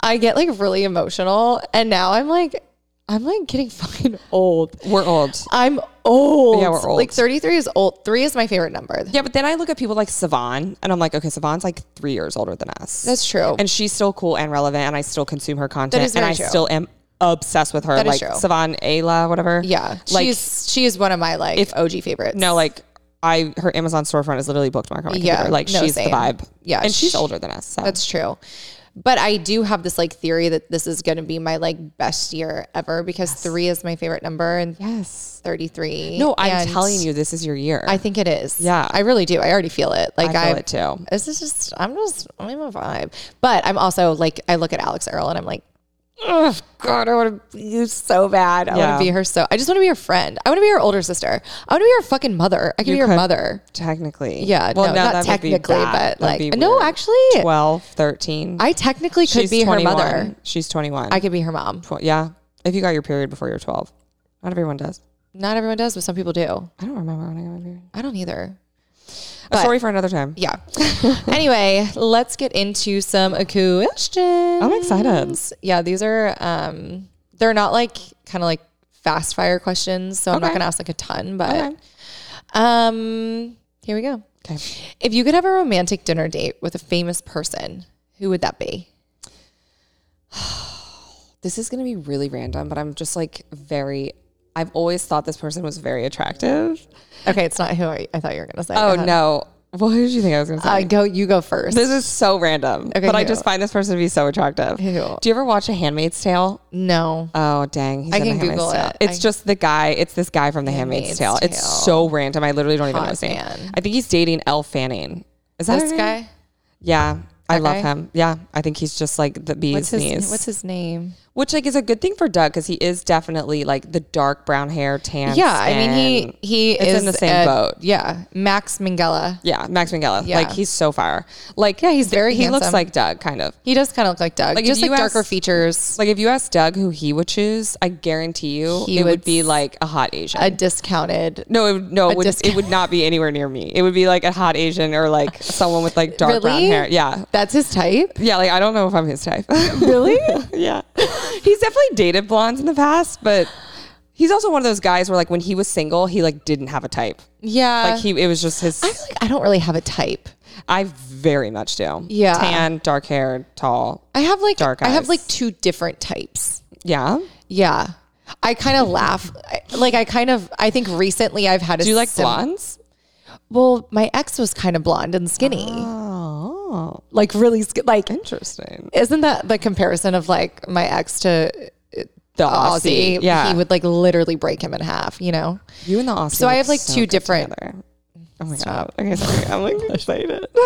[SPEAKER 1] I get like really emotional, and now I'm like, I'm like
[SPEAKER 2] [LAUGHS]
[SPEAKER 1] getting fucking old.
[SPEAKER 2] We're old.
[SPEAKER 1] I'm old.
[SPEAKER 2] Yeah, we're old.
[SPEAKER 1] Like 33 is old. Three is my favorite number.
[SPEAKER 2] Yeah, but then I look at people like Savan and I'm like, okay, Savan's like three years older than us.
[SPEAKER 1] That's true.
[SPEAKER 2] And she's still cool and relevant and I still consume her content.
[SPEAKER 1] is
[SPEAKER 2] and
[SPEAKER 1] very
[SPEAKER 2] I
[SPEAKER 1] true.
[SPEAKER 2] still am obsessed with her.
[SPEAKER 1] That is
[SPEAKER 2] like
[SPEAKER 1] true.
[SPEAKER 2] Savan, Ayla, whatever.
[SPEAKER 1] yeah,
[SPEAKER 2] Like
[SPEAKER 1] she's she is one of my like OG favorites.
[SPEAKER 2] no, like I her Amazon storefront is literally bookmarked on my
[SPEAKER 1] Yeah,
[SPEAKER 2] computer. Like
[SPEAKER 1] no,
[SPEAKER 2] she's
[SPEAKER 1] same.
[SPEAKER 2] the vibe.
[SPEAKER 1] Yeah,
[SPEAKER 2] And she's
[SPEAKER 1] she-
[SPEAKER 2] older than us. So
[SPEAKER 1] That's true. But I do have this like theory that this is going to be my like best year ever because three is my favorite number and
[SPEAKER 2] yes.
[SPEAKER 1] 33.
[SPEAKER 2] No, I'm
[SPEAKER 1] And
[SPEAKER 2] telling you, this is your year.
[SPEAKER 1] I think it is.
[SPEAKER 2] Yeah.
[SPEAKER 1] I really do. I already feel it. Like
[SPEAKER 2] I
[SPEAKER 1] I,
[SPEAKER 2] feel it too.
[SPEAKER 1] This is just, I'm just, I'm a vibe. But I'm also like, I look at Alex Earl and I'm like, "Ugh, God, I want to be you so bad. I
[SPEAKER 2] Yeah.
[SPEAKER 1] want to be her so. I just want to be her friend. I want to be her older sister. I want to be her fucking mother. I can be her
[SPEAKER 2] could.
[SPEAKER 1] mother.
[SPEAKER 2] Technically.
[SPEAKER 1] Yeah, no, not technically, but like no,
[SPEAKER 2] actually.
[SPEAKER 1] actually,
[SPEAKER 2] 12, 13.
[SPEAKER 1] I technically could
[SPEAKER 2] She's
[SPEAKER 1] be her
[SPEAKER 2] 21.
[SPEAKER 1] mother.
[SPEAKER 2] She's 21.
[SPEAKER 1] I could be her mom.
[SPEAKER 2] Tw- yeah. If you got your period before you're 12. Not everyone does.
[SPEAKER 1] Not everyone does, but some people do.
[SPEAKER 2] I don't remember when I got my period.
[SPEAKER 1] I don't either.
[SPEAKER 2] A story for another time.
[SPEAKER 1] [LAUGHS] Yeah. anyway, let's get into some questions.
[SPEAKER 2] I'm excited.
[SPEAKER 1] Yeah, these are um they're not like kind of like fast fire questions, so I'm not
[SPEAKER 2] Okay.
[SPEAKER 1] going to ask like a ton, but
[SPEAKER 2] Okay.
[SPEAKER 1] um here we go.
[SPEAKER 2] Okay.
[SPEAKER 1] If you could have a romantic dinner date with a famous person, who would that be?
[SPEAKER 2] This is going to be really random, but I'm just like very, I've always thought this person was very attractive.
[SPEAKER 1] Okay, it's not who I, I thought you were going to say.
[SPEAKER 2] Oh,
[SPEAKER 1] Go ahead.
[SPEAKER 2] no. Well, who did you think I was going to say?
[SPEAKER 1] Uh, go you go first.
[SPEAKER 2] this is so random,
[SPEAKER 1] Okay,
[SPEAKER 2] but I
[SPEAKER 1] who?
[SPEAKER 2] just find this person to be so attractive.
[SPEAKER 1] Who?
[SPEAKER 2] Do you ever watch A Handmaid's Tale?
[SPEAKER 1] no.
[SPEAKER 2] Oh dang! He's
[SPEAKER 1] I
[SPEAKER 2] in The
[SPEAKER 1] can
[SPEAKER 2] Handmaid's
[SPEAKER 1] Google
[SPEAKER 2] Tale.
[SPEAKER 1] it.
[SPEAKER 2] It's
[SPEAKER 1] I-
[SPEAKER 2] just the guy. It's this guy from The
[SPEAKER 1] Handmaid's
[SPEAKER 2] Handmaid's, Tale.
[SPEAKER 1] Tale.
[SPEAKER 2] It's so random. I literally don't even know his
[SPEAKER 1] Hot
[SPEAKER 2] name.
[SPEAKER 1] man.
[SPEAKER 2] I think he's dating Elle Fanning. Is that
[SPEAKER 1] this
[SPEAKER 2] her name?
[SPEAKER 1] guy?
[SPEAKER 2] Yeah, I love
[SPEAKER 1] guy?
[SPEAKER 2] him. Yeah, I think he's just like the bee's
[SPEAKER 1] What's his
[SPEAKER 2] knees,
[SPEAKER 1] what's his name?
[SPEAKER 2] which like is a good thing for Doug because he is definitely like the dark brown hair, tan.
[SPEAKER 1] Yeah, I mean
[SPEAKER 2] skin.
[SPEAKER 1] he he
[SPEAKER 2] It's
[SPEAKER 1] is
[SPEAKER 2] in the same
[SPEAKER 1] a-
[SPEAKER 2] boat.
[SPEAKER 1] Yeah, Max Minghella.
[SPEAKER 2] Yeah, Max Minghella.
[SPEAKER 1] Yeah.
[SPEAKER 2] Like he's so fire. Like yeah,
[SPEAKER 1] he's very
[SPEAKER 2] He looks
[SPEAKER 1] handsome.
[SPEAKER 2] like Doug, kind of.
[SPEAKER 1] He does kind of look like Doug,
[SPEAKER 2] Like, if
[SPEAKER 1] just like
[SPEAKER 2] you ask-
[SPEAKER 1] darker features,
[SPEAKER 2] Like if you ask Doug who he would choose, I guarantee you
[SPEAKER 1] He
[SPEAKER 2] it would,
[SPEAKER 1] would
[SPEAKER 2] be like a hot Asian.
[SPEAKER 1] a discounted.
[SPEAKER 2] No, it, would- no, it would,
[SPEAKER 1] discount.
[SPEAKER 2] it would not be anywhere near me. It would be like a hot Asian or like someone with like dark brown
[SPEAKER 1] Really?
[SPEAKER 2] hair. Yeah.
[SPEAKER 1] That's his type.
[SPEAKER 2] Yeah, like I don't know if I'm his type. [LAUGHS] really? yeah. He's definitely dated blondes in the past, but he's also one of those guys where like when he was single, he like didn't have a type.
[SPEAKER 1] Yeah,
[SPEAKER 2] Like he it was just his
[SPEAKER 1] I feel like I don't really have a type.
[SPEAKER 2] I very much do.
[SPEAKER 1] Yeah.
[SPEAKER 2] Tan, dark hair, tall.
[SPEAKER 1] I have like
[SPEAKER 2] Dark
[SPEAKER 1] I have
[SPEAKER 2] eyes.
[SPEAKER 1] like two different types.
[SPEAKER 2] Yeah.
[SPEAKER 1] Yeah, I kind [LAUGHS] of laugh. I- Like I kind of I think recently I've had. A
[SPEAKER 2] Do you like
[SPEAKER 1] sim-
[SPEAKER 2] blondes?
[SPEAKER 1] Well, my ex was kind of blonde and skinny,
[SPEAKER 2] Oh.
[SPEAKER 1] like really skin. Like
[SPEAKER 2] Interesting.
[SPEAKER 1] isn't that the comparison of like my ex to uh,
[SPEAKER 2] The
[SPEAKER 1] Aussie?
[SPEAKER 2] Yeah.
[SPEAKER 1] he would like literally break him in half. You know.
[SPEAKER 2] You and the Aussie.
[SPEAKER 1] So I
[SPEAKER 2] look
[SPEAKER 1] have, like, two
[SPEAKER 2] good
[SPEAKER 1] different-
[SPEAKER 2] together. Oh my god. Okay, sorry.
[SPEAKER 1] [LAUGHS]
[SPEAKER 2] I'm like excited. [LAUGHS]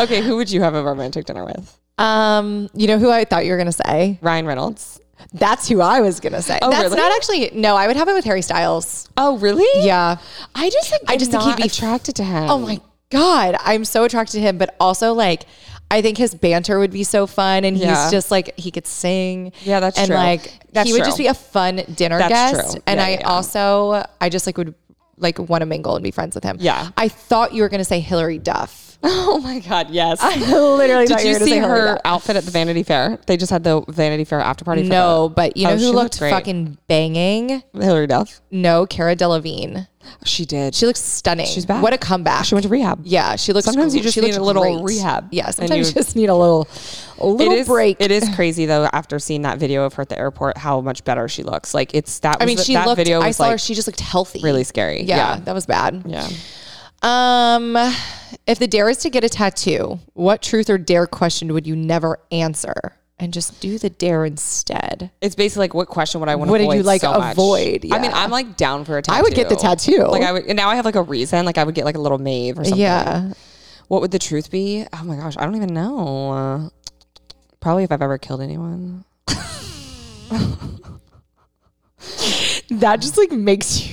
[SPEAKER 2] okay, who would you have a romantic dinner with?
[SPEAKER 1] Um, you know who I thought you were gonna say?
[SPEAKER 2] Ryan Reynolds.
[SPEAKER 1] That's who I was gonna say. That's
[SPEAKER 2] Oh, really?
[SPEAKER 1] not actually no, I would have it with Harry Styles.
[SPEAKER 2] Oh really?
[SPEAKER 1] Yeah. I just like I just think he'd be
[SPEAKER 2] attracted to him.
[SPEAKER 1] Oh my [LAUGHS] god, I'm so attracted to him, but also like I think his banter would be so fun and
[SPEAKER 2] Yeah.
[SPEAKER 1] he's just like he could sing.
[SPEAKER 2] Yeah, that's
[SPEAKER 1] and
[SPEAKER 2] true.
[SPEAKER 1] like
[SPEAKER 2] That's
[SPEAKER 1] he would
[SPEAKER 2] true.
[SPEAKER 1] just be a fun dinner
[SPEAKER 2] That's
[SPEAKER 1] guest.
[SPEAKER 2] true.
[SPEAKER 1] And
[SPEAKER 2] Yeah,
[SPEAKER 1] I
[SPEAKER 2] yeah, yeah.
[SPEAKER 1] also I just like would like want to mingle and be friends with him.
[SPEAKER 2] Yeah.
[SPEAKER 1] I thought you were gonna say Hillary
[SPEAKER 2] [LAUGHS]
[SPEAKER 1] Duff.
[SPEAKER 2] Oh my god. Yes.
[SPEAKER 1] Literally
[SPEAKER 2] Did you
[SPEAKER 1] gonna
[SPEAKER 2] see
[SPEAKER 1] say Hillary
[SPEAKER 2] her
[SPEAKER 1] Duff.
[SPEAKER 2] outfit at the Vanity Fair? They just had the Vanity Fair after party. for
[SPEAKER 1] No, but you
[SPEAKER 2] Oh,
[SPEAKER 1] know
[SPEAKER 2] she
[SPEAKER 1] who
[SPEAKER 2] looked
[SPEAKER 1] looked
[SPEAKER 2] great.
[SPEAKER 1] fucking banging?
[SPEAKER 2] that. Hillary Duff.
[SPEAKER 1] No, Cara Delevingne.
[SPEAKER 2] She did.
[SPEAKER 1] She looks stunning.
[SPEAKER 2] She's back.
[SPEAKER 1] What a comeback.
[SPEAKER 2] She went to rehab.
[SPEAKER 1] yeah, she looks.
[SPEAKER 2] Sometimes you just
[SPEAKER 1] she
[SPEAKER 2] need
[SPEAKER 1] looks
[SPEAKER 2] a little
[SPEAKER 1] great.
[SPEAKER 2] rehab
[SPEAKER 1] Yeah,
[SPEAKER 2] and
[SPEAKER 1] sometimes you
[SPEAKER 2] you-
[SPEAKER 1] just need a little, a
[SPEAKER 2] It
[SPEAKER 1] little
[SPEAKER 2] is
[SPEAKER 1] break.
[SPEAKER 2] It is crazy though. After seeing that video of her at the airport, how much better she looks. Like it's that.
[SPEAKER 1] I mean,
[SPEAKER 2] was-
[SPEAKER 1] she
[SPEAKER 2] that
[SPEAKER 1] looked.
[SPEAKER 2] video was
[SPEAKER 1] I saw
[SPEAKER 2] like
[SPEAKER 1] her. She just looked healthy.
[SPEAKER 2] really scary.
[SPEAKER 1] Yeah,
[SPEAKER 2] Yeah.
[SPEAKER 1] that was bad.
[SPEAKER 2] yeah.
[SPEAKER 1] Um, if the dare is to get a tattoo, what truth or dare question would you never answer, and just do the dare instead?
[SPEAKER 2] It's basically like what question would I want to
[SPEAKER 1] What
[SPEAKER 2] avoid?
[SPEAKER 1] did you, like,
[SPEAKER 2] so much?
[SPEAKER 1] avoid?
[SPEAKER 2] I mean,
[SPEAKER 1] Yeah.
[SPEAKER 2] I'm like down for a tattoo.
[SPEAKER 1] I would get the tattoo.
[SPEAKER 2] Like I would, and now I have like a reason. Like I would get like a little Mave or something.
[SPEAKER 1] Yeah.
[SPEAKER 2] What would the truth be? Oh my gosh, I don't even know. Uh, probably if I've ever killed anyone.
[SPEAKER 1] That just like makes you.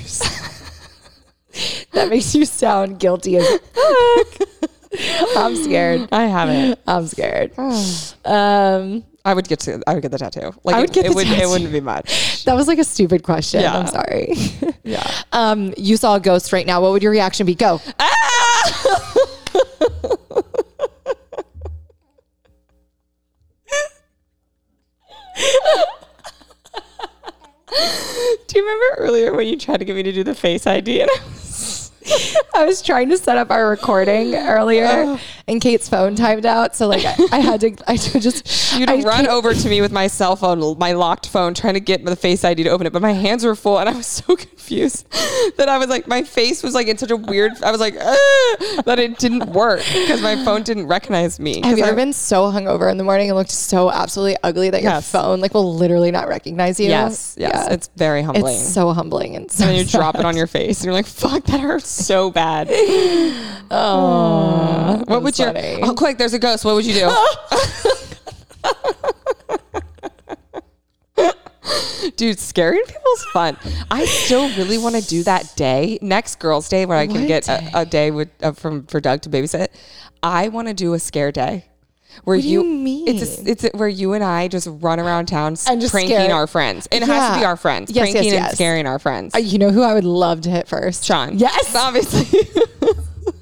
[SPEAKER 1] [LAUGHS] s- that makes you sound guilty as. [LAUGHS] I'm scared.
[SPEAKER 2] I haven't.
[SPEAKER 1] I'm scared. um,
[SPEAKER 2] [SIGHS] I would get to. I would get the tattoo. Like
[SPEAKER 1] I would
[SPEAKER 2] it,
[SPEAKER 1] get
[SPEAKER 2] it
[SPEAKER 1] the
[SPEAKER 2] would, It
[SPEAKER 1] tattoo.
[SPEAKER 2] wouldn't be [LAUGHS] much.
[SPEAKER 1] that was like a stupid question.
[SPEAKER 2] Yeah.
[SPEAKER 1] I'm sorry. [LAUGHS]
[SPEAKER 2] Yeah.
[SPEAKER 1] um, you saw a ghost right now. What would your reaction be? Go.
[SPEAKER 2] Do you remember earlier when you tried to get me to do the face ID? And I was,
[SPEAKER 1] [LAUGHS] I was trying to set up our recording earlier, and Kate's phone timed out. So like, I, I had to. I [LAUGHS] just
[SPEAKER 2] you'd
[SPEAKER 1] I
[SPEAKER 2] run
[SPEAKER 1] can't-
[SPEAKER 2] over to me with my cell phone, my locked phone, trying to get the face ID to open it, but my hands were full, and I was so [LAUGHS] confused that I was like, my face was like in such a weird. I was like, "Ah," that it didn't work because my phone didn't recognize me.
[SPEAKER 1] Have
[SPEAKER 2] 'Cause
[SPEAKER 1] you ever
[SPEAKER 2] I-
[SPEAKER 1] been so hungover in the morning and looked so absolutely ugly that your
[SPEAKER 2] Yes.
[SPEAKER 1] phone like will literally not recognize you?
[SPEAKER 2] Yes, yes,
[SPEAKER 1] Yeah.
[SPEAKER 2] it's very humbling.
[SPEAKER 1] It's so humbling and so
[SPEAKER 2] and then
[SPEAKER 1] [LAUGHS]
[SPEAKER 2] you drop it on your face, and you're like, "Fuck, that hurts so bad." Oh, what would your?
[SPEAKER 1] funny.
[SPEAKER 2] Oh, quick, there's a ghost. What would you do? [LAUGHS] Dude, scaring people's fun. I still really want to do that day next Girls' Day where I can get a, a day with uh, from for Doug to babysit. I want to do a scare day. Where
[SPEAKER 1] do you mean?
[SPEAKER 2] It's a, it's a, where you and I just run around town s-
[SPEAKER 1] And just
[SPEAKER 2] pranking
[SPEAKER 1] scare-
[SPEAKER 2] our friends. It has to be
[SPEAKER 1] Yeah.
[SPEAKER 2] our friends.
[SPEAKER 1] Yes, yes,
[SPEAKER 2] pranking and
[SPEAKER 1] yes.
[SPEAKER 2] scaring our friends.
[SPEAKER 1] Uh, You know who I would love to hit first?
[SPEAKER 2] Sean.
[SPEAKER 1] Yes. [LAUGHS]
[SPEAKER 2] obviously.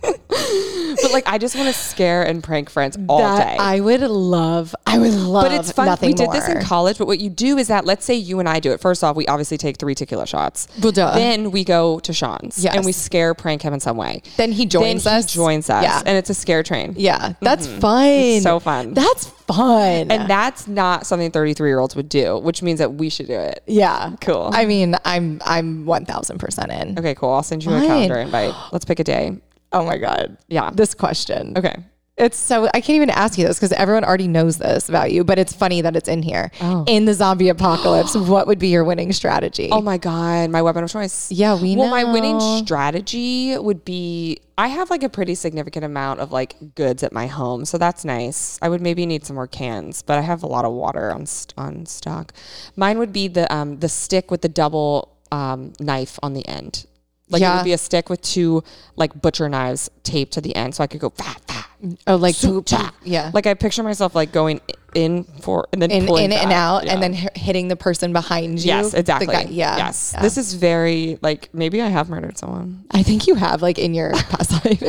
[SPEAKER 2] but like, I just want to scare and prank friends all
[SPEAKER 1] that
[SPEAKER 2] day.
[SPEAKER 1] I would love. I would love.
[SPEAKER 2] but it's fun.
[SPEAKER 1] Nothing
[SPEAKER 2] We did this in
[SPEAKER 1] more.
[SPEAKER 2] college. But what you do is that let's say you and I do it. First off, we obviously take three tequila shots.
[SPEAKER 1] Well, duh.
[SPEAKER 2] Then we go to Sean's
[SPEAKER 1] Yes.
[SPEAKER 2] and we scare prank him in some way.
[SPEAKER 1] Then he joins
[SPEAKER 2] then
[SPEAKER 1] us.
[SPEAKER 2] He joins us.
[SPEAKER 1] Yeah.
[SPEAKER 2] And it's a scare train.
[SPEAKER 1] yeah, that's fun.
[SPEAKER 2] so fun.
[SPEAKER 1] That's fun.
[SPEAKER 2] And that's not something 33 year olds would do, which means that we should do it.
[SPEAKER 1] yeah,
[SPEAKER 2] Cool.
[SPEAKER 1] I mean, I'm I'm one thousand percent in.
[SPEAKER 2] Okay, cool. I'll send you a
[SPEAKER 1] Fine.
[SPEAKER 2] calendar invite. Let's pick a day.
[SPEAKER 1] Oh my god.
[SPEAKER 2] Yeah.
[SPEAKER 1] This question.
[SPEAKER 2] Okay.
[SPEAKER 1] It's so I can't even ask you this because everyone already knows this about you, but it's funny that it's in here. In the zombie [GASPS] apocalypse, what would be your winning strategy?
[SPEAKER 2] Oh my God, my weapon of choice.
[SPEAKER 1] Yeah, we
[SPEAKER 2] well, my winning
[SPEAKER 1] know.
[SPEAKER 2] strategy would be I have like a pretty significant amount of like goods at my home, so that's nice. I would maybe need some more cans, but I have a lot of water on st- on stock. Mine would be the um the stick with the double um knife on the end. Like it
[SPEAKER 1] Yeah.
[SPEAKER 2] would be a stick with two like butcher knives taped to the end, so I could go fat fat.
[SPEAKER 1] oh, like poop. poop. Yeah.
[SPEAKER 2] Like I picture myself like going i- in for and then
[SPEAKER 1] in,
[SPEAKER 2] pulling
[SPEAKER 1] in and
[SPEAKER 2] back.
[SPEAKER 1] out
[SPEAKER 2] Yeah.
[SPEAKER 1] and then hi- hitting the person behind you.
[SPEAKER 2] Yes,
[SPEAKER 1] The
[SPEAKER 2] exactly.
[SPEAKER 1] guy- yeah.
[SPEAKER 2] Yes.
[SPEAKER 1] Yeah.
[SPEAKER 2] This is very like maybe I have murdered someone.
[SPEAKER 1] I think you have like in
[SPEAKER 2] [LAUGHS]
[SPEAKER 1] your past life.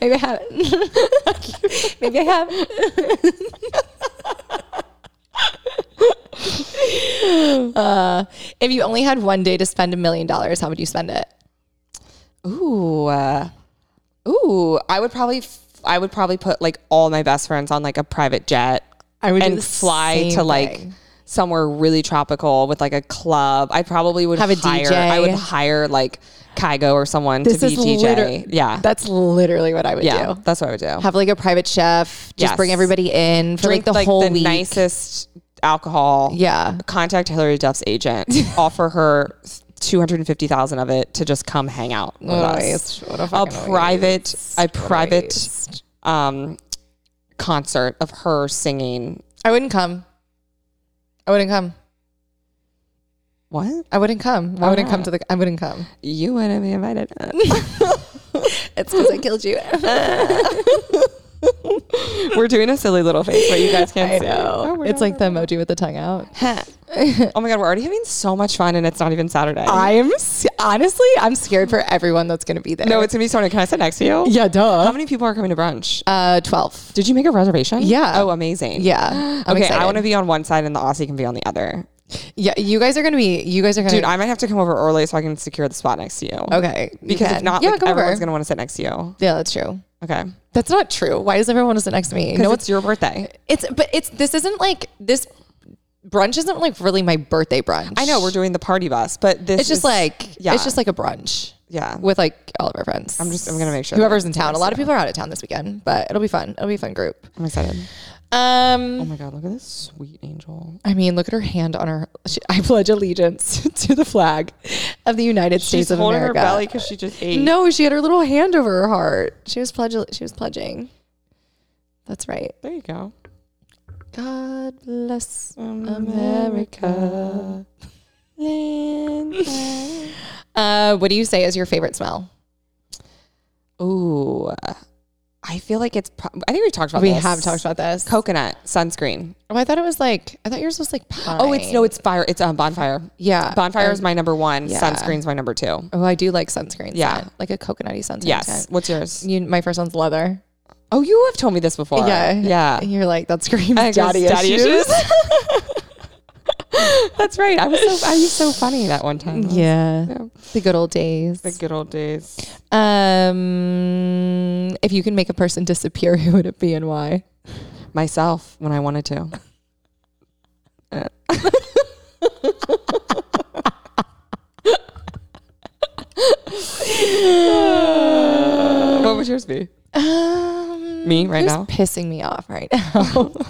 [SPEAKER 1] [LAUGHS] Maybe I have. Maybe I have. [LAUGHS] uh, if you only had one day to spend a million dollars, how would you spend it?
[SPEAKER 2] Ooh. Uh, ooh. I would probably f- I would probably put like all my best friends on like a private jet
[SPEAKER 1] I would do
[SPEAKER 2] and
[SPEAKER 1] the
[SPEAKER 2] fly
[SPEAKER 1] same
[SPEAKER 2] to like
[SPEAKER 1] thing.
[SPEAKER 2] somewhere really tropical with like a club. I probably would
[SPEAKER 1] Have a
[SPEAKER 2] hire,
[SPEAKER 1] DJ.
[SPEAKER 2] I would hire like Kygo or someone to be DJ.
[SPEAKER 1] liter-
[SPEAKER 2] yeah.
[SPEAKER 1] That's literally what I would
[SPEAKER 2] yeah.
[SPEAKER 1] do.
[SPEAKER 2] That's what I would do.
[SPEAKER 1] Have like a private chef, just
[SPEAKER 2] Yes.
[SPEAKER 1] bring everybody in for like the whole week.
[SPEAKER 2] nicest alcohol.
[SPEAKER 1] Yeah.
[SPEAKER 2] Contact Hillary Duff's
[SPEAKER 1] [LAUGHS]
[SPEAKER 2] agent. offer her two hundred and fifty thousand of it to just come hang out with
[SPEAKER 1] Nice.
[SPEAKER 2] us.
[SPEAKER 1] What a
[SPEAKER 2] A
[SPEAKER 1] fucking
[SPEAKER 2] private, a private
[SPEAKER 1] waste.
[SPEAKER 2] um, concert of her singing.
[SPEAKER 1] I wouldn't come. I wouldn't come.
[SPEAKER 2] What?
[SPEAKER 1] I wouldn't come. I
[SPEAKER 2] Why
[SPEAKER 1] wouldn't come
[SPEAKER 2] not?
[SPEAKER 1] to the. I wouldn't come.
[SPEAKER 2] You wouldn't be invited.
[SPEAKER 1] [LAUGHS] It's because [LAUGHS] I killed you.
[SPEAKER 2] [LAUGHS] We're doing a silly little face, but you guys can't
[SPEAKER 1] I
[SPEAKER 2] see.
[SPEAKER 1] know.
[SPEAKER 2] Oh, we're
[SPEAKER 1] it's
[SPEAKER 2] not-
[SPEAKER 1] like the emoji with the tongue out.
[SPEAKER 2] [LAUGHS] oh my god, we're already having so much fun, and it's not even Saturday.
[SPEAKER 1] I'm s- honestly, I'm scared for everyone that's gonna be there. Um,
[SPEAKER 2] no, it's gonna be Saturday. Can I sit next to you?
[SPEAKER 1] yeah, duh.
[SPEAKER 2] How many people are coming to brunch?
[SPEAKER 1] uh, twelve.
[SPEAKER 2] Did you make a reservation?
[SPEAKER 1] Yeah.
[SPEAKER 2] Oh, amazing.
[SPEAKER 1] Yeah. I'm [GASPS]
[SPEAKER 2] okay,
[SPEAKER 1] excited.
[SPEAKER 2] I want to be on one side and the Aussie can be on the other.
[SPEAKER 1] Yeah, you guys are gonna be. You guys are gonna.
[SPEAKER 2] Dude, I might have to come over early so I can secure the spot next to Oh, you.
[SPEAKER 1] okay. you
[SPEAKER 2] Because if
[SPEAKER 1] can.
[SPEAKER 2] not,
[SPEAKER 1] yeah,
[SPEAKER 2] like,
[SPEAKER 1] come over.
[SPEAKER 2] everyone's going to want to sit next to you.
[SPEAKER 1] Yeah, that's true.
[SPEAKER 2] Okay.
[SPEAKER 1] That's not true. Why does everyone want to sit next to me?
[SPEAKER 2] No,
[SPEAKER 1] No,
[SPEAKER 2] it's your birthday.
[SPEAKER 1] it's but it's this isn't like this brunch isn't like really my birthday brunch.
[SPEAKER 2] I know we're doing the party bus, but this
[SPEAKER 1] It's just
[SPEAKER 2] is-
[SPEAKER 1] like
[SPEAKER 2] yeah.
[SPEAKER 1] it's just like a brunch
[SPEAKER 2] yeah.
[SPEAKER 1] with like all of our friends.
[SPEAKER 2] I'm just I'm going to make sure that
[SPEAKER 1] whoever's in
[SPEAKER 2] it's
[SPEAKER 1] town. A
[SPEAKER 2] nice.
[SPEAKER 1] lot of people are out of town this weekend, but it'll be fun. It'll be a fun group.
[SPEAKER 2] I'm excited. Oh
[SPEAKER 1] Um,
[SPEAKER 2] my god, look at this sweet angel.
[SPEAKER 1] I mean, look at her hand on her. She, I pledge allegiance [LAUGHS] to the flag of the United States
[SPEAKER 2] She's
[SPEAKER 1] of
[SPEAKER 2] holding
[SPEAKER 1] America.
[SPEAKER 2] her belly cuz she just ate.
[SPEAKER 1] No, she had her little hand over her heart. She was pledge. She was pledging. That's right.
[SPEAKER 2] There you go.
[SPEAKER 1] God bless
[SPEAKER 2] America.
[SPEAKER 1] [LAUGHS] Uh, what do you say is your favorite smell?
[SPEAKER 2] Ooh. I feel like it's pro- I think we talked about
[SPEAKER 1] We
[SPEAKER 2] this.
[SPEAKER 1] have talked about this.
[SPEAKER 2] coconut sunscreen.
[SPEAKER 1] Oh, I thought it was like I thought yours was like pine.
[SPEAKER 2] Oh, it's no, it's fire. It's um, bonfire.
[SPEAKER 1] yeah.
[SPEAKER 2] Bonfire is my number one.
[SPEAKER 1] yeah.
[SPEAKER 2] Sunscreen's my number two.
[SPEAKER 1] Oh, I do like sunscreen.
[SPEAKER 2] Yeah.
[SPEAKER 1] scent, like a coconutty sunscreen.
[SPEAKER 2] Yes.
[SPEAKER 1] scent.
[SPEAKER 2] What's yours?
[SPEAKER 1] You, my first one's leather.
[SPEAKER 2] Oh, you have told me this before.
[SPEAKER 1] Yeah.
[SPEAKER 2] Yeah. [LAUGHS]
[SPEAKER 1] And you're like that screams
[SPEAKER 2] I think
[SPEAKER 1] daddy,
[SPEAKER 2] it's daddy
[SPEAKER 1] issues. [LAUGHS]
[SPEAKER 2] That's right. I was so I was so funny that one time.
[SPEAKER 1] yeah.
[SPEAKER 2] Yeah.
[SPEAKER 1] The good old days.
[SPEAKER 2] The good old days.
[SPEAKER 1] Um, if you can make a person disappear, [LAUGHS] who would it be and
[SPEAKER 2] [LAUGHS]
[SPEAKER 1] why?
[SPEAKER 2] Myself when I wanted to. what would yours be?
[SPEAKER 1] Um,
[SPEAKER 2] Me right
[SPEAKER 1] who's
[SPEAKER 2] now?
[SPEAKER 1] pissing me off right now. [LAUGHS]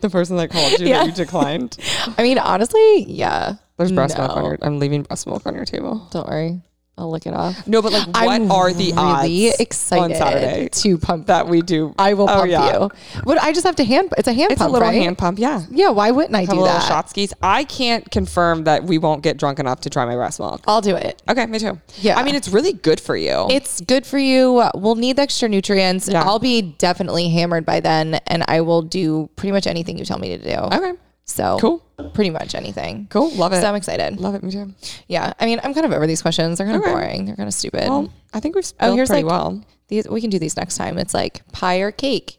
[SPEAKER 2] The person that called you
[SPEAKER 1] Yeah.
[SPEAKER 2] that you declined.
[SPEAKER 1] I mean, honestly, yeah.
[SPEAKER 2] There's breast milk on
[SPEAKER 1] No.
[SPEAKER 2] your. I'm leaving breast milk on your table.
[SPEAKER 1] Don't worry.
[SPEAKER 2] I'll look it up. No, but like, what are the
[SPEAKER 1] really
[SPEAKER 2] odds
[SPEAKER 1] excited
[SPEAKER 2] on Saturday
[SPEAKER 1] to pump
[SPEAKER 2] that we do?
[SPEAKER 1] I will
[SPEAKER 2] Oh,
[SPEAKER 1] pump
[SPEAKER 2] yeah.
[SPEAKER 1] you. But I just have to hand. It's a hand
[SPEAKER 2] It's
[SPEAKER 1] pump,
[SPEAKER 2] a little
[SPEAKER 1] right?
[SPEAKER 2] hand pump, yeah.
[SPEAKER 1] Yeah. Why wouldn't I
[SPEAKER 2] Have
[SPEAKER 1] do
[SPEAKER 2] a little
[SPEAKER 1] that?
[SPEAKER 2] shot skis. I can't confirm that we won't get drunk enough to try my breast milk.
[SPEAKER 1] I'll do it.
[SPEAKER 2] Okay, me too.
[SPEAKER 1] Yeah.
[SPEAKER 2] I mean, it's really good for you.
[SPEAKER 1] It's good for you. We'll need the extra nutrients.
[SPEAKER 2] Yeah.
[SPEAKER 1] I'll be definitely hammered by then, and I will do pretty much anything you tell me to do.
[SPEAKER 2] okay.
[SPEAKER 1] So
[SPEAKER 2] Cool.
[SPEAKER 1] Pretty much anything.
[SPEAKER 2] Cool. Love it.
[SPEAKER 1] So I'm excited.
[SPEAKER 2] Love it. Me too.
[SPEAKER 1] Yeah. I mean, I'm kind of over these questions. They're kind of
[SPEAKER 2] Okay.
[SPEAKER 1] boring. They're kind of stupid.
[SPEAKER 2] Well, I think we've
[SPEAKER 1] oh,
[SPEAKER 2] spelled
[SPEAKER 1] here's
[SPEAKER 2] pretty
[SPEAKER 1] like
[SPEAKER 2] well.
[SPEAKER 1] these. We can do these next time. It's like pie or cake,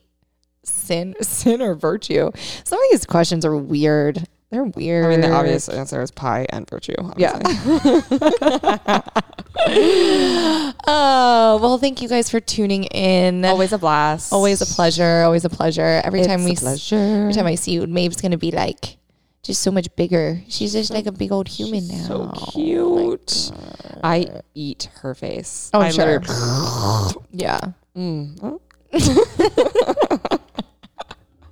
[SPEAKER 1] sin, [LAUGHS] sin or virtue. Some of these questions are weird. They're weird.
[SPEAKER 2] I mean, the obvious answer is pie and virtue.
[SPEAKER 1] Yeah.
[SPEAKER 2] obviously.
[SPEAKER 1] Oh well, thank you guys for tuning in.
[SPEAKER 2] [LAUGHS] Always a blast.
[SPEAKER 1] Always a pleasure. Always a pleasure. Every time
[SPEAKER 2] It's
[SPEAKER 1] we
[SPEAKER 2] a
[SPEAKER 1] s-
[SPEAKER 2] pleasure.
[SPEAKER 1] every time I see you, Maeve's gonna be like just so much bigger. She's just like a big old human now.
[SPEAKER 2] so cute. I eat her face.
[SPEAKER 1] Oh, I'm
[SPEAKER 2] I
[SPEAKER 1] sure.
[SPEAKER 2] literally-
[SPEAKER 1] [LAUGHS] Yeah.
[SPEAKER 2] Mm.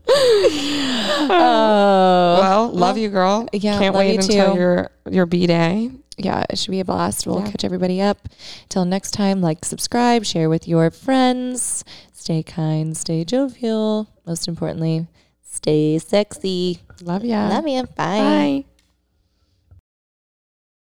[SPEAKER 1] Oh.
[SPEAKER 2] Well, love you, girl.
[SPEAKER 1] yeah,
[SPEAKER 2] Can't
[SPEAKER 1] love
[SPEAKER 2] wait
[SPEAKER 1] you
[SPEAKER 2] until
[SPEAKER 1] too.
[SPEAKER 2] your your b day.
[SPEAKER 1] yeah, it should be a blast. We'll
[SPEAKER 2] Yeah.
[SPEAKER 1] catch everybody up. Till next time, like, subscribe, share with your friends. Stay kind, stay jovial. Most importantly, stay sexy.
[SPEAKER 2] Love ya.
[SPEAKER 1] Love you. Bye.
[SPEAKER 2] Bye.